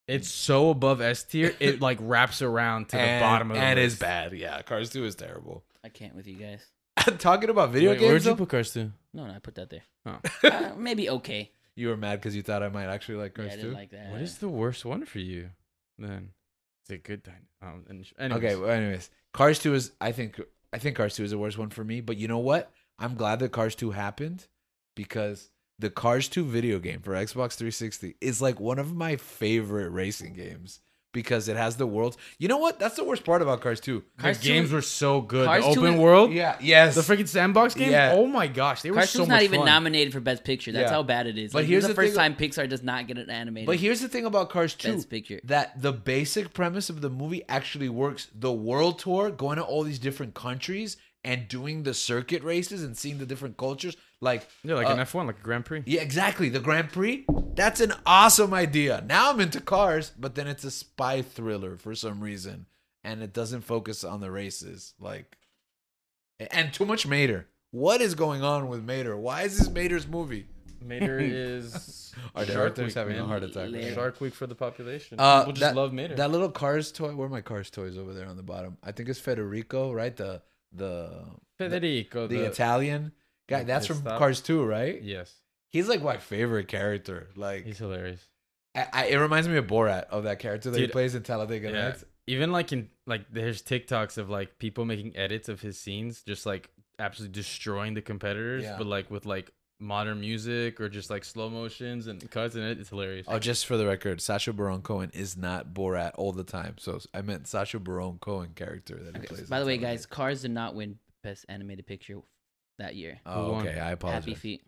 [SPEAKER 4] It's so above S tier, it like wraps around to the
[SPEAKER 1] and-
[SPEAKER 4] bottom of the
[SPEAKER 1] and
[SPEAKER 4] list.
[SPEAKER 1] is bad. Yeah, Cars 2 is terrible.
[SPEAKER 2] I can't with you guys.
[SPEAKER 1] Talking about video
[SPEAKER 4] Wait,
[SPEAKER 1] games,
[SPEAKER 4] Where'd you
[SPEAKER 1] though,
[SPEAKER 4] put Cars two?
[SPEAKER 2] No, no, I put that there.
[SPEAKER 4] Oh.
[SPEAKER 2] Uh, maybe okay.
[SPEAKER 1] you were mad because you thought I might actually like
[SPEAKER 2] Yeah, I
[SPEAKER 1] Cars
[SPEAKER 2] didn't
[SPEAKER 1] 2.
[SPEAKER 2] like that.
[SPEAKER 4] What is the worst one for you? Then it's a good dine. Um, and sh- anyways,
[SPEAKER 1] okay, well, anyways, Cars 2 is I think I think Cars 2 is the worst one for me. But you know what? I'm glad that Cars 2 happened because the Cars 2 video game for Xbox 360 is like one of my favorite racing games because it has the world. You know what? That's the worst part about Cars 2.
[SPEAKER 4] the
[SPEAKER 2] Cars 2
[SPEAKER 4] games were so good.
[SPEAKER 2] Cars
[SPEAKER 4] the
[SPEAKER 2] 2
[SPEAKER 4] open
[SPEAKER 2] is-
[SPEAKER 4] world,
[SPEAKER 1] Yeah. Yes.
[SPEAKER 4] the freaking sandbox game.
[SPEAKER 1] Yeah.
[SPEAKER 4] Oh my gosh, they were
[SPEAKER 2] Cars
[SPEAKER 4] so
[SPEAKER 2] was
[SPEAKER 4] much
[SPEAKER 2] not even
[SPEAKER 4] fun.
[SPEAKER 2] nominated for Best Picture. That's
[SPEAKER 1] Yeah.
[SPEAKER 2] how bad it is.
[SPEAKER 1] But
[SPEAKER 2] Like, this
[SPEAKER 1] here's
[SPEAKER 2] is the,
[SPEAKER 1] the
[SPEAKER 2] first
[SPEAKER 1] thing-
[SPEAKER 2] time Pixar does not get an animated
[SPEAKER 1] But here's the thing about Cars 2
[SPEAKER 2] Best Picture.
[SPEAKER 1] that the basic premise of the movie actually works. The world tour, going to all these different countries and doing the circuit races and seeing the different cultures. Like,
[SPEAKER 4] Yeah, like
[SPEAKER 1] uh,
[SPEAKER 4] an F one, like a Grand Prix.
[SPEAKER 1] yeah, exactly. The Grand Prix. That's an awesome idea. Now I'm into cars, but then it's a spy thriller for some reason, and it doesn't focus on the races. Like, and too much Mater. What is going on with Mater? Why is this Mater's movie?
[SPEAKER 4] Mater is
[SPEAKER 1] Our
[SPEAKER 4] Shark
[SPEAKER 1] director's
[SPEAKER 4] Week,
[SPEAKER 1] having a
[SPEAKER 4] man.
[SPEAKER 1] heart attack.
[SPEAKER 2] Later.
[SPEAKER 4] Shark Week for the population.
[SPEAKER 1] Uh,
[SPEAKER 4] People just
[SPEAKER 1] that,
[SPEAKER 4] love Mater.
[SPEAKER 1] That little Cars toy. Where are my Cars toys over there on the bottom? I think it's Federico, right? The the
[SPEAKER 4] Federico,
[SPEAKER 1] the, Italian guy.
[SPEAKER 4] the
[SPEAKER 1] That's from
[SPEAKER 4] pissed off-
[SPEAKER 1] Cars 2, right?
[SPEAKER 4] Yes,
[SPEAKER 1] He's like my favorite character. Like
[SPEAKER 4] he's hilarious.
[SPEAKER 1] I, I, it reminds me of Borat of that character that he
[SPEAKER 4] Dude,
[SPEAKER 1] plays in Talladega
[SPEAKER 4] yeah.
[SPEAKER 1] Nights.
[SPEAKER 4] Even like in like there's TikToks of like people making edits of his scenes, just like absolutely destroying the competitors,
[SPEAKER 1] Yeah.
[SPEAKER 4] but like with like modern music or just like slow motions and cuts in it. It's hilarious.
[SPEAKER 1] Oh, just for the record, Sasha Baron Cohen is not Borat all the time. So I meant Sasha Baron Cohen character that he
[SPEAKER 2] Okay,
[SPEAKER 1] plays.
[SPEAKER 2] By
[SPEAKER 1] in
[SPEAKER 2] the way,
[SPEAKER 1] Talladega.
[SPEAKER 2] guys, Cars did not win Best Animated Picture that year.
[SPEAKER 1] Oh,
[SPEAKER 4] Who
[SPEAKER 1] okay.
[SPEAKER 4] won?
[SPEAKER 1] I apologize.
[SPEAKER 2] Happy Feet.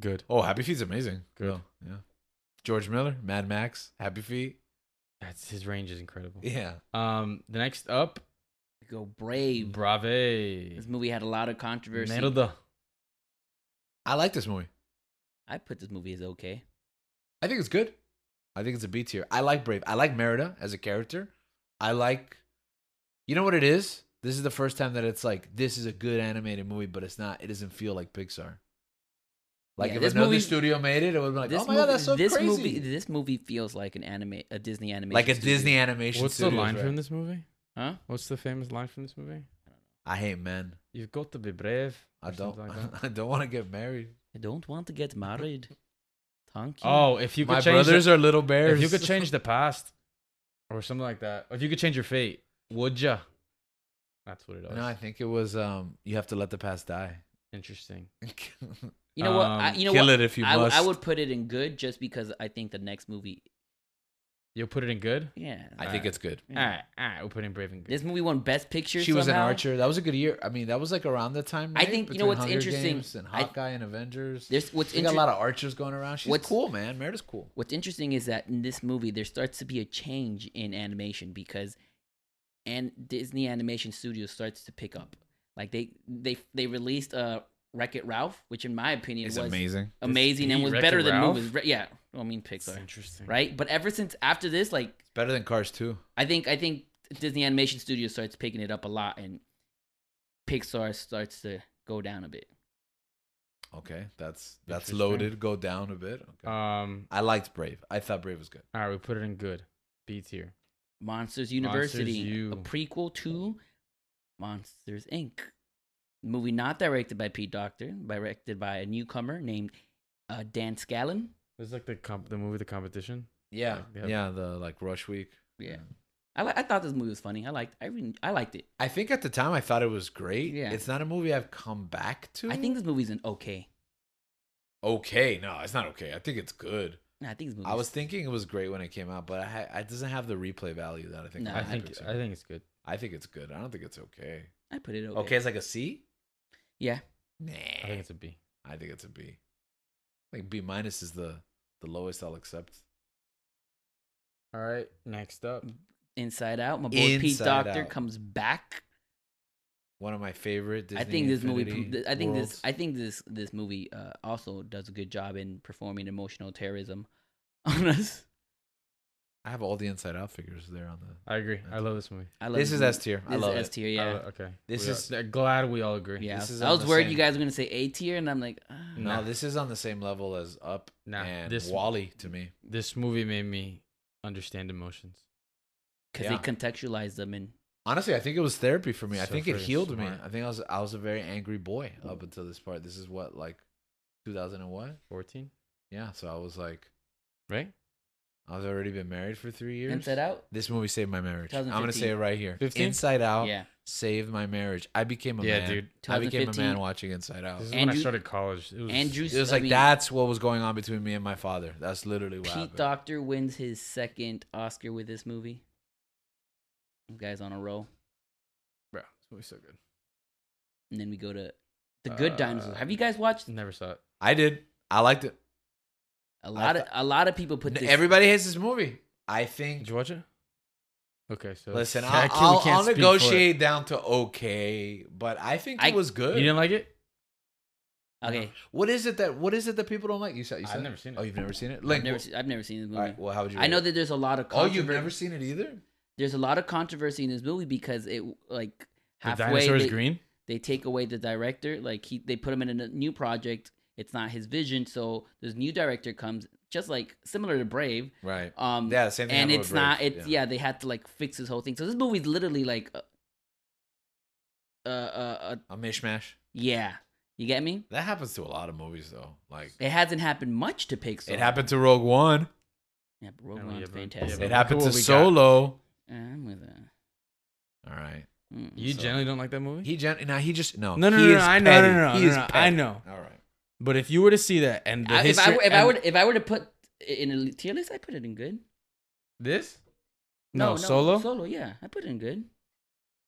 [SPEAKER 4] Good.
[SPEAKER 1] Oh, Happy Feet's amazing.
[SPEAKER 4] Good.
[SPEAKER 1] No, yeah. George Miller, Mad Max, Happy Feet.
[SPEAKER 4] That's his range is incredible.
[SPEAKER 1] Yeah.
[SPEAKER 4] Um, the next up,
[SPEAKER 2] You Go Brave.
[SPEAKER 4] Brave.
[SPEAKER 2] This movie had a lot of controversy.
[SPEAKER 4] Merda.
[SPEAKER 1] I like this movie.
[SPEAKER 2] I put this movie as okay.
[SPEAKER 1] I think it's good. I think it's a B tier. I like Brave. I like Merida as a character. I like. You know what it is? This is the first time that it's like this is a good animated movie, but it's not. It doesn't feel like Pixar. Like
[SPEAKER 2] Yeah,
[SPEAKER 1] if
[SPEAKER 2] this
[SPEAKER 1] another
[SPEAKER 2] movie-
[SPEAKER 1] studio made it, it would be like,
[SPEAKER 2] this
[SPEAKER 1] oh my god, that's so
[SPEAKER 2] this
[SPEAKER 1] crazy.
[SPEAKER 2] movie this movie feels like an anime a Disney animation.
[SPEAKER 1] like a
[SPEAKER 2] studio.
[SPEAKER 1] Disney animation.
[SPEAKER 4] What's the
[SPEAKER 1] studios,
[SPEAKER 4] line
[SPEAKER 1] right?
[SPEAKER 4] from this movie?
[SPEAKER 2] Huh?
[SPEAKER 4] What's the famous line from this movie?
[SPEAKER 1] I hate men.
[SPEAKER 4] You've got to be brave.
[SPEAKER 1] I
[SPEAKER 4] or
[SPEAKER 1] don't.
[SPEAKER 4] something like that.
[SPEAKER 1] I don't want to get married.
[SPEAKER 2] I don't want to get married. Thank you.
[SPEAKER 4] oh, if you could
[SPEAKER 1] my
[SPEAKER 4] change the-
[SPEAKER 1] brothers are little bears.
[SPEAKER 4] If you could change the past or something like that, if you could change your fate, would ya? That's what it is.
[SPEAKER 1] no, I think it was. Um, you have to let the past die.
[SPEAKER 4] Interesting.
[SPEAKER 2] You know what? I,
[SPEAKER 4] um,
[SPEAKER 2] you know
[SPEAKER 1] Kill
[SPEAKER 2] what?
[SPEAKER 1] it if you
[SPEAKER 2] I, w-
[SPEAKER 1] must.
[SPEAKER 2] I would put it in good just because I think the next movie.
[SPEAKER 4] You'll put it in good?
[SPEAKER 2] Yeah.
[SPEAKER 1] I think it's good.
[SPEAKER 2] yeah.
[SPEAKER 4] All right, all right. We'll put it in brave and good.
[SPEAKER 2] This movie won Best Picture.
[SPEAKER 1] She was an
[SPEAKER 2] somehow.
[SPEAKER 1] archer. That was a good year. I mean, that was like around the time.
[SPEAKER 2] I
[SPEAKER 1] right?
[SPEAKER 2] think- you know
[SPEAKER 1] Between
[SPEAKER 2] what's
[SPEAKER 1] Hunger
[SPEAKER 2] interesting?
[SPEAKER 1] Games and
[SPEAKER 2] I-
[SPEAKER 1] Hawkeye and Avengers. There's
[SPEAKER 2] There's what's
[SPEAKER 1] we got a
[SPEAKER 2] inter-
[SPEAKER 1] lot of archers going around. She's
[SPEAKER 2] What's-
[SPEAKER 1] cool, man. Merida's cool.
[SPEAKER 2] what's interesting is that in this movie there starts to be a change in animation because and Disney Animation Studios starts to pick up. Like they they they released uh Wreck It Ralph, which in my opinion was
[SPEAKER 1] amazing.
[SPEAKER 2] amazing
[SPEAKER 4] This
[SPEAKER 2] and was
[SPEAKER 4] beat
[SPEAKER 2] better
[SPEAKER 4] Wreck-It
[SPEAKER 2] than
[SPEAKER 4] Ralph?
[SPEAKER 2] movies. Re- Yeah, well, I mean
[SPEAKER 4] It's
[SPEAKER 2] Pixar,
[SPEAKER 4] interesting.
[SPEAKER 2] right? But ever since after this, like
[SPEAKER 1] It's better than Cars too.
[SPEAKER 2] I think I think Disney Animation Studios starts picking it up a lot, and Pixar starts to go down a bit.
[SPEAKER 1] Okay, that's that's
[SPEAKER 4] Interesting.
[SPEAKER 1] loaded. Go down a bit. Okay.
[SPEAKER 4] Um,
[SPEAKER 1] I liked Brave. I thought Brave was good.
[SPEAKER 4] all right, we put it in good B tier.
[SPEAKER 2] Monsters University,
[SPEAKER 4] U.
[SPEAKER 2] a prequel to Monsters Inc. Movie not directed by Pete Doctor, directed by a newcomer named uh, Dan Scallon.
[SPEAKER 4] This is like the comp- the movie, the competition.
[SPEAKER 1] Yeah,
[SPEAKER 4] Like, they
[SPEAKER 1] yeah,
[SPEAKER 4] have-
[SPEAKER 1] the like Rush Week.
[SPEAKER 2] Yeah, I li- I thought this movie was funny. I liked I re- I liked it.
[SPEAKER 1] I think at the time I thought it was great.
[SPEAKER 2] Yeah.
[SPEAKER 1] It's not a movie I've come back to.
[SPEAKER 2] I think this movie's an okay.
[SPEAKER 1] okay. No, it's not okay. I think it's good.
[SPEAKER 2] No, I think this movie.
[SPEAKER 1] I was thinking it was great when it came out, but I ha- it doesn't have the replay value that I think.
[SPEAKER 2] No,
[SPEAKER 1] I,
[SPEAKER 4] I
[SPEAKER 2] I
[SPEAKER 1] think
[SPEAKER 4] think
[SPEAKER 1] Pixar.
[SPEAKER 4] I think it's good.
[SPEAKER 1] I think it's good. I don't think it's okay.
[SPEAKER 2] I put it okay.
[SPEAKER 1] Okay, it's like a C.
[SPEAKER 2] Yeah.
[SPEAKER 1] Nah,
[SPEAKER 4] I think it's a B.
[SPEAKER 1] I think it's a B. Like B minus is the the lowest I'll accept.
[SPEAKER 4] All right, next up.
[SPEAKER 2] Inside Out. My boy Pete
[SPEAKER 1] Inside
[SPEAKER 2] Doctor
[SPEAKER 1] Out.
[SPEAKER 2] comes back.
[SPEAKER 1] One of my favorite. Disney
[SPEAKER 2] I think this movie.
[SPEAKER 1] Infinity
[SPEAKER 2] pro- th- I think
[SPEAKER 1] worlds.
[SPEAKER 2] this. I think this. This movie uh, also does a good job in performing emotional terrorism on us.
[SPEAKER 1] I have all the Inside Out figures there on the.
[SPEAKER 4] I agree. I love this movie.
[SPEAKER 2] I love
[SPEAKER 1] This is
[SPEAKER 2] movie.
[SPEAKER 1] S tier. I
[SPEAKER 2] This
[SPEAKER 1] love
[SPEAKER 2] is S
[SPEAKER 1] it.
[SPEAKER 2] tier.
[SPEAKER 4] I
[SPEAKER 2] Yeah.
[SPEAKER 4] lo- okay.
[SPEAKER 1] This
[SPEAKER 4] We are-
[SPEAKER 1] is-
[SPEAKER 4] they're glad we all agree.
[SPEAKER 2] yeah.
[SPEAKER 1] This is
[SPEAKER 2] I
[SPEAKER 1] on
[SPEAKER 2] was
[SPEAKER 1] the
[SPEAKER 2] worried
[SPEAKER 1] same-
[SPEAKER 2] you guys were gonna say A tier, and I'm like, ah.
[SPEAKER 1] No, this is on the same level as Up
[SPEAKER 4] Nah,
[SPEAKER 1] and
[SPEAKER 4] this-
[SPEAKER 1] Wally to me.
[SPEAKER 4] This movie made me understand emotions.
[SPEAKER 2] because
[SPEAKER 1] Yeah.
[SPEAKER 2] they contextualize them and
[SPEAKER 1] Honestly, I think it was therapy for me. I
[SPEAKER 4] So
[SPEAKER 1] think it
[SPEAKER 4] freaking
[SPEAKER 1] healed me.
[SPEAKER 4] smart.
[SPEAKER 1] I think I was I was a very angry boy up until this part. This is what like 2000 and what?
[SPEAKER 4] Fourteen,
[SPEAKER 1] Yeah, so I was like
[SPEAKER 4] right?
[SPEAKER 1] I was already been married for 3 years.
[SPEAKER 2] Inside Out.
[SPEAKER 1] This movie saved my marriage. I'm going to say
[SPEAKER 2] 2015.
[SPEAKER 1] it right here.
[SPEAKER 4] 15?
[SPEAKER 1] Inside Out
[SPEAKER 2] Yeah.
[SPEAKER 1] saved my marriage. I became a
[SPEAKER 4] yeah,
[SPEAKER 1] man.
[SPEAKER 4] dude.
[SPEAKER 1] I became a
[SPEAKER 2] 2015.
[SPEAKER 1] man watching Inside Out.
[SPEAKER 4] This is
[SPEAKER 1] It
[SPEAKER 4] when I
[SPEAKER 2] Andrew-
[SPEAKER 4] started college. It was,
[SPEAKER 2] Andrew
[SPEAKER 1] was
[SPEAKER 2] I
[SPEAKER 1] like
[SPEAKER 2] mean,
[SPEAKER 1] that's what was going on between me and my father. That's literally what
[SPEAKER 2] Pete
[SPEAKER 1] happened.
[SPEAKER 2] Doctor wins his second Oscar with this movie. You guys on a roll,
[SPEAKER 4] Bro, this movie's so good.
[SPEAKER 2] and then we go to the Good
[SPEAKER 4] Uh,
[SPEAKER 2] Dinosaur. Have you guys watched?
[SPEAKER 4] Never saw it.
[SPEAKER 1] I did. I liked it.
[SPEAKER 2] A lot of a lot of people put
[SPEAKER 1] N-
[SPEAKER 2] this.
[SPEAKER 1] Everybody hates this movie. I think
[SPEAKER 4] Did you watch it? Okay, so
[SPEAKER 1] Listen,
[SPEAKER 4] I
[SPEAKER 1] I'll,
[SPEAKER 4] can't- we
[SPEAKER 1] I'll,
[SPEAKER 4] can't
[SPEAKER 1] I'll
[SPEAKER 4] speak for it.
[SPEAKER 1] negotiate down to okay, but I think
[SPEAKER 2] I-
[SPEAKER 1] it was good.
[SPEAKER 4] You didn't like it?
[SPEAKER 2] okay,
[SPEAKER 1] what is it that What is it that people don't like? You said, you
[SPEAKER 4] I've
[SPEAKER 1] said
[SPEAKER 4] never seen it.
[SPEAKER 1] Oh, you've never seen it.
[SPEAKER 2] I've
[SPEAKER 1] Like,
[SPEAKER 2] never,
[SPEAKER 1] wh-
[SPEAKER 2] se- I've never seen this movie.
[SPEAKER 1] all right, well, how would you?
[SPEAKER 2] I know
[SPEAKER 1] rate it?
[SPEAKER 2] that there's a lot of
[SPEAKER 1] Oh,
[SPEAKER 2] controversy.
[SPEAKER 1] you've never seen it either.
[SPEAKER 2] There's a lot of controversy in this movie because it like
[SPEAKER 4] The
[SPEAKER 2] halfway
[SPEAKER 4] dinosaur's
[SPEAKER 2] they,
[SPEAKER 4] green.
[SPEAKER 2] they take away the director. Like he, they put him in a new project. It's not his vision, so this new director comes just like similar to Brave.
[SPEAKER 1] Right.
[SPEAKER 2] Um,
[SPEAKER 1] Yeah, the same thing.
[SPEAKER 2] and
[SPEAKER 1] happened with
[SPEAKER 2] it's not.
[SPEAKER 1] Brave.
[SPEAKER 2] It's yeah. They had to like fix this whole thing. So this movie's literally like, uh, uh, uh, uh
[SPEAKER 1] A mishmash.
[SPEAKER 2] yeah. You get me?
[SPEAKER 1] That happens to a lot of movies, though. Like,
[SPEAKER 2] It hasn't happened much to Pixar.
[SPEAKER 1] it happened to Rogue One.
[SPEAKER 2] Yeah, but Rogue
[SPEAKER 4] Yeah,
[SPEAKER 2] One's
[SPEAKER 4] but- yeah,
[SPEAKER 2] fantastic.
[SPEAKER 4] but-
[SPEAKER 1] It happened
[SPEAKER 4] Cool,
[SPEAKER 1] to
[SPEAKER 4] we got-
[SPEAKER 1] Solo.
[SPEAKER 2] Uh, I'm with that.
[SPEAKER 1] All right.
[SPEAKER 2] Mm.
[SPEAKER 4] You
[SPEAKER 1] So-
[SPEAKER 4] generally don't like that movie?
[SPEAKER 1] He gen. Now he just no.
[SPEAKER 4] No, no,
[SPEAKER 1] he
[SPEAKER 4] no, no,
[SPEAKER 1] is
[SPEAKER 4] I know,
[SPEAKER 1] petty.
[SPEAKER 4] no, no,
[SPEAKER 1] He
[SPEAKER 4] no,
[SPEAKER 1] is
[SPEAKER 4] no, I
[SPEAKER 1] petty.
[SPEAKER 4] know.
[SPEAKER 1] All right.
[SPEAKER 4] but if you were to see that and the
[SPEAKER 2] I, if I,
[SPEAKER 4] history,
[SPEAKER 2] were- if I
[SPEAKER 4] and-
[SPEAKER 2] would if I were to put it in a li- tier list, I put it in good.
[SPEAKER 4] this, no, solo.
[SPEAKER 2] Solo, yeah, I put it in good.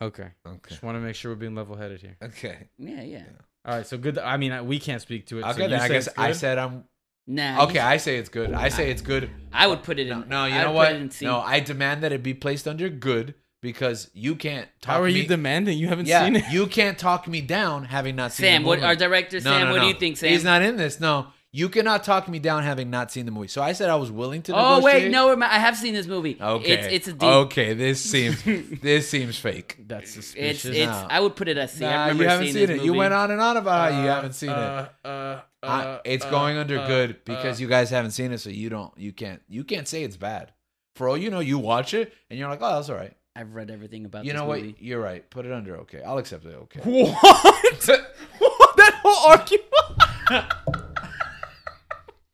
[SPEAKER 4] Okay,
[SPEAKER 1] Okay.
[SPEAKER 4] just want to make sure we're being level-headed here.
[SPEAKER 1] Okay.
[SPEAKER 2] Yeah, yeah.
[SPEAKER 4] All right, so good. I mean, I, we can't speak to it. so
[SPEAKER 1] Okay.
[SPEAKER 4] you
[SPEAKER 1] then I
[SPEAKER 4] say
[SPEAKER 1] guess
[SPEAKER 4] it's
[SPEAKER 1] I
[SPEAKER 4] good?
[SPEAKER 1] said I'm
[SPEAKER 2] Nah. you-
[SPEAKER 1] okay. I say it's good. I say it's good.
[SPEAKER 2] I would put it
[SPEAKER 1] No,
[SPEAKER 2] in.
[SPEAKER 1] no, you
[SPEAKER 2] I
[SPEAKER 1] know
[SPEAKER 2] would put it in
[SPEAKER 1] what?
[SPEAKER 2] C.
[SPEAKER 1] No, I demand that it be placed under good because you can't talk
[SPEAKER 4] How are
[SPEAKER 1] me.
[SPEAKER 4] you demanding? You haven't
[SPEAKER 1] yeah,
[SPEAKER 4] seen it.
[SPEAKER 1] you can't talk me down having not seen
[SPEAKER 2] Sam,
[SPEAKER 1] the
[SPEAKER 2] what
[SPEAKER 1] movie.
[SPEAKER 2] our director
[SPEAKER 1] No,
[SPEAKER 2] Sam?
[SPEAKER 1] no,
[SPEAKER 2] what do
[SPEAKER 1] no.
[SPEAKER 2] you think, Sam?
[SPEAKER 1] He's not in this. No, you cannot talk me down having not seen the movie. So I said I was willing to.
[SPEAKER 2] oh wait,
[SPEAKER 1] negotiate.
[SPEAKER 2] no, remi- I have seen this movie.
[SPEAKER 1] Okay,
[SPEAKER 2] it's it's a D.
[SPEAKER 1] okay. This seems this seems fake.
[SPEAKER 4] That's
[SPEAKER 2] It's
[SPEAKER 4] suspicious.
[SPEAKER 2] it's.
[SPEAKER 1] now.
[SPEAKER 2] I would put it as C. I
[SPEAKER 1] Nah,
[SPEAKER 2] remember
[SPEAKER 1] you haven't
[SPEAKER 2] seeing
[SPEAKER 1] seen it.
[SPEAKER 2] this
[SPEAKER 1] You
[SPEAKER 2] movie.
[SPEAKER 1] went on and on about how you
[SPEAKER 4] Uh,
[SPEAKER 1] haven't seen it.
[SPEAKER 4] Uh, uh,
[SPEAKER 1] I,
[SPEAKER 4] uh,
[SPEAKER 1] it's
[SPEAKER 4] uh,
[SPEAKER 1] going under
[SPEAKER 4] uh,
[SPEAKER 1] good because
[SPEAKER 4] uh,
[SPEAKER 1] you guys haven't seen it, so you don't, you can't, you can't say it's bad. For all you know, you watch it and you're like, oh, that's all right.
[SPEAKER 2] I've read everything about
[SPEAKER 1] You
[SPEAKER 2] this
[SPEAKER 1] know
[SPEAKER 2] movie.
[SPEAKER 1] what? You're right. Put it under okay. I'll accept it. Okay.
[SPEAKER 4] What? what? That whole argument.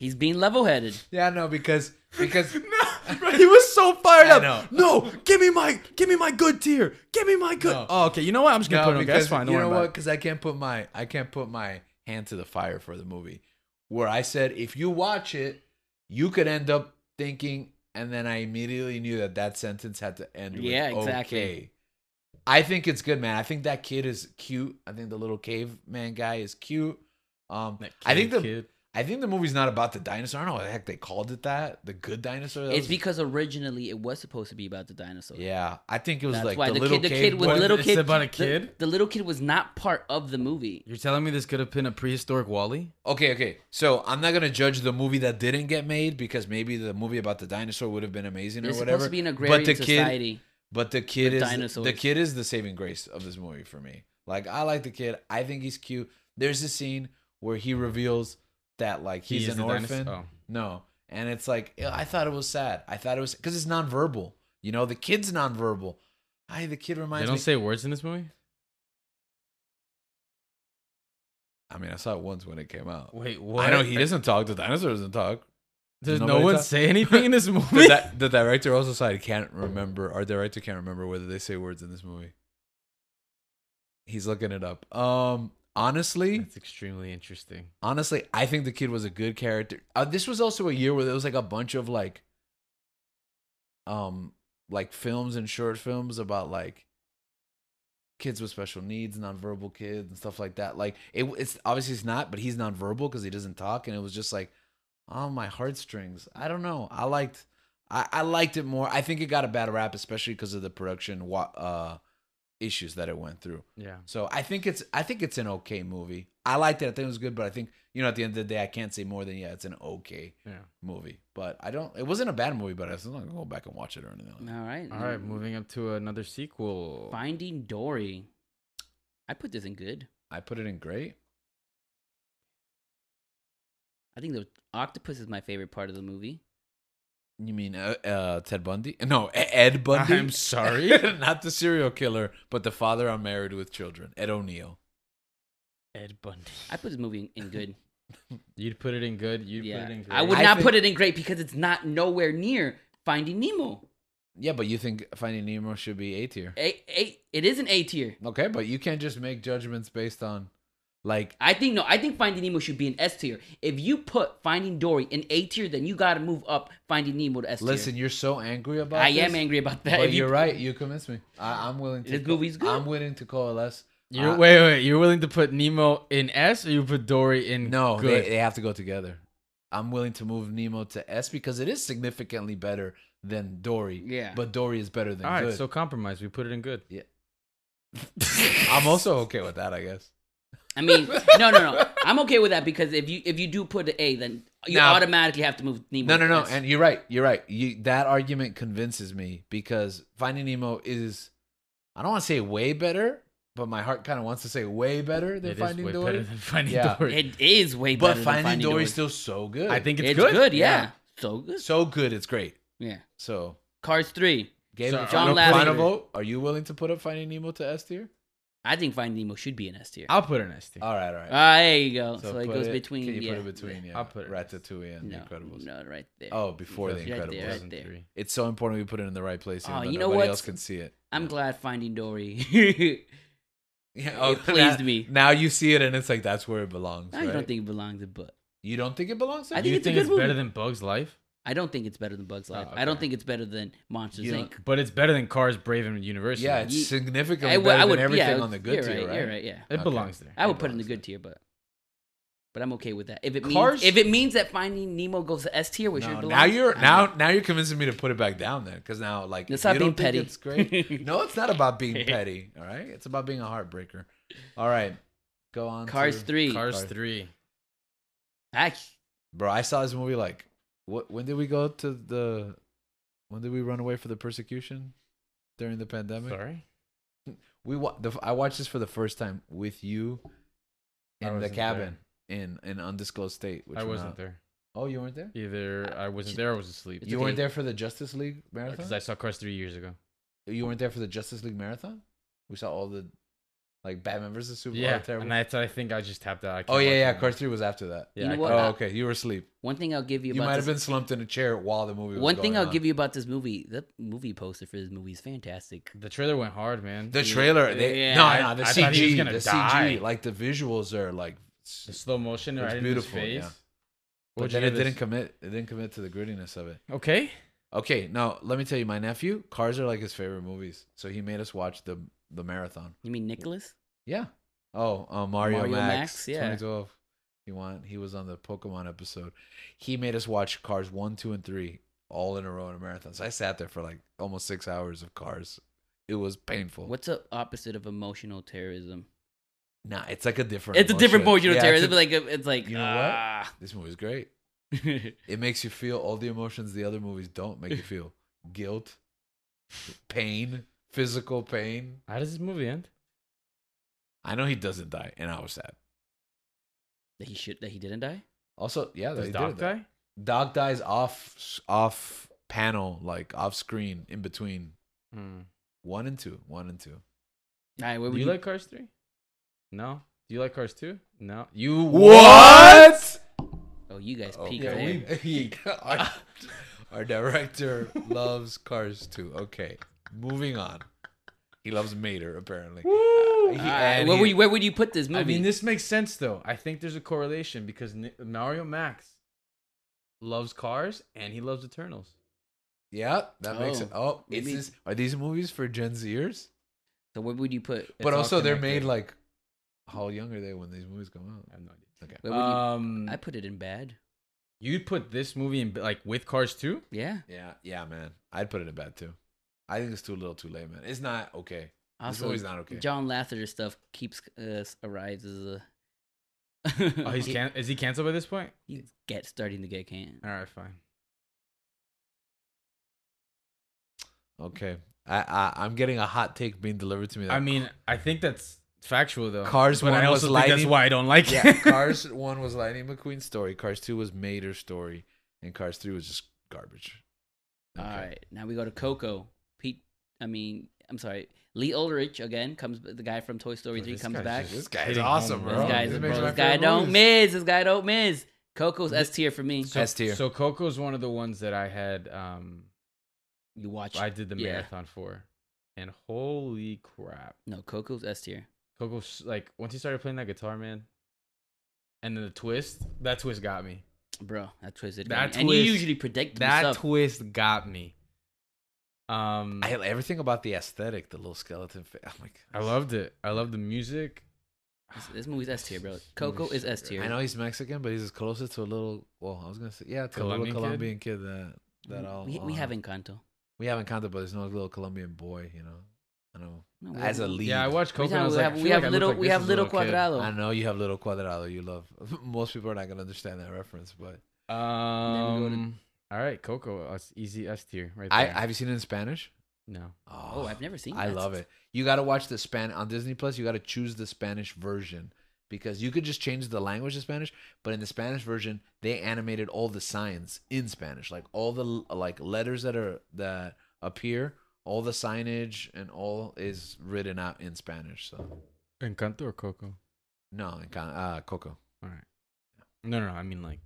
[SPEAKER 2] He's being level-headed.
[SPEAKER 1] Yeah, no, because because
[SPEAKER 4] no, bro, he was so fired
[SPEAKER 1] I
[SPEAKER 4] up.
[SPEAKER 1] know.
[SPEAKER 4] No, give me my, give me my good tier. Give me my good.
[SPEAKER 1] No.
[SPEAKER 4] Oh, okay. You know what? I'm just gonna
[SPEAKER 1] no,
[SPEAKER 4] put it. on.
[SPEAKER 1] because
[SPEAKER 4] That's fine. Don't
[SPEAKER 1] you
[SPEAKER 4] worry
[SPEAKER 1] know
[SPEAKER 4] about
[SPEAKER 1] what?
[SPEAKER 4] it.
[SPEAKER 1] Because I can't put my I can't put my hand to the fire for the movie, where I said if you watch it, you could end up thinking, and then I immediately knew that that sentence had to end. With,
[SPEAKER 2] Yeah, exactly.
[SPEAKER 1] Okay. I think it's good, man. I think that kid is cute. I think the little caveman guy is cute. Um, I think the
[SPEAKER 4] kid.
[SPEAKER 1] I think the movie's not about the dinosaur. I don't know what the heck they called it that. The good dinosaur. That
[SPEAKER 2] It's
[SPEAKER 1] was-
[SPEAKER 2] because originally it was supposed to be about the dinosaur.
[SPEAKER 1] Yeah, I think it was
[SPEAKER 2] That's
[SPEAKER 1] like
[SPEAKER 2] why
[SPEAKER 1] the,
[SPEAKER 2] the,
[SPEAKER 1] little
[SPEAKER 2] kid, the kid was
[SPEAKER 1] boy-
[SPEAKER 2] little
[SPEAKER 4] It's
[SPEAKER 2] kid.
[SPEAKER 4] about a
[SPEAKER 2] the-
[SPEAKER 4] kid?
[SPEAKER 2] The, little kid was not part of the movie.
[SPEAKER 4] You're telling me this could have been a prehistoric Wally?
[SPEAKER 1] Okay, okay. So I'm not gonna judge the movie that didn't get made because maybe the movie about the dinosaur would have been amazing
[SPEAKER 2] They're
[SPEAKER 1] or
[SPEAKER 2] supposed
[SPEAKER 1] whatever.
[SPEAKER 2] to be an
[SPEAKER 1] but
[SPEAKER 2] agrarian
[SPEAKER 1] the kid,
[SPEAKER 2] society.
[SPEAKER 1] but the kid
[SPEAKER 2] with
[SPEAKER 1] is
[SPEAKER 2] dinosaurs.
[SPEAKER 1] the kid is the saving grace of this movie for me. Like I like the kid. I think he's cute. There's a scene where he reveals that like he's
[SPEAKER 4] is
[SPEAKER 1] an
[SPEAKER 4] the
[SPEAKER 1] orphan.
[SPEAKER 4] dinosaur- Oh.
[SPEAKER 1] No. And it's like, ew, I thought it was sad. I thought it was because it's nonverbal. You know, the kid's nonverbal. I, the kid
[SPEAKER 4] They
[SPEAKER 1] reminds
[SPEAKER 4] don't
[SPEAKER 1] me.
[SPEAKER 4] say words in this movie.
[SPEAKER 1] I mean, I saw it once when it came out.
[SPEAKER 4] Wait, what?
[SPEAKER 1] I know he doesn't talk. The dinosaur doesn't talk.
[SPEAKER 4] Does no
[SPEAKER 1] Nobody
[SPEAKER 4] one
[SPEAKER 1] talk-
[SPEAKER 4] say anything in this
[SPEAKER 1] The,
[SPEAKER 4] movie?
[SPEAKER 1] di- the director also said, I can't remember. Our director can't remember whether they say words in this movie. He's looking it up. Um, honestly,
[SPEAKER 4] That's extremely interesting.
[SPEAKER 1] honestly, I think the kid was a good character. Uh, this was also a year where there was like a bunch of like, um, like films and short films about like kids with special needs, nonverbal kids, and stuff like that. Like it, it's obviously it's not, but he's nonverbal because he doesn't talk, and it was just like, oh my heartstrings. I don't know. I liked, I, I liked it more. I think it got a bad rap, especially because of the production wa- uh issues that it went through.
[SPEAKER 4] Yeah.
[SPEAKER 1] So I think it's I think it's an okay movie. I liked it. I think it was good, but I think you know at the end of the day I can't say more than yeah, it's an okay
[SPEAKER 4] Yeah.
[SPEAKER 1] movie. But I don't. It wasn't a bad movie, but I'm not gonna go back and watch it or anything. Like that.
[SPEAKER 2] All right.
[SPEAKER 4] All right,
[SPEAKER 2] then.
[SPEAKER 4] moving up to another sequel.
[SPEAKER 2] Finding Dory. I put this in good.
[SPEAKER 1] I put it in great.
[SPEAKER 2] I think the octopus is my favorite part of the movie.
[SPEAKER 1] You mean uh, uh Ted Bundy? No, E- Ed Bundy.
[SPEAKER 4] I'm sorry?
[SPEAKER 1] not the serial killer, but the father on Married with Children, Ed O'Neill.
[SPEAKER 4] Ed Bundy.
[SPEAKER 2] I put this movie in, in good.
[SPEAKER 4] You'd put it in good. You'd
[SPEAKER 2] yeah.
[SPEAKER 4] put it in great.
[SPEAKER 2] I would
[SPEAKER 1] I
[SPEAKER 2] not
[SPEAKER 1] think-
[SPEAKER 2] put it in great because it's not nowhere near Finding Nemo.
[SPEAKER 1] Yeah, but you think Finding Nemo should be A tier?
[SPEAKER 2] A, a, it is an A tier.
[SPEAKER 1] Okay, but you can't just make judgments based on like
[SPEAKER 2] I think no. I think Finding Nemo should be an S tier. If you put Finding Dory in A tier, then you got to move up Finding Nemo to S tier.
[SPEAKER 1] Listen, you're so angry about.
[SPEAKER 2] I
[SPEAKER 1] this.
[SPEAKER 2] am angry about that.
[SPEAKER 1] But
[SPEAKER 2] If you
[SPEAKER 1] you're right. You convinced me. I, I'm willing to.
[SPEAKER 2] This movie's good.
[SPEAKER 1] I'm willing to coalesce.
[SPEAKER 4] You're,
[SPEAKER 1] Uh,
[SPEAKER 4] wait, wait. You're willing to put Nemo in S, or you put Dory in
[SPEAKER 1] No,
[SPEAKER 4] good?
[SPEAKER 1] they, they have to go together. I'm willing to move Nemo to S because it is significantly better than Dory.
[SPEAKER 2] Yeah.
[SPEAKER 1] But Dory is better than
[SPEAKER 4] All right,
[SPEAKER 1] good.
[SPEAKER 4] so compromise. We put it in good.
[SPEAKER 1] I'm also okay with that, I guess.
[SPEAKER 2] I mean, no, no, no. I'm okay with that because if you if you do put the A, then you
[SPEAKER 1] Nah.
[SPEAKER 2] automatically have to move Nemo.
[SPEAKER 1] No, no,
[SPEAKER 2] to
[SPEAKER 1] no.
[SPEAKER 2] S.
[SPEAKER 1] And you're right. You're right. You, that argument convinces me because Finding Nemo is, I don't want to say way better, but my heart kind of wants to say way better than
[SPEAKER 4] It is
[SPEAKER 1] Finding
[SPEAKER 4] way
[SPEAKER 1] Dory.
[SPEAKER 4] better than Finding
[SPEAKER 1] Yeah.
[SPEAKER 4] Dory.
[SPEAKER 2] it is way
[SPEAKER 1] but
[SPEAKER 2] better. than
[SPEAKER 1] Finding,
[SPEAKER 2] Finding
[SPEAKER 1] Dory
[SPEAKER 2] Dory
[SPEAKER 1] is still so good.
[SPEAKER 4] I think
[SPEAKER 2] it's,
[SPEAKER 4] it's,
[SPEAKER 2] good.
[SPEAKER 4] good.
[SPEAKER 2] yeah.
[SPEAKER 1] Yeah.
[SPEAKER 2] so good.
[SPEAKER 1] so good. It's great.
[SPEAKER 2] Yeah,
[SPEAKER 1] So
[SPEAKER 2] Cars three.
[SPEAKER 1] Gabe,
[SPEAKER 4] Sorry,
[SPEAKER 2] John
[SPEAKER 1] John
[SPEAKER 2] Lasseter.
[SPEAKER 1] final vote. Are you willing to put up Finding Nemo to S tier?
[SPEAKER 2] I think Finding Nemo should be an S tier.
[SPEAKER 4] I'll put an S tier.
[SPEAKER 1] All right, all right.
[SPEAKER 2] Ah, there you go. So, it
[SPEAKER 1] put
[SPEAKER 2] goes between.
[SPEAKER 1] Can you
[SPEAKER 2] yeah.
[SPEAKER 1] put it between? Yeah,
[SPEAKER 4] I'll put it.
[SPEAKER 1] Ratatouille and
[SPEAKER 2] No,
[SPEAKER 1] The Incredibles.
[SPEAKER 2] no, right there.
[SPEAKER 1] Oh, before The
[SPEAKER 2] Right there,
[SPEAKER 1] Incredibles.
[SPEAKER 2] right there.
[SPEAKER 1] It's so important we put it in the right place. Even
[SPEAKER 2] Oh,
[SPEAKER 1] though
[SPEAKER 2] you know
[SPEAKER 1] nobody
[SPEAKER 2] what?
[SPEAKER 1] else can see it.
[SPEAKER 2] I'm glad Finding Dory.
[SPEAKER 1] Yeah,
[SPEAKER 2] oh, pleased
[SPEAKER 1] now,
[SPEAKER 2] me.
[SPEAKER 1] Now you see it, and it's like that's where it belongs.
[SPEAKER 2] I don't
[SPEAKER 1] right?
[SPEAKER 2] think it belongs, but
[SPEAKER 1] you don't think it belongs. To
[SPEAKER 2] I
[SPEAKER 1] it?
[SPEAKER 2] think
[SPEAKER 4] you
[SPEAKER 2] it's a
[SPEAKER 4] think
[SPEAKER 2] good
[SPEAKER 4] it's
[SPEAKER 2] movie.
[SPEAKER 4] better than Bug's Life?
[SPEAKER 2] I don't think it's better than Bugs Life.
[SPEAKER 4] Oh,
[SPEAKER 2] I don't
[SPEAKER 4] okay.
[SPEAKER 2] think it's better than Monsters
[SPEAKER 1] You
[SPEAKER 2] Inc.
[SPEAKER 4] But it's better than Cars, Brave, and Universal.
[SPEAKER 1] yeah, it's
[SPEAKER 2] Ye-
[SPEAKER 1] significantly
[SPEAKER 2] I would-
[SPEAKER 1] better
[SPEAKER 2] I would-
[SPEAKER 1] than everything
[SPEAKER 2] yeah, I would-
[SPEAKER 1] on the good
[SPEAKER 2] you're
[SPEAKER 1] tier,
[SPEAKER 2] right,
[SPEAKER 1] right?
[SPEAKER 2] You're right. Yeah.
[SPEAKER 4] it
[SPEAKER 1] Okay.
[SPEAKER 4] belongs there.
[SPEAKER 2] I would put it in the
[SPEAKER 1] belongs
[SPEAKER 2] good tier, but but I'm okay with that. If it
[SPEAKER 4] Cars-
[SPEAKER 2] means if it means that Finding Nemo goes to S tier, which
[SPEAKER 1] No,
[SPEAKER 2] should belong.
[SPEAKER 1] now you're
[SPEAKER 2] I'm
[SPEAKER 1] now
[SPEAKER 2] not-
[SPEAKER 1] now you're convincing me to put it back down then, because now like if
[SPEAKER 2] Let's not
[SPEAKER 1] you
[SPEAKER 2] be
[SPEAKER 1] don't think
[SPEAKER 2] petty.
[SPEAKER 1] It's great. no, it's not about being petty. All right, it's about being a heartbreaker. All right, go on.
[SPEAKER 2] Cars
[SPEAKER 1] to-
[SPEAKER 2] three.
[SPEAKER 4] Cars
[SPEAKER 1] Cars.
[SPEAKER 4] 3.
[SPEAKER 2] I,
[SPEAKER 1] Bro, I saw this movie like what when did we go to the when did we run away for the persecution during the pandemic?
[SPEAKER 4] Sorry?
[SPEAKER 1] We wa- the, I watched this for the first time with you
[SPEAKER 4] I
[SPEAKER 1] in the
[SPEAKER 4] wasn't
[SPEAKER 1] cabin in in undisclosed state, which
[SPEAKER 4] I
[SPEAKER 1] we're
[SPEAKER 4] wasn't
[SPEAKER 1] not-
[SPEAKER 4] there.
[SPEAKER 1] Oh, you weren't there?
[SPEAKER 4] Either I wasn't there or I was asleep.
[SPEAKER 2] It's
[SPEAKER 1] you
[SPEAKER 2] okay.
[SPEAKER 1] weren't there for the Justice League
[SPEAKER 4] Because
[SPEAKER 1] marathon?
[SPEAKER 4] I saw Cars 3 years ago.
[SPEAKER 1] you weren't there for the Justice League marathon? We saw all the like Batman versus Superman.
[SPEAKER 4] Yeah.
[SPEAKER 1] terrible.
[SPEAKER 4] And that's, I think I just tapped out. I
[SPEAKER 1] oh
[SPEAKER 4] can't
[SPEAKER 1] yeah,
[SPEAKER 4] watch
[SPEAKER 1] yeah.
[SPEAKER 4] it.
[SPEAKER 1] Cars three was after that.
[SPEAKER 4] Yeah,
[SPEAKER 2] you know
[SPEAKER 4] I
[SPEAKER 2] what?
[SPEAKER 1] Oh, okay. You were asleep.
[SPEAKER 2] one thing I'll give you.
[SPEAKER 1] You,
[SPEAKER 2] about
[SPEAKER 1] might have
[SPEAKER 2] this-
[SPEAKER 1] been slumped in a chair while the movie. was
[SPEAKER 2] One thing
[SPEAKER 1] going
[SPEAKER 2] I'll
[SPEAKER 1] on.
[SPEAKER 2] give you about this movie. The movie poster for this movie is fantastic.
[SPEAKER 4] The trailer went hard, man.
[SPEAKER 1] The trailer, they,
[SPEAKER 2] Yeah.
[SPEAKER 1] no, no, the
[SPEAKER 4] I thought he was
[SPEAKER 1] CG,
[SPEAKER 4] gonna
[SPEAKER 1] the
[SPEAKER 4] die.
[SPEAKER 1] CG, like the visuals are like,
[SPEAKER 4] The slow motion
[SPEAKER 1] It was
[SPEAKER 4] right in his
[SPEAKER 1] beautiful,
[SPEAKER 4] face.
[SPEAKER 1] yeah. but
[SPEAKER 4] What'd
[SPEAKER 1] then
[SPEAKER 4] you
[SPEAKER 1] it
[SPEAKER 4] give
[SPEAKER 1] didn't
[SPEAKER 4] this?
[SPEAKER 1] commit, it didn't commit to the grittiness of it.
[SPEAKER 4] Okay.
[SPEAKER 1] Okay, now let me tell you, my nephew, Cars are like his favorite movies, so he made us watch the the marathon.
[SPEAKER 2] You mean Nicholas?
[SPEAKER 1] Yeah. Oh, uh, Mario,
[SPEAKER 2] Mario
[SPEAKER 1] Max,
[SPEAKER 2] Max, yeah.
[SPEAKER 1] 2012. He want he was on the Pokemon episode. He made us watch Cars one, two, and three all in a row in a marathon. So I sat there for like almost six hours of Cars. It was painful.
[SPEAKER 2] What's the opposite of emotional terrorism?
[SPEAKER 1] Nah, it's like a different.
[SPEAKER 2] it's a different
[SPEAKER 1] emotion.
[SPEAKER 2] emotional
[SPEAKER 1] Yeah, it's
[SPEAKER 2] terrorism.
[SPEAKER 1] a-
[SPEAKER 2] like it's like
[SPEAKER 1] You know what?
[SPEAKER 2] ah.
[SPEAKER 1] this movie's great. It makes you feel all the emotions the other movies don't make you feel: guilt, pain, physical pain.
[SPEAKER 4] How does this movie end?
[SPEAKER 1] I know he doesn't die, and I was sad.
[SPEAKER 2] That he should that he didn't die.
[SPEAKER 1] Also, yeah,
[SPEAKER 4] Does
[SPEAKER 1] Oh, they
[SPEAKER 4] Doc
[SPEAKER 1] did that.
[SPEAKER 4] die?
[SPEAKER 1] Dog dies off off panel, like off screen, in between
[SPEAKER 4] Hmm.
[SPEAKER 1] one and two, one and two.
[SPEAKER 2] All right, what
[SPEAKER 4] Do
[SPEAKER 2] would
[SPEAKER 4] you
[SPEAKER 2] you,
[SPEAKER 4] like Cars three? No. Do you like Cars two? No. You
[SPEAKER 1] What?
[SPEAKER 2] Oh, you guys peaked
[SPEAKER 1] Yeah,
[SPEAKER 2] there.
[SPEAKER 1] we- he- our, our director loves Cars too. Okay, moving on. He loves Mater apparently. He-
[SPEAKER 2] All right,
[SPEAKER 1] and
[SPEAKER 2] where,
[SPEAKER 1] he-
[SPEAKER 2] would you, where would you put this movie?
[SPEAKER 4] I mean, this makes sense though. I think there's a correlation because Ni- Mario Max loves cars and he loves Eternals.
[SPEAKER 1] yeah, that makes
[SPEAKER 2] Oh,
[SPEAKER 1] it. Oh, is
[SPEAKER 2] maybe-
[SPEAKER 1] this, are these movies for Gen Zers?
[SPEAKER 2] so where would you put?
[SPEAKER 1] But
[SPEAKER 4] all
[SPEAKER 1] also, they're
[SPEAKER 4] connected.
[SPEAKER 1] made like how young are they when these movies come out?
[SPEAKER 4] I have no idea.
[SPEAKER 1] Okay.
[SPEAKER 2] Where would
[SPEAKER 4] Um,
[SPEAKER 2] you, I put it in bad.
[SPEAKER 4] you'd put this movie in like with Cars too.
[SPEAKER 2] Yeah,
[SPEAKER 1] Yeah, yeah, man. I'd put it in bad too. I think it's too little, too late, man. It's not okay. this
[SPEAKER 2] also
[SPEAKER 1] movie's not okay.
[SPEAKER 2] John Lasseter stuff keeps uh, arrives as a.
[SPEAKER 4] Oh, he's can- is he canceled by this point?
[SPEAKER 2] He gets starting to get canned.
[SPEAKER 4] All right, fine.
[SPEAKER 1] okay, I, I I'm getting a hot take being delivered to me. That
[SPEAKER 4] I mean, I think that's factual though.
[SPEAKER 1] Cars
[SPEAKER 4] but
[SPEAKER 1] one
[SPEAKER 4] I
[SPEAKER 1] was
[SPEAKER 4] also think that's
[SPEAKER 1] lighting-
[SPEAKER 4] why I don't like
[SPEAKER 1] yeah,
[SPEAKER 4] it.
[SPEAKER 1] Cars one was Lightning McQueen's story, Cars two was Mater's story, and Cars three was just garbage.
[SPEAKER 2] All right, now we go to Coco. Pete, I mean, I'm sorry, Lee Ulrich again comes. The guy from Toy Story
[SPEAKER 4] Bro,
[SPEAKER 2] three
[SPEAKER 4] this
[SPEAKER 2] comes
[SPEAKER 4] guy's
[SPEAKER 2] back.
[SPEAKER 4] just
[SPEAKER 1] This guy's
[SPEAKER 4] hitting
[SPEAKER 1] awesome,
[SPEAKER 4] home
[SPEAKER 1] bro.
[SPEAKER 2] This
[SPEAKER 4] runs.
[SPEAKER 2] guy's
[SPEAKER 1] This
[SPEAKER 2] bro,
[SPEAKER 1] makes my
[SPEAKER 2] this guy
[SPEAKER 1] favorite
[SPEAKER 2] don't
[SPEAKER 1] movies.
[SPEAKER 2] miss. This guy don't miss. Coco's S tier for me.
[SPEAKER 1] S tier.
[SPEAKER 4] So Coco's one of the ones that I had. Um,
[SPEAKER 2] You watch.
[SPEAKER 4] I did the
[SPEAKER 2] yeah.
[SPEAKER 4] marathon for, and holy crap!
[SPEAKER 2] No, Coco's S tier.
[SPEAKER 4] Coco's like once he started playing that guitar, man, and then the twist. That twist got me.
[SPEAKER 2] Bro, that twisted.
[SPEAKER 4] That
[SPEAKER 2] That And you
[SPEAKER 4] twist-
[SPEAKER 2] usually predict
[SPEAKER 4] That
[SPEAKER 2] that. Twi-
[SPEAKER 4] twist got me. Um,
[SPEAKER 1] I
[SPEAKER 4] I,
[SPEAKER 1] everything about the aesthetic, the little skeleton. Fa- oh my god,
[SPEAKER 4] loved it. I loved the music.
[SPEAKER 2] this, this movie's S tier, bro.
[SPEAKER 4] This movie's
[SPEAKER 2] Coco is
[SPEAKER 4] so
[SPEAKER 2] S
[SPEAKER 4] good.
[SPEAKER 2] tier.
[SPEAKER 1] I know he's Mexican, but he's as closer to a little. Well, I was gonna say yeah, to a
[SPEAKER 4] Colombian
[SPEAKER 1] little
[SPEAKER 4] kid?
[SPEAKER 1] Colombian kid, that that all.
[SPEAKER 2] We,
[SPEAKER 1] all
[SPEAKER 2] we
[SPEAKER 1] have.
[SPEAKER 2] have Encanto.
[SPEAKER 1] we haven't counted, but there's no little Colombian boy, you know. I know.
[SPEAKER 2] No, we
[SPEAKER 1] As a
[SPEAKER 2] have-
[SPEAKER 1] lead,
[SPEAKER 4] Yeah, I watched
[SPEAKER 2] We
[SPEAKER 4] Coco. and I
[SPEAKER 2] have, we
[SPEAKER 4] was like, I
[SPEAKER 2] have,
[SPEAKER 4] feel
[SPEAKER 2] we
[SPEAKER 4] like
[SPEAKER 2] have
[SPEAKER 4] I look
[SPEAKER 2] little,
[SPEAKER 4] like
[SPEAKER 2] we
[SPEAKER 4] this
[SPEAKER 2] have
[SPEAKER 4] as a
[SPEAKER 2] little
[SPEAKER 4] kid.
[SPEAKER 2] Cuadrado.
[SPEAKER 1] I know you have little Cuadrado. You love. Most people are not gonna understand that reference, but
[SPEAKER 2] go to-
[SPEAKER 4] Um, all right, Coco, S- easy S tier, right
[SPEAKER 1] I
[SPEAKER 4] there.
[SPEAKER 1] have you seen it in Spanish?
[SPEAKER 4] no.
[SPEAKER 2] Oh, I've never seen.
[SPEAKER 1] I
[SPEAKER 2] that.
[SPEAKER 1] love it. You got to watch the span on Disney Plus. You got to choose the Spanish version because you could just change the language to Spanish, but in the Spanish version, they animated all the signs in Spanish, like all the l- like letters that are that appear, all the signage and all is written out in Spanish. So
[SPEAKER 4] Encanto or Coco?
[SPEAKER 1] no, and con- uh, Coco.
[SPEAKER 4] All right. No, no, no. I mean like.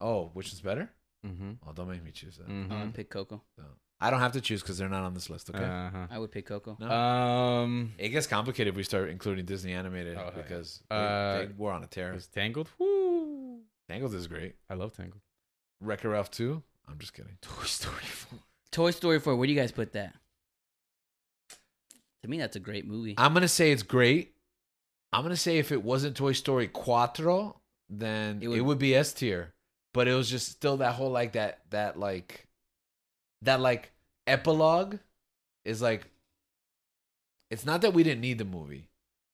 [SPEAKER 1] Oh, which is better?
[SPEAKER 4] Mm-hmm.
[SPEAKER 1] Oh, don't make me choose that.
[SPEAKER 2] I would pick Coco.
[SPEAKER 1] So, I don't have to choose because they're not on this list. Okay.
[SPEAKER 2] I would pick Coco.
[SPEAKER 1] no.
[SPEAKER 4] Uh-huh. Um,
[SPEAKER 1] it gets complicated if we start including Disney animated
[SPEAKER 4] Oh, yeah.
[SPEAKER 1] because
[SPEAKER 4] Uh,
[SPEAKER 1] they, they, we're on a tear.
[SPEAKER 4] was Tangled. Woo!
[SPEAKER 1] Tangled is great.
[SPEAKER 4] I love Tangled.
[SPEAKER 1] Wreck-It Ralph 2? I'm just kidding. Toy Story 4.
[SPEAKER 2] Toy Story four. Where do you guys put that? To me, that's a great movie.
[SPEAKER 1] I'm going to say it's great. I'm going to say if it wasn't Toy Story Cuatro, then
[SPEAKER 2] It
[SPEAKER 1] it
[SPEAKER 2] would-
[SPEAKER 1] would, be S tier. But it was just still that whole like that that like that like epilogue is like it's not that we didn't need the movie,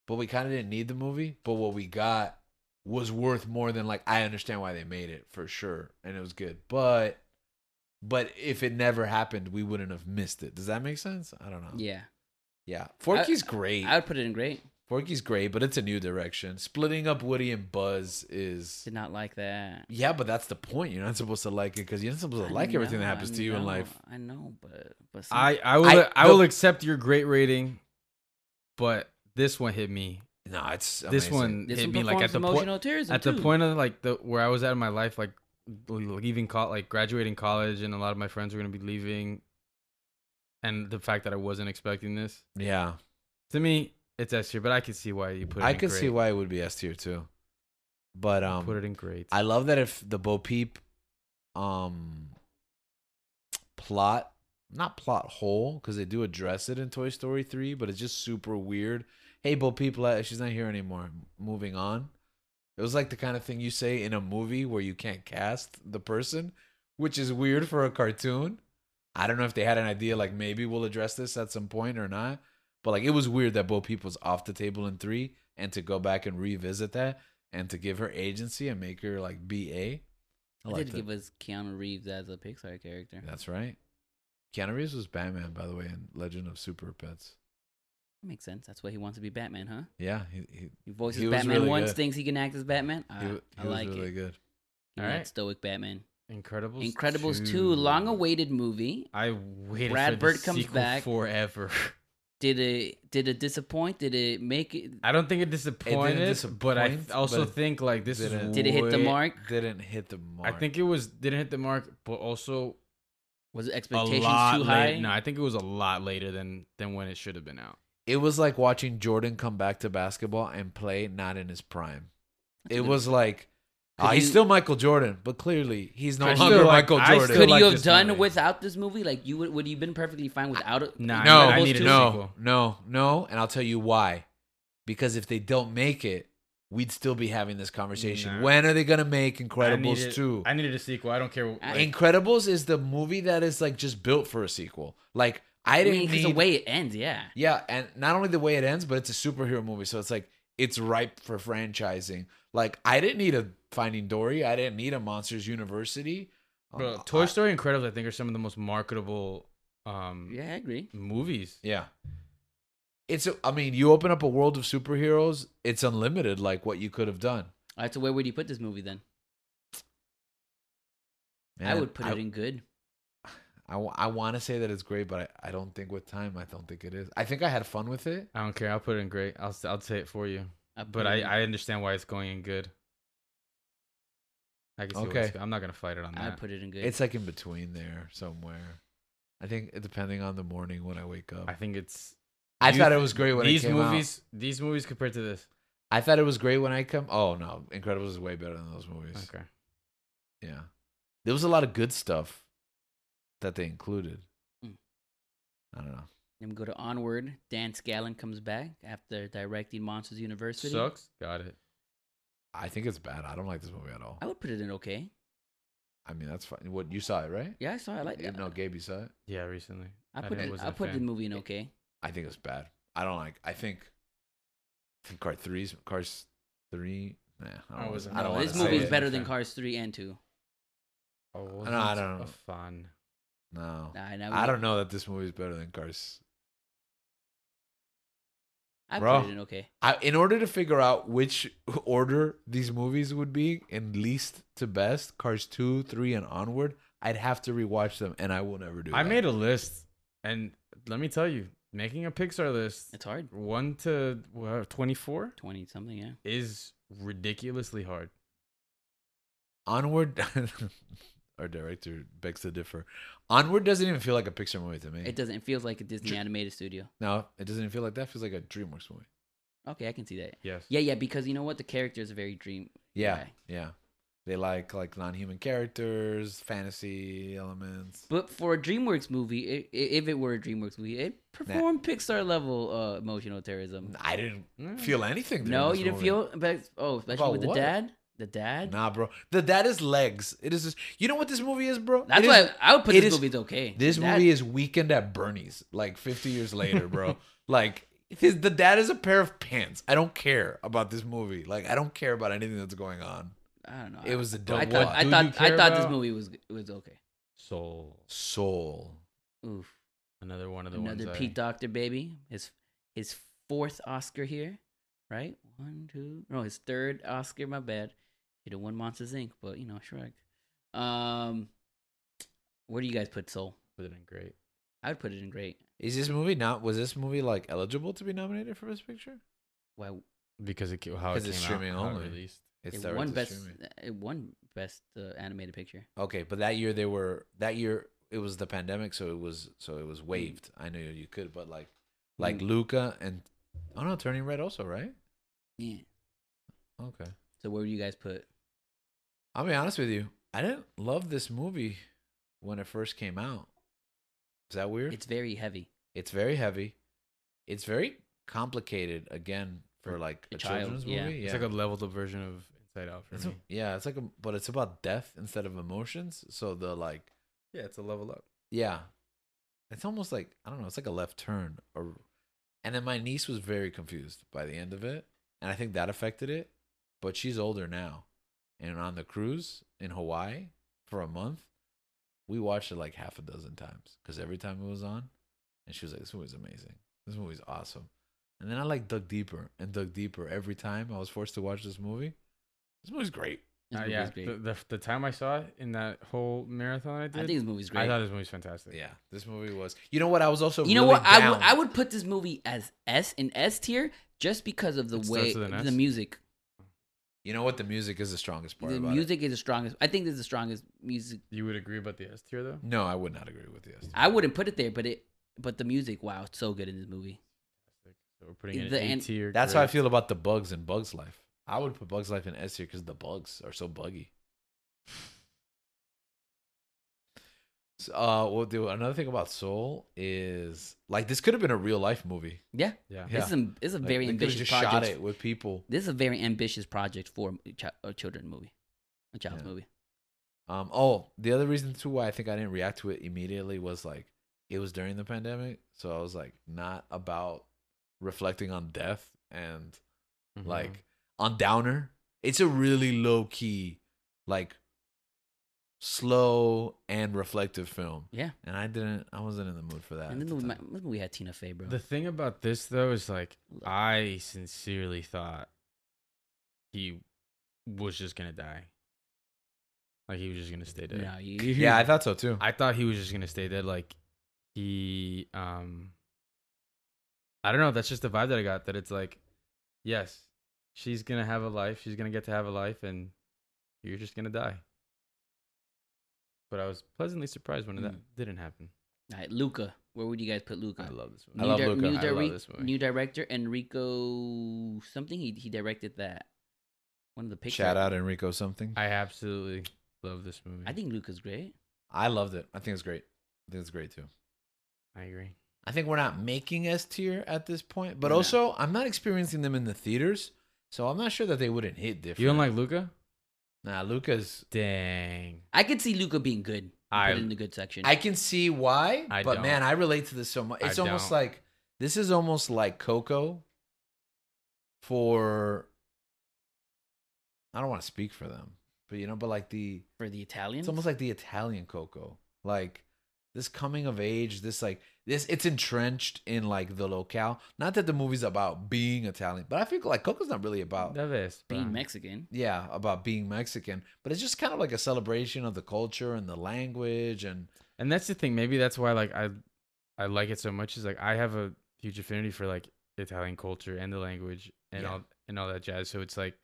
[SPEAKER 1] but we kind of didn't need the movie, but what we got was worth more than like I understand why they made it for sure and it was good. But but if it never happened, we wouldn't have missed it. Does that make sense? I don't know.
[SPEAKER 2] yeah,
[SPEAKER 1] Yeah. Forky's great.
[SPEAKER 2] I would put it in great.
[SPEAKER 1] Forky's great, but it's a new direction. Splitting up Woody and Buzz is
[SPEAKER 2] Did not like that.
[SPEAKER 1] yeah, but that's the point. You're not supposed to like it because you're not supposed to
[SPEAKER 2] I
[SPEAKER 1] like everything that
[SPEAKER 2] know,
[SPEAKER 1] happens
[SPEAKER 2] I
[SPEAKER 1] to you in
[SPEAKER 2] know,
[SPEAKER 1] life.
[SPEAKER 2] I know, but but some-
[SPEAKER 4] I I will
[SPEAKER 1] I-
[SPEAKER 4] I, will
[SPEAKER 1] the-
[SPEAKER 4] accept your great rating, but this one hit me.
[SPEAKER 1] No, it's
[SPEAKER 4] This
[SPEAKER 1] amazing.
[SPEAKER 4] one
[SPEAKER 2] this
[SPEAKER 4] hit
[SPEAKER 2] one
[SPEAKER 4] me like at
[SPEAKER 2] performs
[SPEAKER 4] the point
[SPEAKER 2] emotional terrorism
[SPEAKER 4] at the
[SPEAKER 2] too.
[SPEAKER 4] point of like the where I was at in my life, like leaving col- like graduating college, and a lot of my friends were gonna be leaving, and the fact that I wasn't expecting this
[SPEAKER 1] Yeah,
[SPEAKER 4] to me, it's S tier. But I could see why you put it.
[SPEAKER 1] I
[SPEAKER 4] in
[SPEAKER 1] could
[SPEAKER 4] great.
[SPEAKER 1] see why it would be S tier too. But
[SPEAKER 4] You
[SPEAKER 1] um,
[SPEAKER 4] put it in great.
[SPEAKER 1] I love that if the Bo Peep um plot not plot hole because they do address it in Toy Story 3, but it's just super weird. Hey Bo Peep, le- she's not here anymore. M- Moving on. It was like the kind of thing you say in a movie where you can't cast the person, which is weird for a cartoon. I don't know if they had an idea like maybe we'll address this at some point or not. But like it was weird that Bo Peep was off the table in three and to go back and revisit that and to give her agency and make her like BA. I
[SPEAKER 2] They
[SPEAKER 1] liked
[SPEAKER 2] did
[SPEAKER 1] it.
[SPEAKER 2] give us Keanu Reeves as a Pixar character.
[SPEAKER 1] That's right. Keanu Reeves was Batman, by the way, in Legend of Super Pets.
[SPEAKER 2] Makes sense. That's why he wants to be Batman, huh?
[SPEAKER 1] Yeah, he, he,
[SPEAKER 2] He voices
[SPEAKER 1] He was
[SPEAKER 2] Batman
[SPEAKER 1] really
[SPEAKER 2] once,
[SPEAKER 1] good.
[SPEAKER 2] thinks he can act as Batman.
[SPEAKER 1] he,
[SPEAKER 2] Ah,
[SPEAKER 1] w- he
[SPEAKER 2] I
[SPEAKER 1] was
[SPEAKER 2] like
[SPEAKER 1] really
[SPEAKER 2] it.
[SPEAKER 1] good.
[SPEAKER 2] Give me
[SPEAKER 4] All
[SPEAKER 2] that
[SPEAKER 4] right.
[SPEAKER 2] stoic Batman.
[SPEAKER 4] Incredibles.
[SPEAKER 2] Incredibles 2, long awaited movie.
[SPEAKER 4] I waited
[SPEAKER 2] Brad
[SPEAKER 4] for the
[SPEAKER 2] Bird comes
[SPEAKER 4] sequel
[SPEAKER 2] back.
[SPEAKER 4] forever.
[SPEAKER 2] Did it did it disappoint? Did it make it
[SPEAKER 4] I don't think it disappointed, but I
[SPEAKER 1] disappoint,
[SPEAKER 4] also
[SPEAKER 1] but
[SPEAKER 4] think like this is
[SPEAKER 1] didn't-
[SPEAKER 2] did it hit the
[SPEAKER 4] way-
[SPEAKER 2] mark?
[SPEAKER 1] Didn't hit the mark.
[SPEAKER 4] I think it was didn't hit the mark, but also
[SPEAKER 2] Was the
[SPEAKER 4] a
[SPEAKER 2] expectations
[SPEAKER 4] lot
[SPEAKER 2] too high?
[SPEAKER 4] later. No, I think it was a lot later than than when it should have been out.
[SPEAKER 1] it was like watching Jordan come back to basketball and play not in his prime. It was like
[SPEAKER 2] Could
[SPEAKER 1] ah, he's
[SPEAKER 2] you-
[SPEAKER 1] still Michael Jordan, but clearly he's no
[SPEAKER 4] I
[SPEAKER 1] longer
[SPEAKER 4] still like-
[SPEAKER 1] Michael
[SPEAKER 4] I
[SPEAKER 1] Jordan.
[SPEAKER 4] still
[SPEAKER 2] Could
[SPEAKER 4] like
[SPEAKER 2] you have
[SPEAKER 4] this
[SPEAKER 2] done
[SPEAKER 4] movie.
[SPEAKER 2] without this movie? Like you would would you been perfectly fine without it?
[SPEAKER 4] Nah,
[SPEAKER 1] no,
[SPEAKER 4] I
[SPEAKER 2] Incredibles
[SPEAKER 4] need a
[SPEAKER 2] 2?
[SPEAKER 1] no,
[SPEAKER 4] sequel.
[SPEAKER 1] no, no, and I'll tell you why. Because if they don't make it, we'd still be having this conversation.
[SPEAKER 4] Nah.
[SPEAKER 1] When are they gonna make
[SPEAKER 4] I
[SPEAKER 1] Incredibles
[SPEAKER 4] needed-
[SPEAKER 1] two?
[SPEAKER 4] I needed a sequel. I don't care. What,
[SPEAKER 2] I-
[SPEAKER 4] like,
[SPEAKER 1] Incredibles is the movie that is like just built for a sequel. Like I
[SPEAKER 2] I
[SPEAKER 1] didn't
[SPEAKER 2] mean, 'cause
[SPEAKER 1] need
[SPEAKER 2] the way it ends, yeah.
[SPEAKER 1] Yeah, and not only the way it ends, but it's a superhero movie, so it's like it's ripe for franchising. Like I didn't need a Finding Dory, I didn't need a Monsters University.
[SPEAKER 4] bro,
[SPEAKER 1] Um,
[SPEAKER 4] Toy
[SPEAKER 1] I-
[SPEAKER 4] Story, and Incredibles, I think are some of the most marketable um
[SPEAKER 2] Yeah, I agree.
[SPEAKER 4] movies.
[SPEAKER 1] yeah. It's a- I mean, you open up a world of superheroes, it's unlimited like what you could have done.
[SPEAKER 2] All right, so where would you put this movie then? I
[SPEAKER 1] Man,
[SPEAKER 2] would put
[SPEAKER 1] I,
[SPEAKER 2] it in good.
[SPEAKER 1] I, wa- I want to say that it's great, but I, I don't think with time, I don't think it is. I think I had fun with it.
[SPEAKER 4] I don't care. I'll put it in great. I'll s- I'll say it for you.
[SPEAKER 2] I'd
[SPEAKER 4] But
[SPEAKER 2] put it
[SPEAKER 4] I,
[SPEAKER 2] in-
[SPEAKER 4] I understand why it's going in good. I can see okay.
[SPEAKER 1] Okay.
[SPEAKER 4] I'm not gonna fight it on
[SPEAKER 2] I'd
[SPEAKER 4] that.
[SPEAKER 2] put it in good.
[SPEAKER 1] It's like in between there somewhere. I think depending on the morning when I wake up.
[SPEAKER 4] I think it's
[SPEAKER 1] I
[SPEAKER 4] you-
[SPEAKER 1] thought it was great when
[SPEAKER 4] these
[SPEAKER 1] it came out.
[SPEAKER 4] movies these movies compared to this.
[SPEAKER 1] I thought it was great when I come. Oh no, Incredibles is way better than those movies.
[SPEAKER 4] Okay.
[SPEAKER 1] Yeah, there was a lot of good stuff that they included.
[SPEAKER 2] Mm.
[SPEAKER 1] I don't know.
[SPEAKER 2] Then we go to Onward. Dan Scallon comes back after directing Monsters University.
[SPEAKER 4] Sucks. Got it.
[SPEAKER 1] I think it's bad. I don't like this movie at all.
[SPEAKER 2] I would put it in okay.
[SPEAKER 1] I mean, that's fine. What you saw it, right?
[SPEAKER 2] Yeah, I saw. it. I like
[SPEAKER 1] Yeah,
[SPEAKER 2] it.
[SPEAKER 1] no, Gabe, you saw it.
[SPEAKER 4] Yeah, recently.
[SPEAKER 2] I
[SPEAKER 4] I
[SPEAKER 2] put
[SPEAKER 4] didn't-
[SPEAKER 2] it.
[SPEAKER 4] wasn't
[SPEAKER 2] I
[SPEAKER 4] a
[SPEAKER 2] put the
[SPEAKER 4] fan.
[SPEAKER 2] movie in okay.
[SPEAKER 1] I think it's bad. I don't like. I think. I think Car Three's Cars Three. Nah, I
[SPEAKER 4] I
[SPEAKER 1] don't.
[SPEAKER 4] wasn't-
[SPEAKER 1] I don't
[SPEAKER 4] no,
[SPEAKER 1] wanna
[SPEAKER 2] this
[SPEAKER 1] say
[SPEAKER 2] movie
[SPEAKER 1] it.
[SPEAKER 2] is better
[SPEAKER 4] Okay.
[SPEAKER 2] than Cars three and two.
[SPEAKER 4] Oh,
[SPEAKER 1] I don't know.
[SPEAKER 4] Fun.
[SPEAKER 1] No,
[SPEAKER 2] Nah, now we-
[SPEAKER 1] I don't know that this movie is better than Cars
[SPEAKER 2] I
[SPEAKER 1] Bro.
[SPEAKER 2] put it in okay.
[SPEAKER 1] I, in order to figure out which order these movies would be in least to best, Cars 2, 3, and onward, I'd have to rewatch them, and I will never do
[SPEAKER 4] I
[SPEAKER 1] that.
[SPEAKER 4] made a list, and let me tell you, making a Pixar list
[SPEAKER 2] It's hard.
[SPEAKER 4] one to twenty four
[SPEAKER 2] Twenty something. Yeah.
[SPEAKER 4] is ridiculously hard.
[SPEAKER 1] Onward, our director begs to differ. Onward doesn't even feel like a Pixar movie to me.
[SPEAKER 2] It doesn't. It feels like a Disney animated studio.
[SPEAKER 1] no, it doesn't even feel like that. It feels like a DreamWorks movie.
[SPEAKER 2] Okay, I can see that.
[SPEAKER 4] Yes.
[SPEAKER 2] Yeah, yeah. Because you know what, the characters are very dream.
[SPEAKER 1] Yeah,
[SPEAKER 2] Right.
[SPEAKER 1] yeah. They like like non-human characters, fantasy elements.
[SPEAKER 2] But for a DreamWorks movie, i i if it were a DreamWorks movie, it performed Pixar level uh, emotional terrorism.
[SPEAKER 1] I didn't
[SPEAKER 4] Mm.
[SPEAKER 1] feel anything. during
[SPEAKER 2] No,
[SPEAKER 1] this
[SPEAKER 2] you didn't
[SPEAKER 1] movie.
[SPEAKER 2] feel. But, oh, especially
[SPEAKER 1] About
[SPEAKER 2] with the
[SPEAKER 1] what?
[SPEAKER 2] dad. The dad.
[SPEAKER 1] Nah, bro. The that is legs. It is. Just, you know what this movie is, bro?
[SPEAKER 2] That's
[SPEAKER 1] It
[SPEAKER 2] why
[SPEAKER 1] is-
[SPEAKER 2] I, I would put
[SPEAKER 1] it
[SPEAKER 2] this
[SPEAKER 1] is-
[SPEAKER 2] movie as okay.
[SPEAKER 1] This
[SPEAKER 2] That-
[SPEAKER 1] movie is Weekend at Bernie's, like 50 years later, bro. like, his, the dad is a pair of pants. I don't care about this movie. Like, I don't care about anything that's going on.
[SPEAKER 2] I don't know.
[SPEAKER 1] It was a
[SPEAKER 2] I,
[SPEAKER 1] dumb
[SPEAKER 4] what
[SPEAKER 2] thought.
[SPEAKER 1] watch.
[SPEAKER 2] I
[SPEAKER 4] do you
[SPEAKER 2] thought. I
[SPEAKER 4] care
[SPEAKER 2] thought this
[SPEAKER 4] about?
[SPEAKER 2] movie was was okay.
[SPEAKER 4] Soul.
[SPEAKER 1] Soul.
[SPEAKER 2] Oof.
[SPEAKER 4] Another one of the
[SPEAKER 2] Another
[SPEAKER 4] ones.
[SPEAKER 2] Pete
[SPEAKER 4] I,
[SPEAKER 2] Doctor baby. His his fourth Oscar here, right? One, two. No, his third Oscar. My bad. He did one Monsters Inc. But you know, Shrek. Um, where do you guys put Soul?
[SPEAKER 4] put it in great.
[SPEAKER 2] I would put it in great.
[SPEAKER 1] Is this movie not, was this movie like eligible to be nominated for Best Picture?
[SPEAKER 2] Why
[SPEAKER 4] Because it ca- how it
[SPEAKER 1] 'Cause
[SPEAKER 4] came
[SPEAKER 1] it's streaming
[SPEAKER 4] out, how it
[SPEAKER 1] only.
[SPEAKER 4] released.
[SPEAKER 1] It's
[SPEAKER 2] it
[SPEAKER 1] direct
[SPEAKER 2] won
[SPEAKER 1] to
[SPEAKER 2] best. uh,
[SPEAKER 1] streaming.
[SPEAKER 2] It won best uh, animated picture.
[SPEAKER 1] Okay, but that year they were, that year it was the pandemic, so it was, so it was waived. I knew you could, but like, like
[SPEAKER 2] Mm.
[SPEAKER 1] Luca and, oh no, Turning Red also, right?
[SPEAKER 2] Yeah.
[SPEAKER 1] Okay.
[SPEAKER 2] So where do you guys put?
[SPEAKER 1] I'll be honest with you. I didn't love this movie when it first came out. Is that weird?
[SPEAKER 2] It's very heavy.
[SPEAKER 1] It's very heavy. It's very complicated again for
[SPEAKER 4] For
[SPEAKER 1] like
[SPEAKER 2] a
[SPEAKER 1] a
[SPEAKER 2] child,
[SPEAKER 1] children's
[SPEAKER 2] yeah.
[SPEAKER 1] movie. Yeah.
[SPEAKER 4] It's like a leveled up version of Inside Out for
[SPEAKER 1] It's a-
[SPEAKER 4] me.
[SPEAKER 1] yeah, it's like a but it's about death instead of emotions. So the like
[SPEAKER 4] yeah, it's a level up.
[SPEAKER 1] yeah. It's almost like I don't know, it's like a left turn or and then my niece was very confused by the end of it, and I think that affected it, but she's older now. And on the cruise in Hawaii for a month, we watched it like half a dozen times cuz every time it was on and she was like this movie's amazing. This movie's awesome. And then I like dug deeper and dug deeper every time I was forced to watch this movie. This movie's great.
[SPEAKER 2] This
[SPEAKER 4] Uh,
[SPEAKER 2] movie's
[SPEAKER 4] yeah,
[SPEAKER 2] great.
[SPEAKER 4] the, the the time I saw it in that whole marathon I
[SPEAKER 2] I
[SPEAKER 4] did, I,
[SPEAKER 2] think this movie's great.
[SPEAKER 4] thought this movie was fantastic.
[SPEAKER 1] Yeah, this movie was. You know what? I was also
[SPEAKER 2] you know
[SPEAKER 1] really
[SPEAKER 2] what? I
[SPEAKER 1] down.
[SPEAKER 2] would I would put this movie as S in S tier just because of the
[SPEAKER 4] It starts
[SPEAKER 2] way
[SPEAKER 4] with an
[SPEAKER 2] the
[SPEAKER 4] S?
[SPEAKER 2] music.
[SPEAKER 1] You know what? The music is the strongest part.
[SPEAKER 2] the
[SPEAKER 1] about it.
[SPEAKER 2] music is the strongest. I think this is the strongest music.
[SPEAKER 4] You would agree about the S tier though.
[SPEAKER 1] No, I would not agree with this.
[SPEAKER 2] I wouldn't put it there, but it but the music, wow, it's so good in this movie.
[SPEAKER 4] So we're putting it
[SPEAKER 2] The
[SPEAKER 4] in A
[SPEAKER 2] end-
[SPEAKER 4] tier.
[SPEAKER 1] That's how I
[SPEAKER 4] grade.
[SPEAKER 1] feel about the bugs in Bugs Life. I would put Bugs Life in S tier because the bugs are so buggy. So, uh, well, dude, another thing about Soul is like this could have been a real life movie.
[SPEAKER 2] Yeah,
[SPEAKER 4] Yeah.
[SPEAKER 1] Yeah.
[SPEAKER 2] this is a, this is a
[SPEAKER 1] Like,
[SPEAKER 2] very
[SPEAKER 1] they could have
[SPEAKER 2] ambitious
[SPEAKER 1] just
[SPEAKER 2] project.
[SPEAKER 1] shot it with people.
[SPEAKER 2] This is a very ambitious project for a, chi- a children movie, a child's
[SPEAKER 1] Yeah.
[SPEAKER 2] movie.
[SPEAKER 1] Um, oh, the other reason too why I think I didn't react to it immediately was like it was during the pandemic, so I was like not about reflecting on death and
[SPEAKER 2] Mm-hmm.
[SPEAKER 4] Mhm.
[SPEAKER 1] like on downer it's a really low key like slow and reflective film
[SPEAKER 2] Yeah,
[SPEAKER 1] and i didn't i wasn't in the mood for that
[SPEAKER 2] and
[SPEAKER 1] at
[SPEAKER 2] then
[SPEAKER 1] the
[SPEAKER 2] the,
[SPEAKER 1] time.
[SPEAKER 2] this movie had Tina Fey, bro.
[SPEAKER 4] The thing about this though is like I sincerely thought he was just gonna die. Like he was just gonna stay dead.
[SPEAKER 2] no, you,
[SPEAKER 1] yeah i thought so too
[SPEAKER 4] I thought he was just gonna stay dead. Like he, um, I don't know. That's just the vibe that I got. That it's like, yes, she's gonna have a life. She's gonna get to have a life, and you're just gonna die. But I was pleasantly surprised when that didn't happen.
[SPEAKER 2] All right, Luca. Where would you guys put Luca?
[SPEAKER 4] love this
[SPEAKER 1] I love
[SPEAKER 2] di-
[SPEAKER 1] Luca.
[SPEAKER 2] New,
[SPEAKER 4] I love
[SPEAKER 2] direc-
[SPEAKER 4] this movie.
[SPEAKER 2] new director Enrico something. He he directed that one of the pictures.
[SPEAKER 1] shout out enrico something I,
[SPEAKER 4] I absolutely love this movie.
[SPEAKER 2] I think Luca's great.
[SPEAKER 1] loved it i think it's great i think it's great too
[SPEAKER 4] I agree.
[SPEAKER 1] i think we're not making s tier at this point but
[SPEAKER 2] No.
[SPEAKER 1] also i'm not experiencing them in the theaters so i'm not sure that they wouldn't hit different
[SPEAKER 4] You don't like Luca?
[SPEAKER 1] nah luca's
[SPEAKER 4] Dang.
[SPEAKER 2] I could see Luca being good. and
[SPEAKER 4] I-
[SPEAKER 2] put it in the good section.
[SPEAKER 1] I can see why,
[SPEAKER 4] I
[SPEAKER 1] but
[SPEAKER 4] don't.
[SPEAKER 1] man, I relate to this so much.
[SPEAKER 4] I
[SPEAKER 1] It's almost
[SPEAKER 4] don't.
[SPEAKER 1] like this is almost like Coco for I don't want to speak for them, but you know, but like the
[SPEAKER 2] for the Italians.
[SPEAKER 1] it's almost like the Italian Coco. Like this coming of age, this like this it's entrenched in like the locale. Not that the movie's about being Italian, but I think like Coco's not really about
[SPEAKER 4] The best.
[SPEAKER 2] being
[SPEAKER 4] bro.
[SPEAKER 2] Mexican.
[SPEAKER 1] yeah, about being Mexican, but it's just kind of like a celebration of the culture and the language and
[SPEAKER 4] and that's the thing maybe that's why like i i like it so much is like i have a huge affinity for like italian culture and the language and
[SPEAKER 1] Yeah.
[SPEAKER 4] all and all that jazz so it's like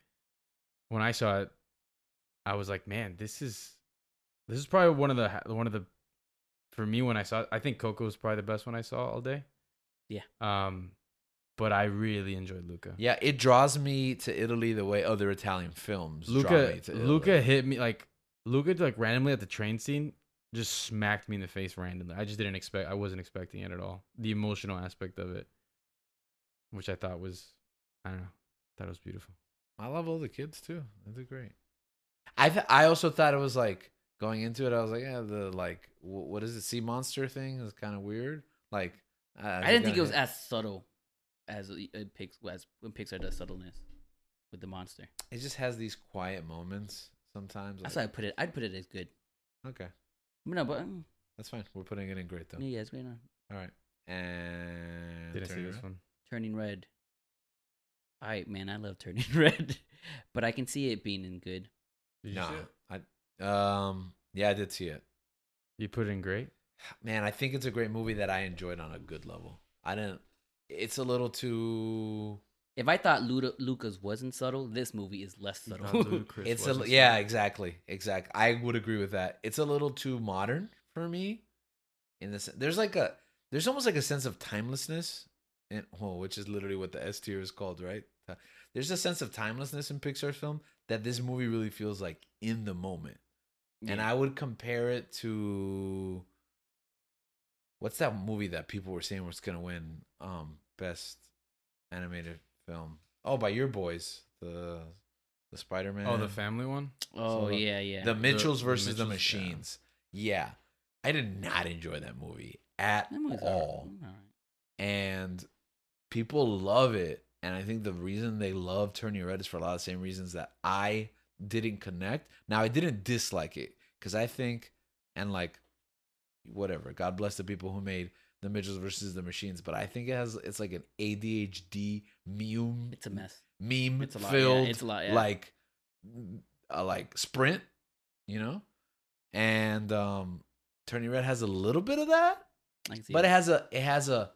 [SPEAKER 4] when i saw it i was like man this is this is probably one of the ha- one of the for me when i saw it, i think coco was probably the best one i saw all day
[SPEAKER 2] Yeah.
[SPEAKER 4] um but i really enjoyed luca
[SPEAKER 1] Yeah, it draws me to Italy the way other Italian films draw
[SPEAKER 4] luca
[SPEAKER 1] me to Italy.
[SPEAKER 4] luca hit me like luca like randomly at the train scene just smacked me in the face randomly i just didn't expect i wasn't expecting it at all the emotional aspect of it which i thought was i don't know thought it was beautiful
[SPEAKER 1] I love all the kids too. They do great. I th- I also thought it was like going into it. I was like, yeah, the like wh- what is it? Sea monster thing is kind of weird. Like uh,
[SPEAKER 2] I didn't think it was as subtle as a, a Pix, as when Pixar does subtleness with the monster.
[SPEAKER 1] It just has these quiet moments sometimes.
[SPEAKER 2] That's why I
[SPEAKER 1] like-
[SPEAKER 2] put it. I'd put it as good.
[SPEAKER 1] okay,
[SPEAKER 2] No, but mm,
[SPEAKER 1] that's fine. We're putting it in great though.
[SPEAKER 2] yeah, it's great. on.
[SPEAKER 1] All right, and
[SPEAKER 4] didn't
[SPEAKER 1] turn
[SPEAKER 4] see
[SPEAKER 1] it
[SPEAKER 4] this
[SPEAKER 1] around.
[SPEAKER 4] one
[SPEAKER 2] Turning red. All right, man. I love turning red, but I can see it being in good.
[SPEAKER 4] Did you,
[SPEAKER 1] Nah,
[SPEAKER 4] see it?
[SPEAKER 1] I um yeah, I did see it.
[SPEAKER 4] you put it in great
[SPEAKER 1] man, I think it's a great movie that I enjoyed on a good level. I didn't. It's a little too.
[SPEAKER 2] If I thought Luda, Lucas wasn't subtle, this movie is less
[SPEAKER 4] You
[SPEAKER 2] subtle.
[SPEAKER 4] thought Ludacris
[SPEAKER 1] It's
[SPEAKER 4] wasn't
[SPEAKER 1] a yeah, exactly, exactly. I would agree with that. It's a little too modern for me. In this, there's like a there's almost like a sense of timelessness, and oh, which is literally what the S tier is called, right? Uh, There's a sense of timelessness in Pixar film that this movie really feels like in the moment. And I would compare it to what's that movie that people were saying was gonna win um best animated film? Oh, by your boys, the the Spider Man.
[SPEAKER 4] oh the family one
[SPEAKER 2] oh
[SPEAKER 1] so the-
[SPEAKER 2] yeah, yeah.
[SPEAKER 1] the
[SPEAKER 4] The-
[SPEAKER 1] Mitchells
[SPEAKER 4] the
[SPEAKER 1] versus the,
[SPEAKER 4] Mitchells, yeah.
[SPEAKER 1] Machines. Yeah. I did not enjoy that movie at
[SPEAKER 2] That movie's
[SPEAKER 1] all,
[SPEAKER 2] alright. Alright.
[SPEAKER 1] and people love it. And I think the reason they love Turning Red is for a lot of the same reasons that I didn't connect. Now I didn't dislike it because I think and like whatever. God bless the people who made the Mitchells versus the Machines, but I think it has it's like an ADHD meme
[SPEAKER 2] It's a mess.
[SPEAKER 1] meme
[SPEAKER 2] It's a lot.
[SPEAKER 1] filled
[SPEAKER 2] yeah, it's a lot. Yeah.
[SPEAKER 1] like uh, like sprint, you know? And um Turning Red has a little bit of that,
[SPEAKER 2] I can see
[SPEAKER 1] but it
[SPEAKER 2] that.
[SPEAKER 1] has a it has a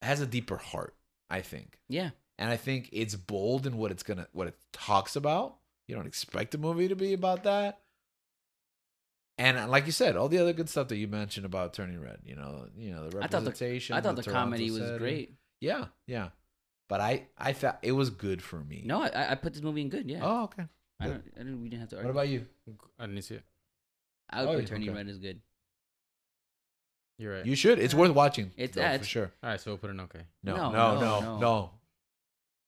[SPEAKER 1] it has a deeper heart, I think.
[SPEAKER 2] yeah,
[SPEAKER 1] And I think it's bold in what it's gonna what it talks about. You don't expect a movie to be about that. And uh, like you said, all the other good stuff that you mentioned about Turning Red, you know, you know the
[SPEAKER 2] I thought the-
[SPEAKER 1] representation.
[SPEAKER 2] I thought the,
[SPEAKER 1] Toronto
[SPEAKER 2] comedy was
[SPEAKER 1] setting.
[SPEAKER 2] great.
[SPEAKER 1] Yeah, yeah. But I I felt it was good for me.
[SPEAKER 2] No, I- I, I put this movie in good. Yeah,
[SPEAKER 1] Oh, okay.
[SPEAKER 2] I
[SPEAKER 1] good.
[SPEAKER 2] don't. I didn't. We didn't have to
[SPEAKER 1] What
[SPEAKER 2] argue.
[SPEAKER 1] about you?
[SPEAKER 4] I didn't see it.
[SPEAKER 2] I would
[SPEAKER 1] Oh,
[SPEAKER 2] put
[SPEAKER 1] yeah,
[SPEAKER 2] Turning
[SPEAKER 1] okay.
[SPEAKER 2] Red is good.
[SPEAKER 4] You're right.
[SPEAKER 1] You should. It's
[SPEAKER 2] Uh,
[SPEAKER 1] worth watching.
[SPEAKER 2] it's-
[SPEAKER 1] though,
[SPEAKER 2] yeah,
[SPEAKER 1] for
[SPEAKER 2] it's-
[SPEAKER 1] sure.
[SPEAKER 4] All right, so we'll put an okay.
[SPEAKER 1] No, no,
[SPEAKER 2] No,
[SPEAKER 1] no,
[SPEAKER 2] no,
[SPEAKER 1] no.
[SPEAKER 2] no.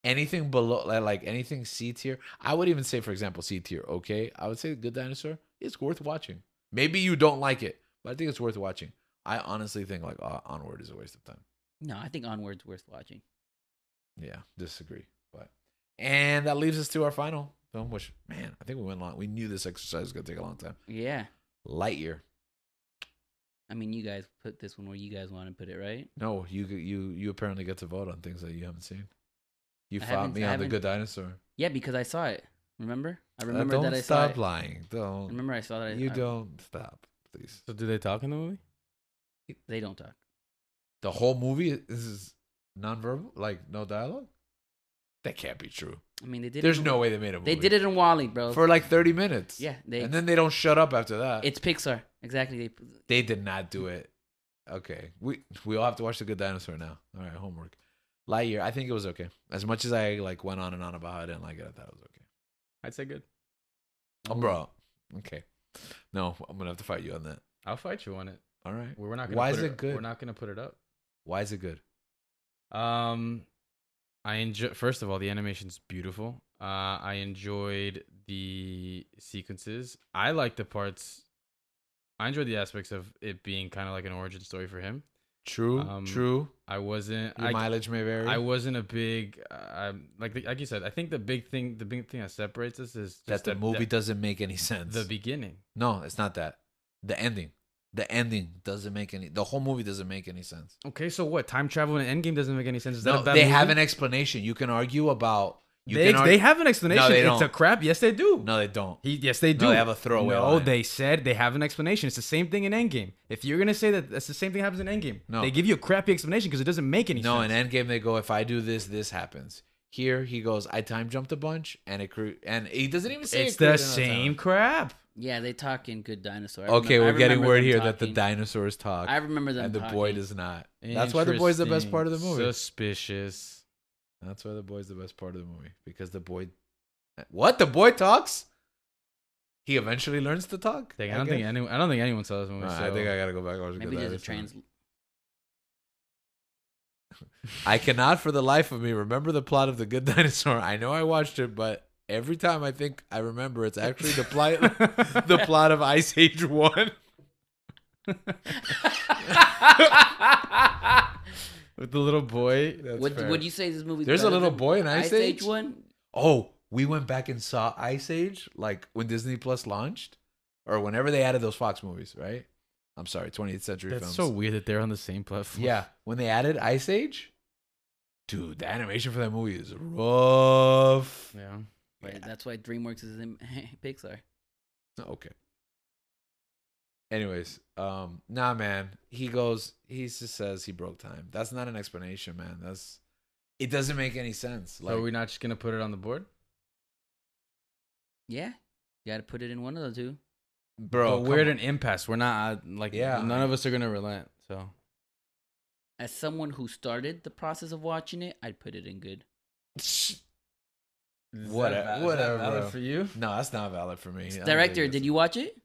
[SPEAKER 1] Anything below, like, like anything C tier, I would even say, for example, C tier. Okay, I would say Good Dinosaur. It's worth watching. Maybe you don't like it, but I think it's worth watching. I honestly think like uh, Onward is a waste of time.
[SPEAKER 2] No, I think Onward's worth watching.
[SPEAKER 1] Yeah, disagree. But and that leaves us to our final film, which man, I think we went long. We knew this exercise was gonna take a long time.
[SPEAKER 2] Yeah,
[SPEAKER 1] Lightyear.
[SPEAKER 2] I mean, you guys put this one where you guys want to put it, right?
[SPEAKER 1] No, you you you apparently get to vote on things that you haven't seen. You
[SPEAKER 2] I
[SPEAKER 1] fought
[SPEAKER 2] haven't-
[SPEAKER 1] me on
[SPEAKER 2] I
[SPEAKER 1] the
[SPEAKER 2] haven't-
[SPEAKER 1] Good Dinosaur.
[SPEAKER 2] Yeah, because I saw it. Remember? I
[SPEAKER 1] Uh,
[SPEAKER 2] remember
[SPEAKER 1] don't
[SPEAKER 2] that I saw
[SPEAKER 1] stop
[SPEAKER 2] it.
[SPEAKER 1] lying. Don't.
[SPEAKER 2] I remember I saw that. I,
[SPEAKER 1] you
[SPEAKER 2] I-
[SPEAKER 1] don't stop, please.
[SPEAKER 4] So do they talk in the movie?
[SPEAKER 2] They don't talk.
[SPEAKER 1] The whole movie is- is nonverbal, like no dialogue. That can't be true.
[SPEAKER 2] I mean, they did.
[SPEAKER 1] There's
[SPEAKER 2] it in,
[SPEAKER 1] no way they made a movie.
[SPEAKER 2] They did it in Wally, bro.
[SPEAKER 1] for like 30 minutes.
[SPEAKER 2] yeah, they.
[SPEAKER 1] and then they don't shut up after that.
[SPEAKER 2] it's Pixar. Exactly. They,
[SPEAKER 1] they did not do it. Okay, we we all have to watch the Good Dinosaur now. All right, homework. Lightyear, I think it was okay. As much as I like went on and on about how I didn't like it, I thought it was okay.
[SPEAKER 4] I'd say good.
[SPEAKER 1] Oh, bro, okay. No, I'm gonna have to fight you on that.
[SPEAKER 4] I'll fight you on it.
[SPEAKER 1] All right.
[SPEAKER 4] We're not. Gonna
[SPEAKER 1] Why
[SPEAKER 4] put
[SPEAKER 1] is it good?
[SPEAKER 4] We're not gonna put it up.
[SPEAKER 1] Why is it good?
[SPEAKER 4] Um, I enjoy. First of all, the animation's beautiful. Uh, I enjoyed the sequences. I like the parts. I enjoyed the aspects of it being kind of like an origin story for him.
[SPEAKER 1] True.
[SPEAKER 4] Um,
[SPEAKER 1] true.
[SPEAKER 4] I wasn't.
[SPEAKER 1] Your
[SPEAKER 4] I,
[SPEAKER 1] mileage may vary.
[SPEAKER 4] I wasn't a big. Uh, I'm- like the, like you said, I think the big thing, the big thing that separates us is just
[SPEAKER 1] that the
[SPEAKER 4] that-
[SPEAKER 1] movie
[SPEAKER 4] that-
[SPEAKER 1] doesn't make any sense.
[SPEAKER 4] the beginning.
[SPEAKER 1] no, it's not that. The ending. The ending doesn't make any. The whole movie doesn't make any sense.
[SPEAKER 4] Okay, so what? Time travel and Endgame doesn't make any sense. Is that
[SPEAKER 1] No,
[SPEAKER 4] a bad
[SPEAKER 1] they
[SPEAKER 4] movie?
[SPEAKER 1] have an explanation. You can argue about. You
[SPEAKER 4] They,
[SPEAKER 1] can
[SPEAKER 4] they
[SPEAKER 1] argue,
[SPEAKER 4] have an explanation.
[SPEAKER 1] they
[SPEAKER 4] it's
[SPEAKER 1] don't.
[SPEAKER 4] a crap. Yes, they do.
[SPEAKER 1] No, they don't.
[SPEAKER 4] He, yes, they do.
[SPEAKER 1] they have a throwaway
[SPEAKER 4] No,
[SPEAKER 1] line.
[SPEAKER 4] they said they have an explanation. It's the same thing in Endgame. If you're gonna say that that's the same thing happens in Endgame,
[SPEAKER 1] No.
[SPEAKER 4] they give you a crappy explanation because it doesn't make any
[SPEAKER 1] No,
[SPEAKER 4] sense.
[SPEAKER 1] in Endgame they go, if I do this, this happens. Here he goes, I time jumped a bunch, and it cre- and he doesn't even say it
[SPEAKER 4] it's
[SPEAKER 1] created
[SPEAKER 4] the
[SPEAKER 1] another
[SPEAKER 4] same
[SPEAKER 1] time.
[SPEAKER 4] crap.
[SPEAKER 2] yeah, they talk in Good Dinosaur. I
[SPEAKER 1] Okay,
[SPEAKER 2] remem- I
[SPEAKER 1] we're getting
[SPEAKER 2] remember
[SPEAKER 1] word
[SPEAKER 2] them
[SPEAKER 1] here that the
[SPEAKER 2] talking.
[SPEAKER 1] dinosaurs talk,
[SPEAKER 2] I remember them.
[SPEAKER 1] and the boy
[SPEAKER 2] talking.
[SPEAKER 1] does not. That's why the boy's the best part of the movie.
[SPEAKER 4] Suspicious.
[SPEAKER 1] That's why the boy's the best part of the movie because the boy, what the boy talks. He eventually learns to talk.
[SPEAKER 4] Like, I don't think
[SPEAKER 1] guess.
[SPEAKER 4] anyone. I don't think anyone saw this movie.
[SPEAKER 1] Alright,
[SPEAKER 4] so.
[SPEAKER 1] I think I gotta go back. and watch
[SPEAKER 2] Maybe
[SPEAKER 1] Good
[SPEAKER 2] there's a
[SPEAKER 1] Dinosaur.
[SPEAKER 2] trans.
[SPEAKER 1] I cannot, for the life of me, remember the plot of the Good Dinosaur. I know I watched it, but every time I think I remember, it's actually the plot, the plot of Ice Age One.
[SPEAKER 4] with the little boy.
[SPEAKER 2] Would Would you say this movie?
[SPEAKER 1] There's a little boy in Ice,
[SPEAKER 2] Ice
[SPEAKER 1] Age.
[SPEAKER 2] Age one.
[SPEAKER 1] Oh, we went back and saw Ice Age, like when Disney Plus launched, or whenever they added those Fox movies, right? I'm sorry, 20th Century
[SPEAKER 4] That's
[SPEAKER 1] films.
[SPEAKER 4] so weird that they're on the same platform.
[SPEAKER 1] Yeah, when they added Ice Age, dude, the animation for that movie is rough.
[SPEAKER 4] Yeah.
[SPEAKER 2] Right, That's why DreamWorks is in Pixar.
[SPEAKER 1] Okay. Anyways, um, nah, man. He goes. He just says he broke time. That's not an explanation, man. That's it doesn't make any sense. Like
[SPEAKER 4] so are we not just gonna put it on the board?
[SPEAKER 2] Yeah, you got to put it in one of the two.
[SPEAKER 1] bro,
[SPEAKER 4] but
[SPEAKER 1] come
[SPEAKER 4] we're at
[SPEAKER 1] on.
[SPEAKER 4] an impasse. We're not uh, like
[SPEAKER 1] Yeah.
[SPEAKER 4] none of us are gonna relent. So
[SPEAKER 2] As someone who started the process of watching it, I'd put it in good.
[SPEAKER 1] What- whatever, bro.
[SPEAKER 4] for you.
[SPEAKER 1] No, that's not valid for me. I don't
[SPEAKER 2] Director,
[SPEAKER 1] think
[SPEAKER 2] did
[SPEAKER 1] it's-
[SPEAKER 2] you watch it?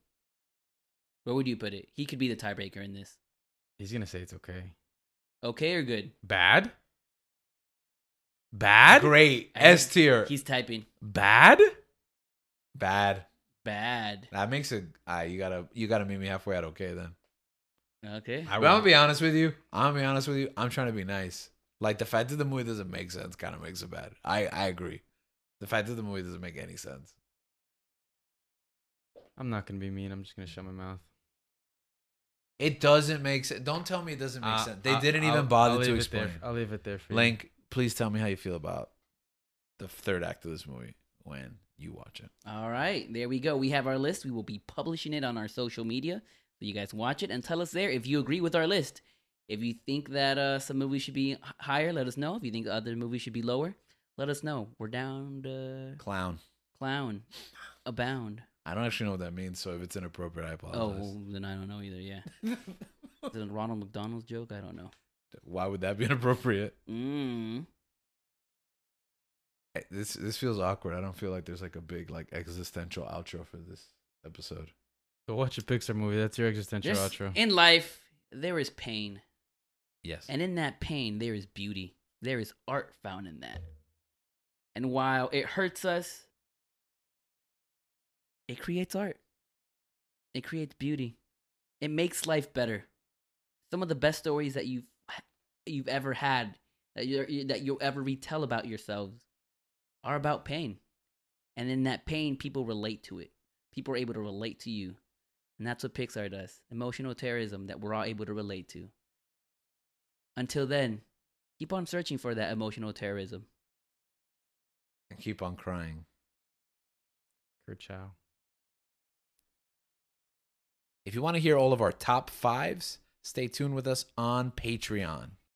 [SPEAKER 2] Where would you put it? He could be the tiebreaker in this.
[SPEAKER 4] He's gonna say it's okay.
[SPEAKER 2] Okay or good?
[SPEAKER 4] Bad. Bad.
[SPEAKER 1] Great
[SPEAKER 2] I think
[SPEAKER 1] S tier.
[SPEAKER 2] He's typing
[SPEAKER 4] Bad.
[SPEAKER 1] Bad.
[SPEAKER 2] bad.
[SPEAKER 1] That makes it. Ah, you gotta you gotta meet me halfway at okay then.
[SPEAKER 2] Okay.
[SPEAKER 1] But I'm gonna be honest with you. I'm gonna be honest with you. I'm trying to be nice. Like the fact that the movie doesn't make sense kind of makes it bad. I I agree. The fact that the movie doesn't make any sense.
[SPEAKER 4] I'm not gonna be mean. I'm just gonna shut my mouth.
[SPEAKER 1] It doesn't make sense. Don't tell me it doesn't make
[SPEAKER 4] Uh,
[SPEAKER 1] sense. They
[SPEAKER 4] I-
[SPEAKER 1] didn't
[SPEAKER 4] I'll-
[SPEAKER 1] even bother
[SPEAKER 4] I'll
[SPEAKER 1] to
[SPEAKER 4] leave it
[SPEAKER 1] explain.
[SPEAKER 4] there. I'll leave it there for you.
[SPEAKER 1] Link, please tell me how you feel about the third act of this movie when you watch it.
[SPEAKER 2] All right, there we go. We have our list. We will be publishing it on our social media, so you guys watch it and tell us there if you agree with our list. If you think that uh, some movies should be h- higher, let us know. If you think other movies should be lower, let us know. We're down to
[SPEAKER 1] Clown.
[SPEAKER 2] clown, abound.
[SPEAKER 1] I don't actually know what that means, so if it's inappropriate, I apologize.
[SPEAKER 2] Oh, then I don't know either. Yeah, is it a Ronald McDonald's joke? I don't know.
[SPEAKER 1] Why would that be inappropriate?
[SPEAKER 2] Mm.
[SPEAKER 1] I- This this feels awkward. I don't feel like there's like a big like existential outro for this episode.
[SPEAKER 4] Go watch a Pixar movie. That's your existential
[SPEAKER 2] Just
[SPEAKER 4] outro.
[SPEAKER 2] in life, there is pain,
[SPEAKER 1] Yes.
[SPEAKER 2] and in that pain, there is beauty. There is art found in that. And while it hurts us, it creates art. It creates beauty. It makes life better. Some of the best stories that you've you've ever had that you that you'll ever retell about yourselves are about pain. And in that pain, people relate to it. People are able to relate to you. And that's what Pixar does. Emotional terrorism that we're all able to relate to. Until then, keep on searching for that emotional terrorism.
[SPEAKER 1] And keep on crying.
[SPEAKER 4] Kerchow.
[SPEAKER 1] If you want to hear all of our top fives, stay tuned with us on Patreon.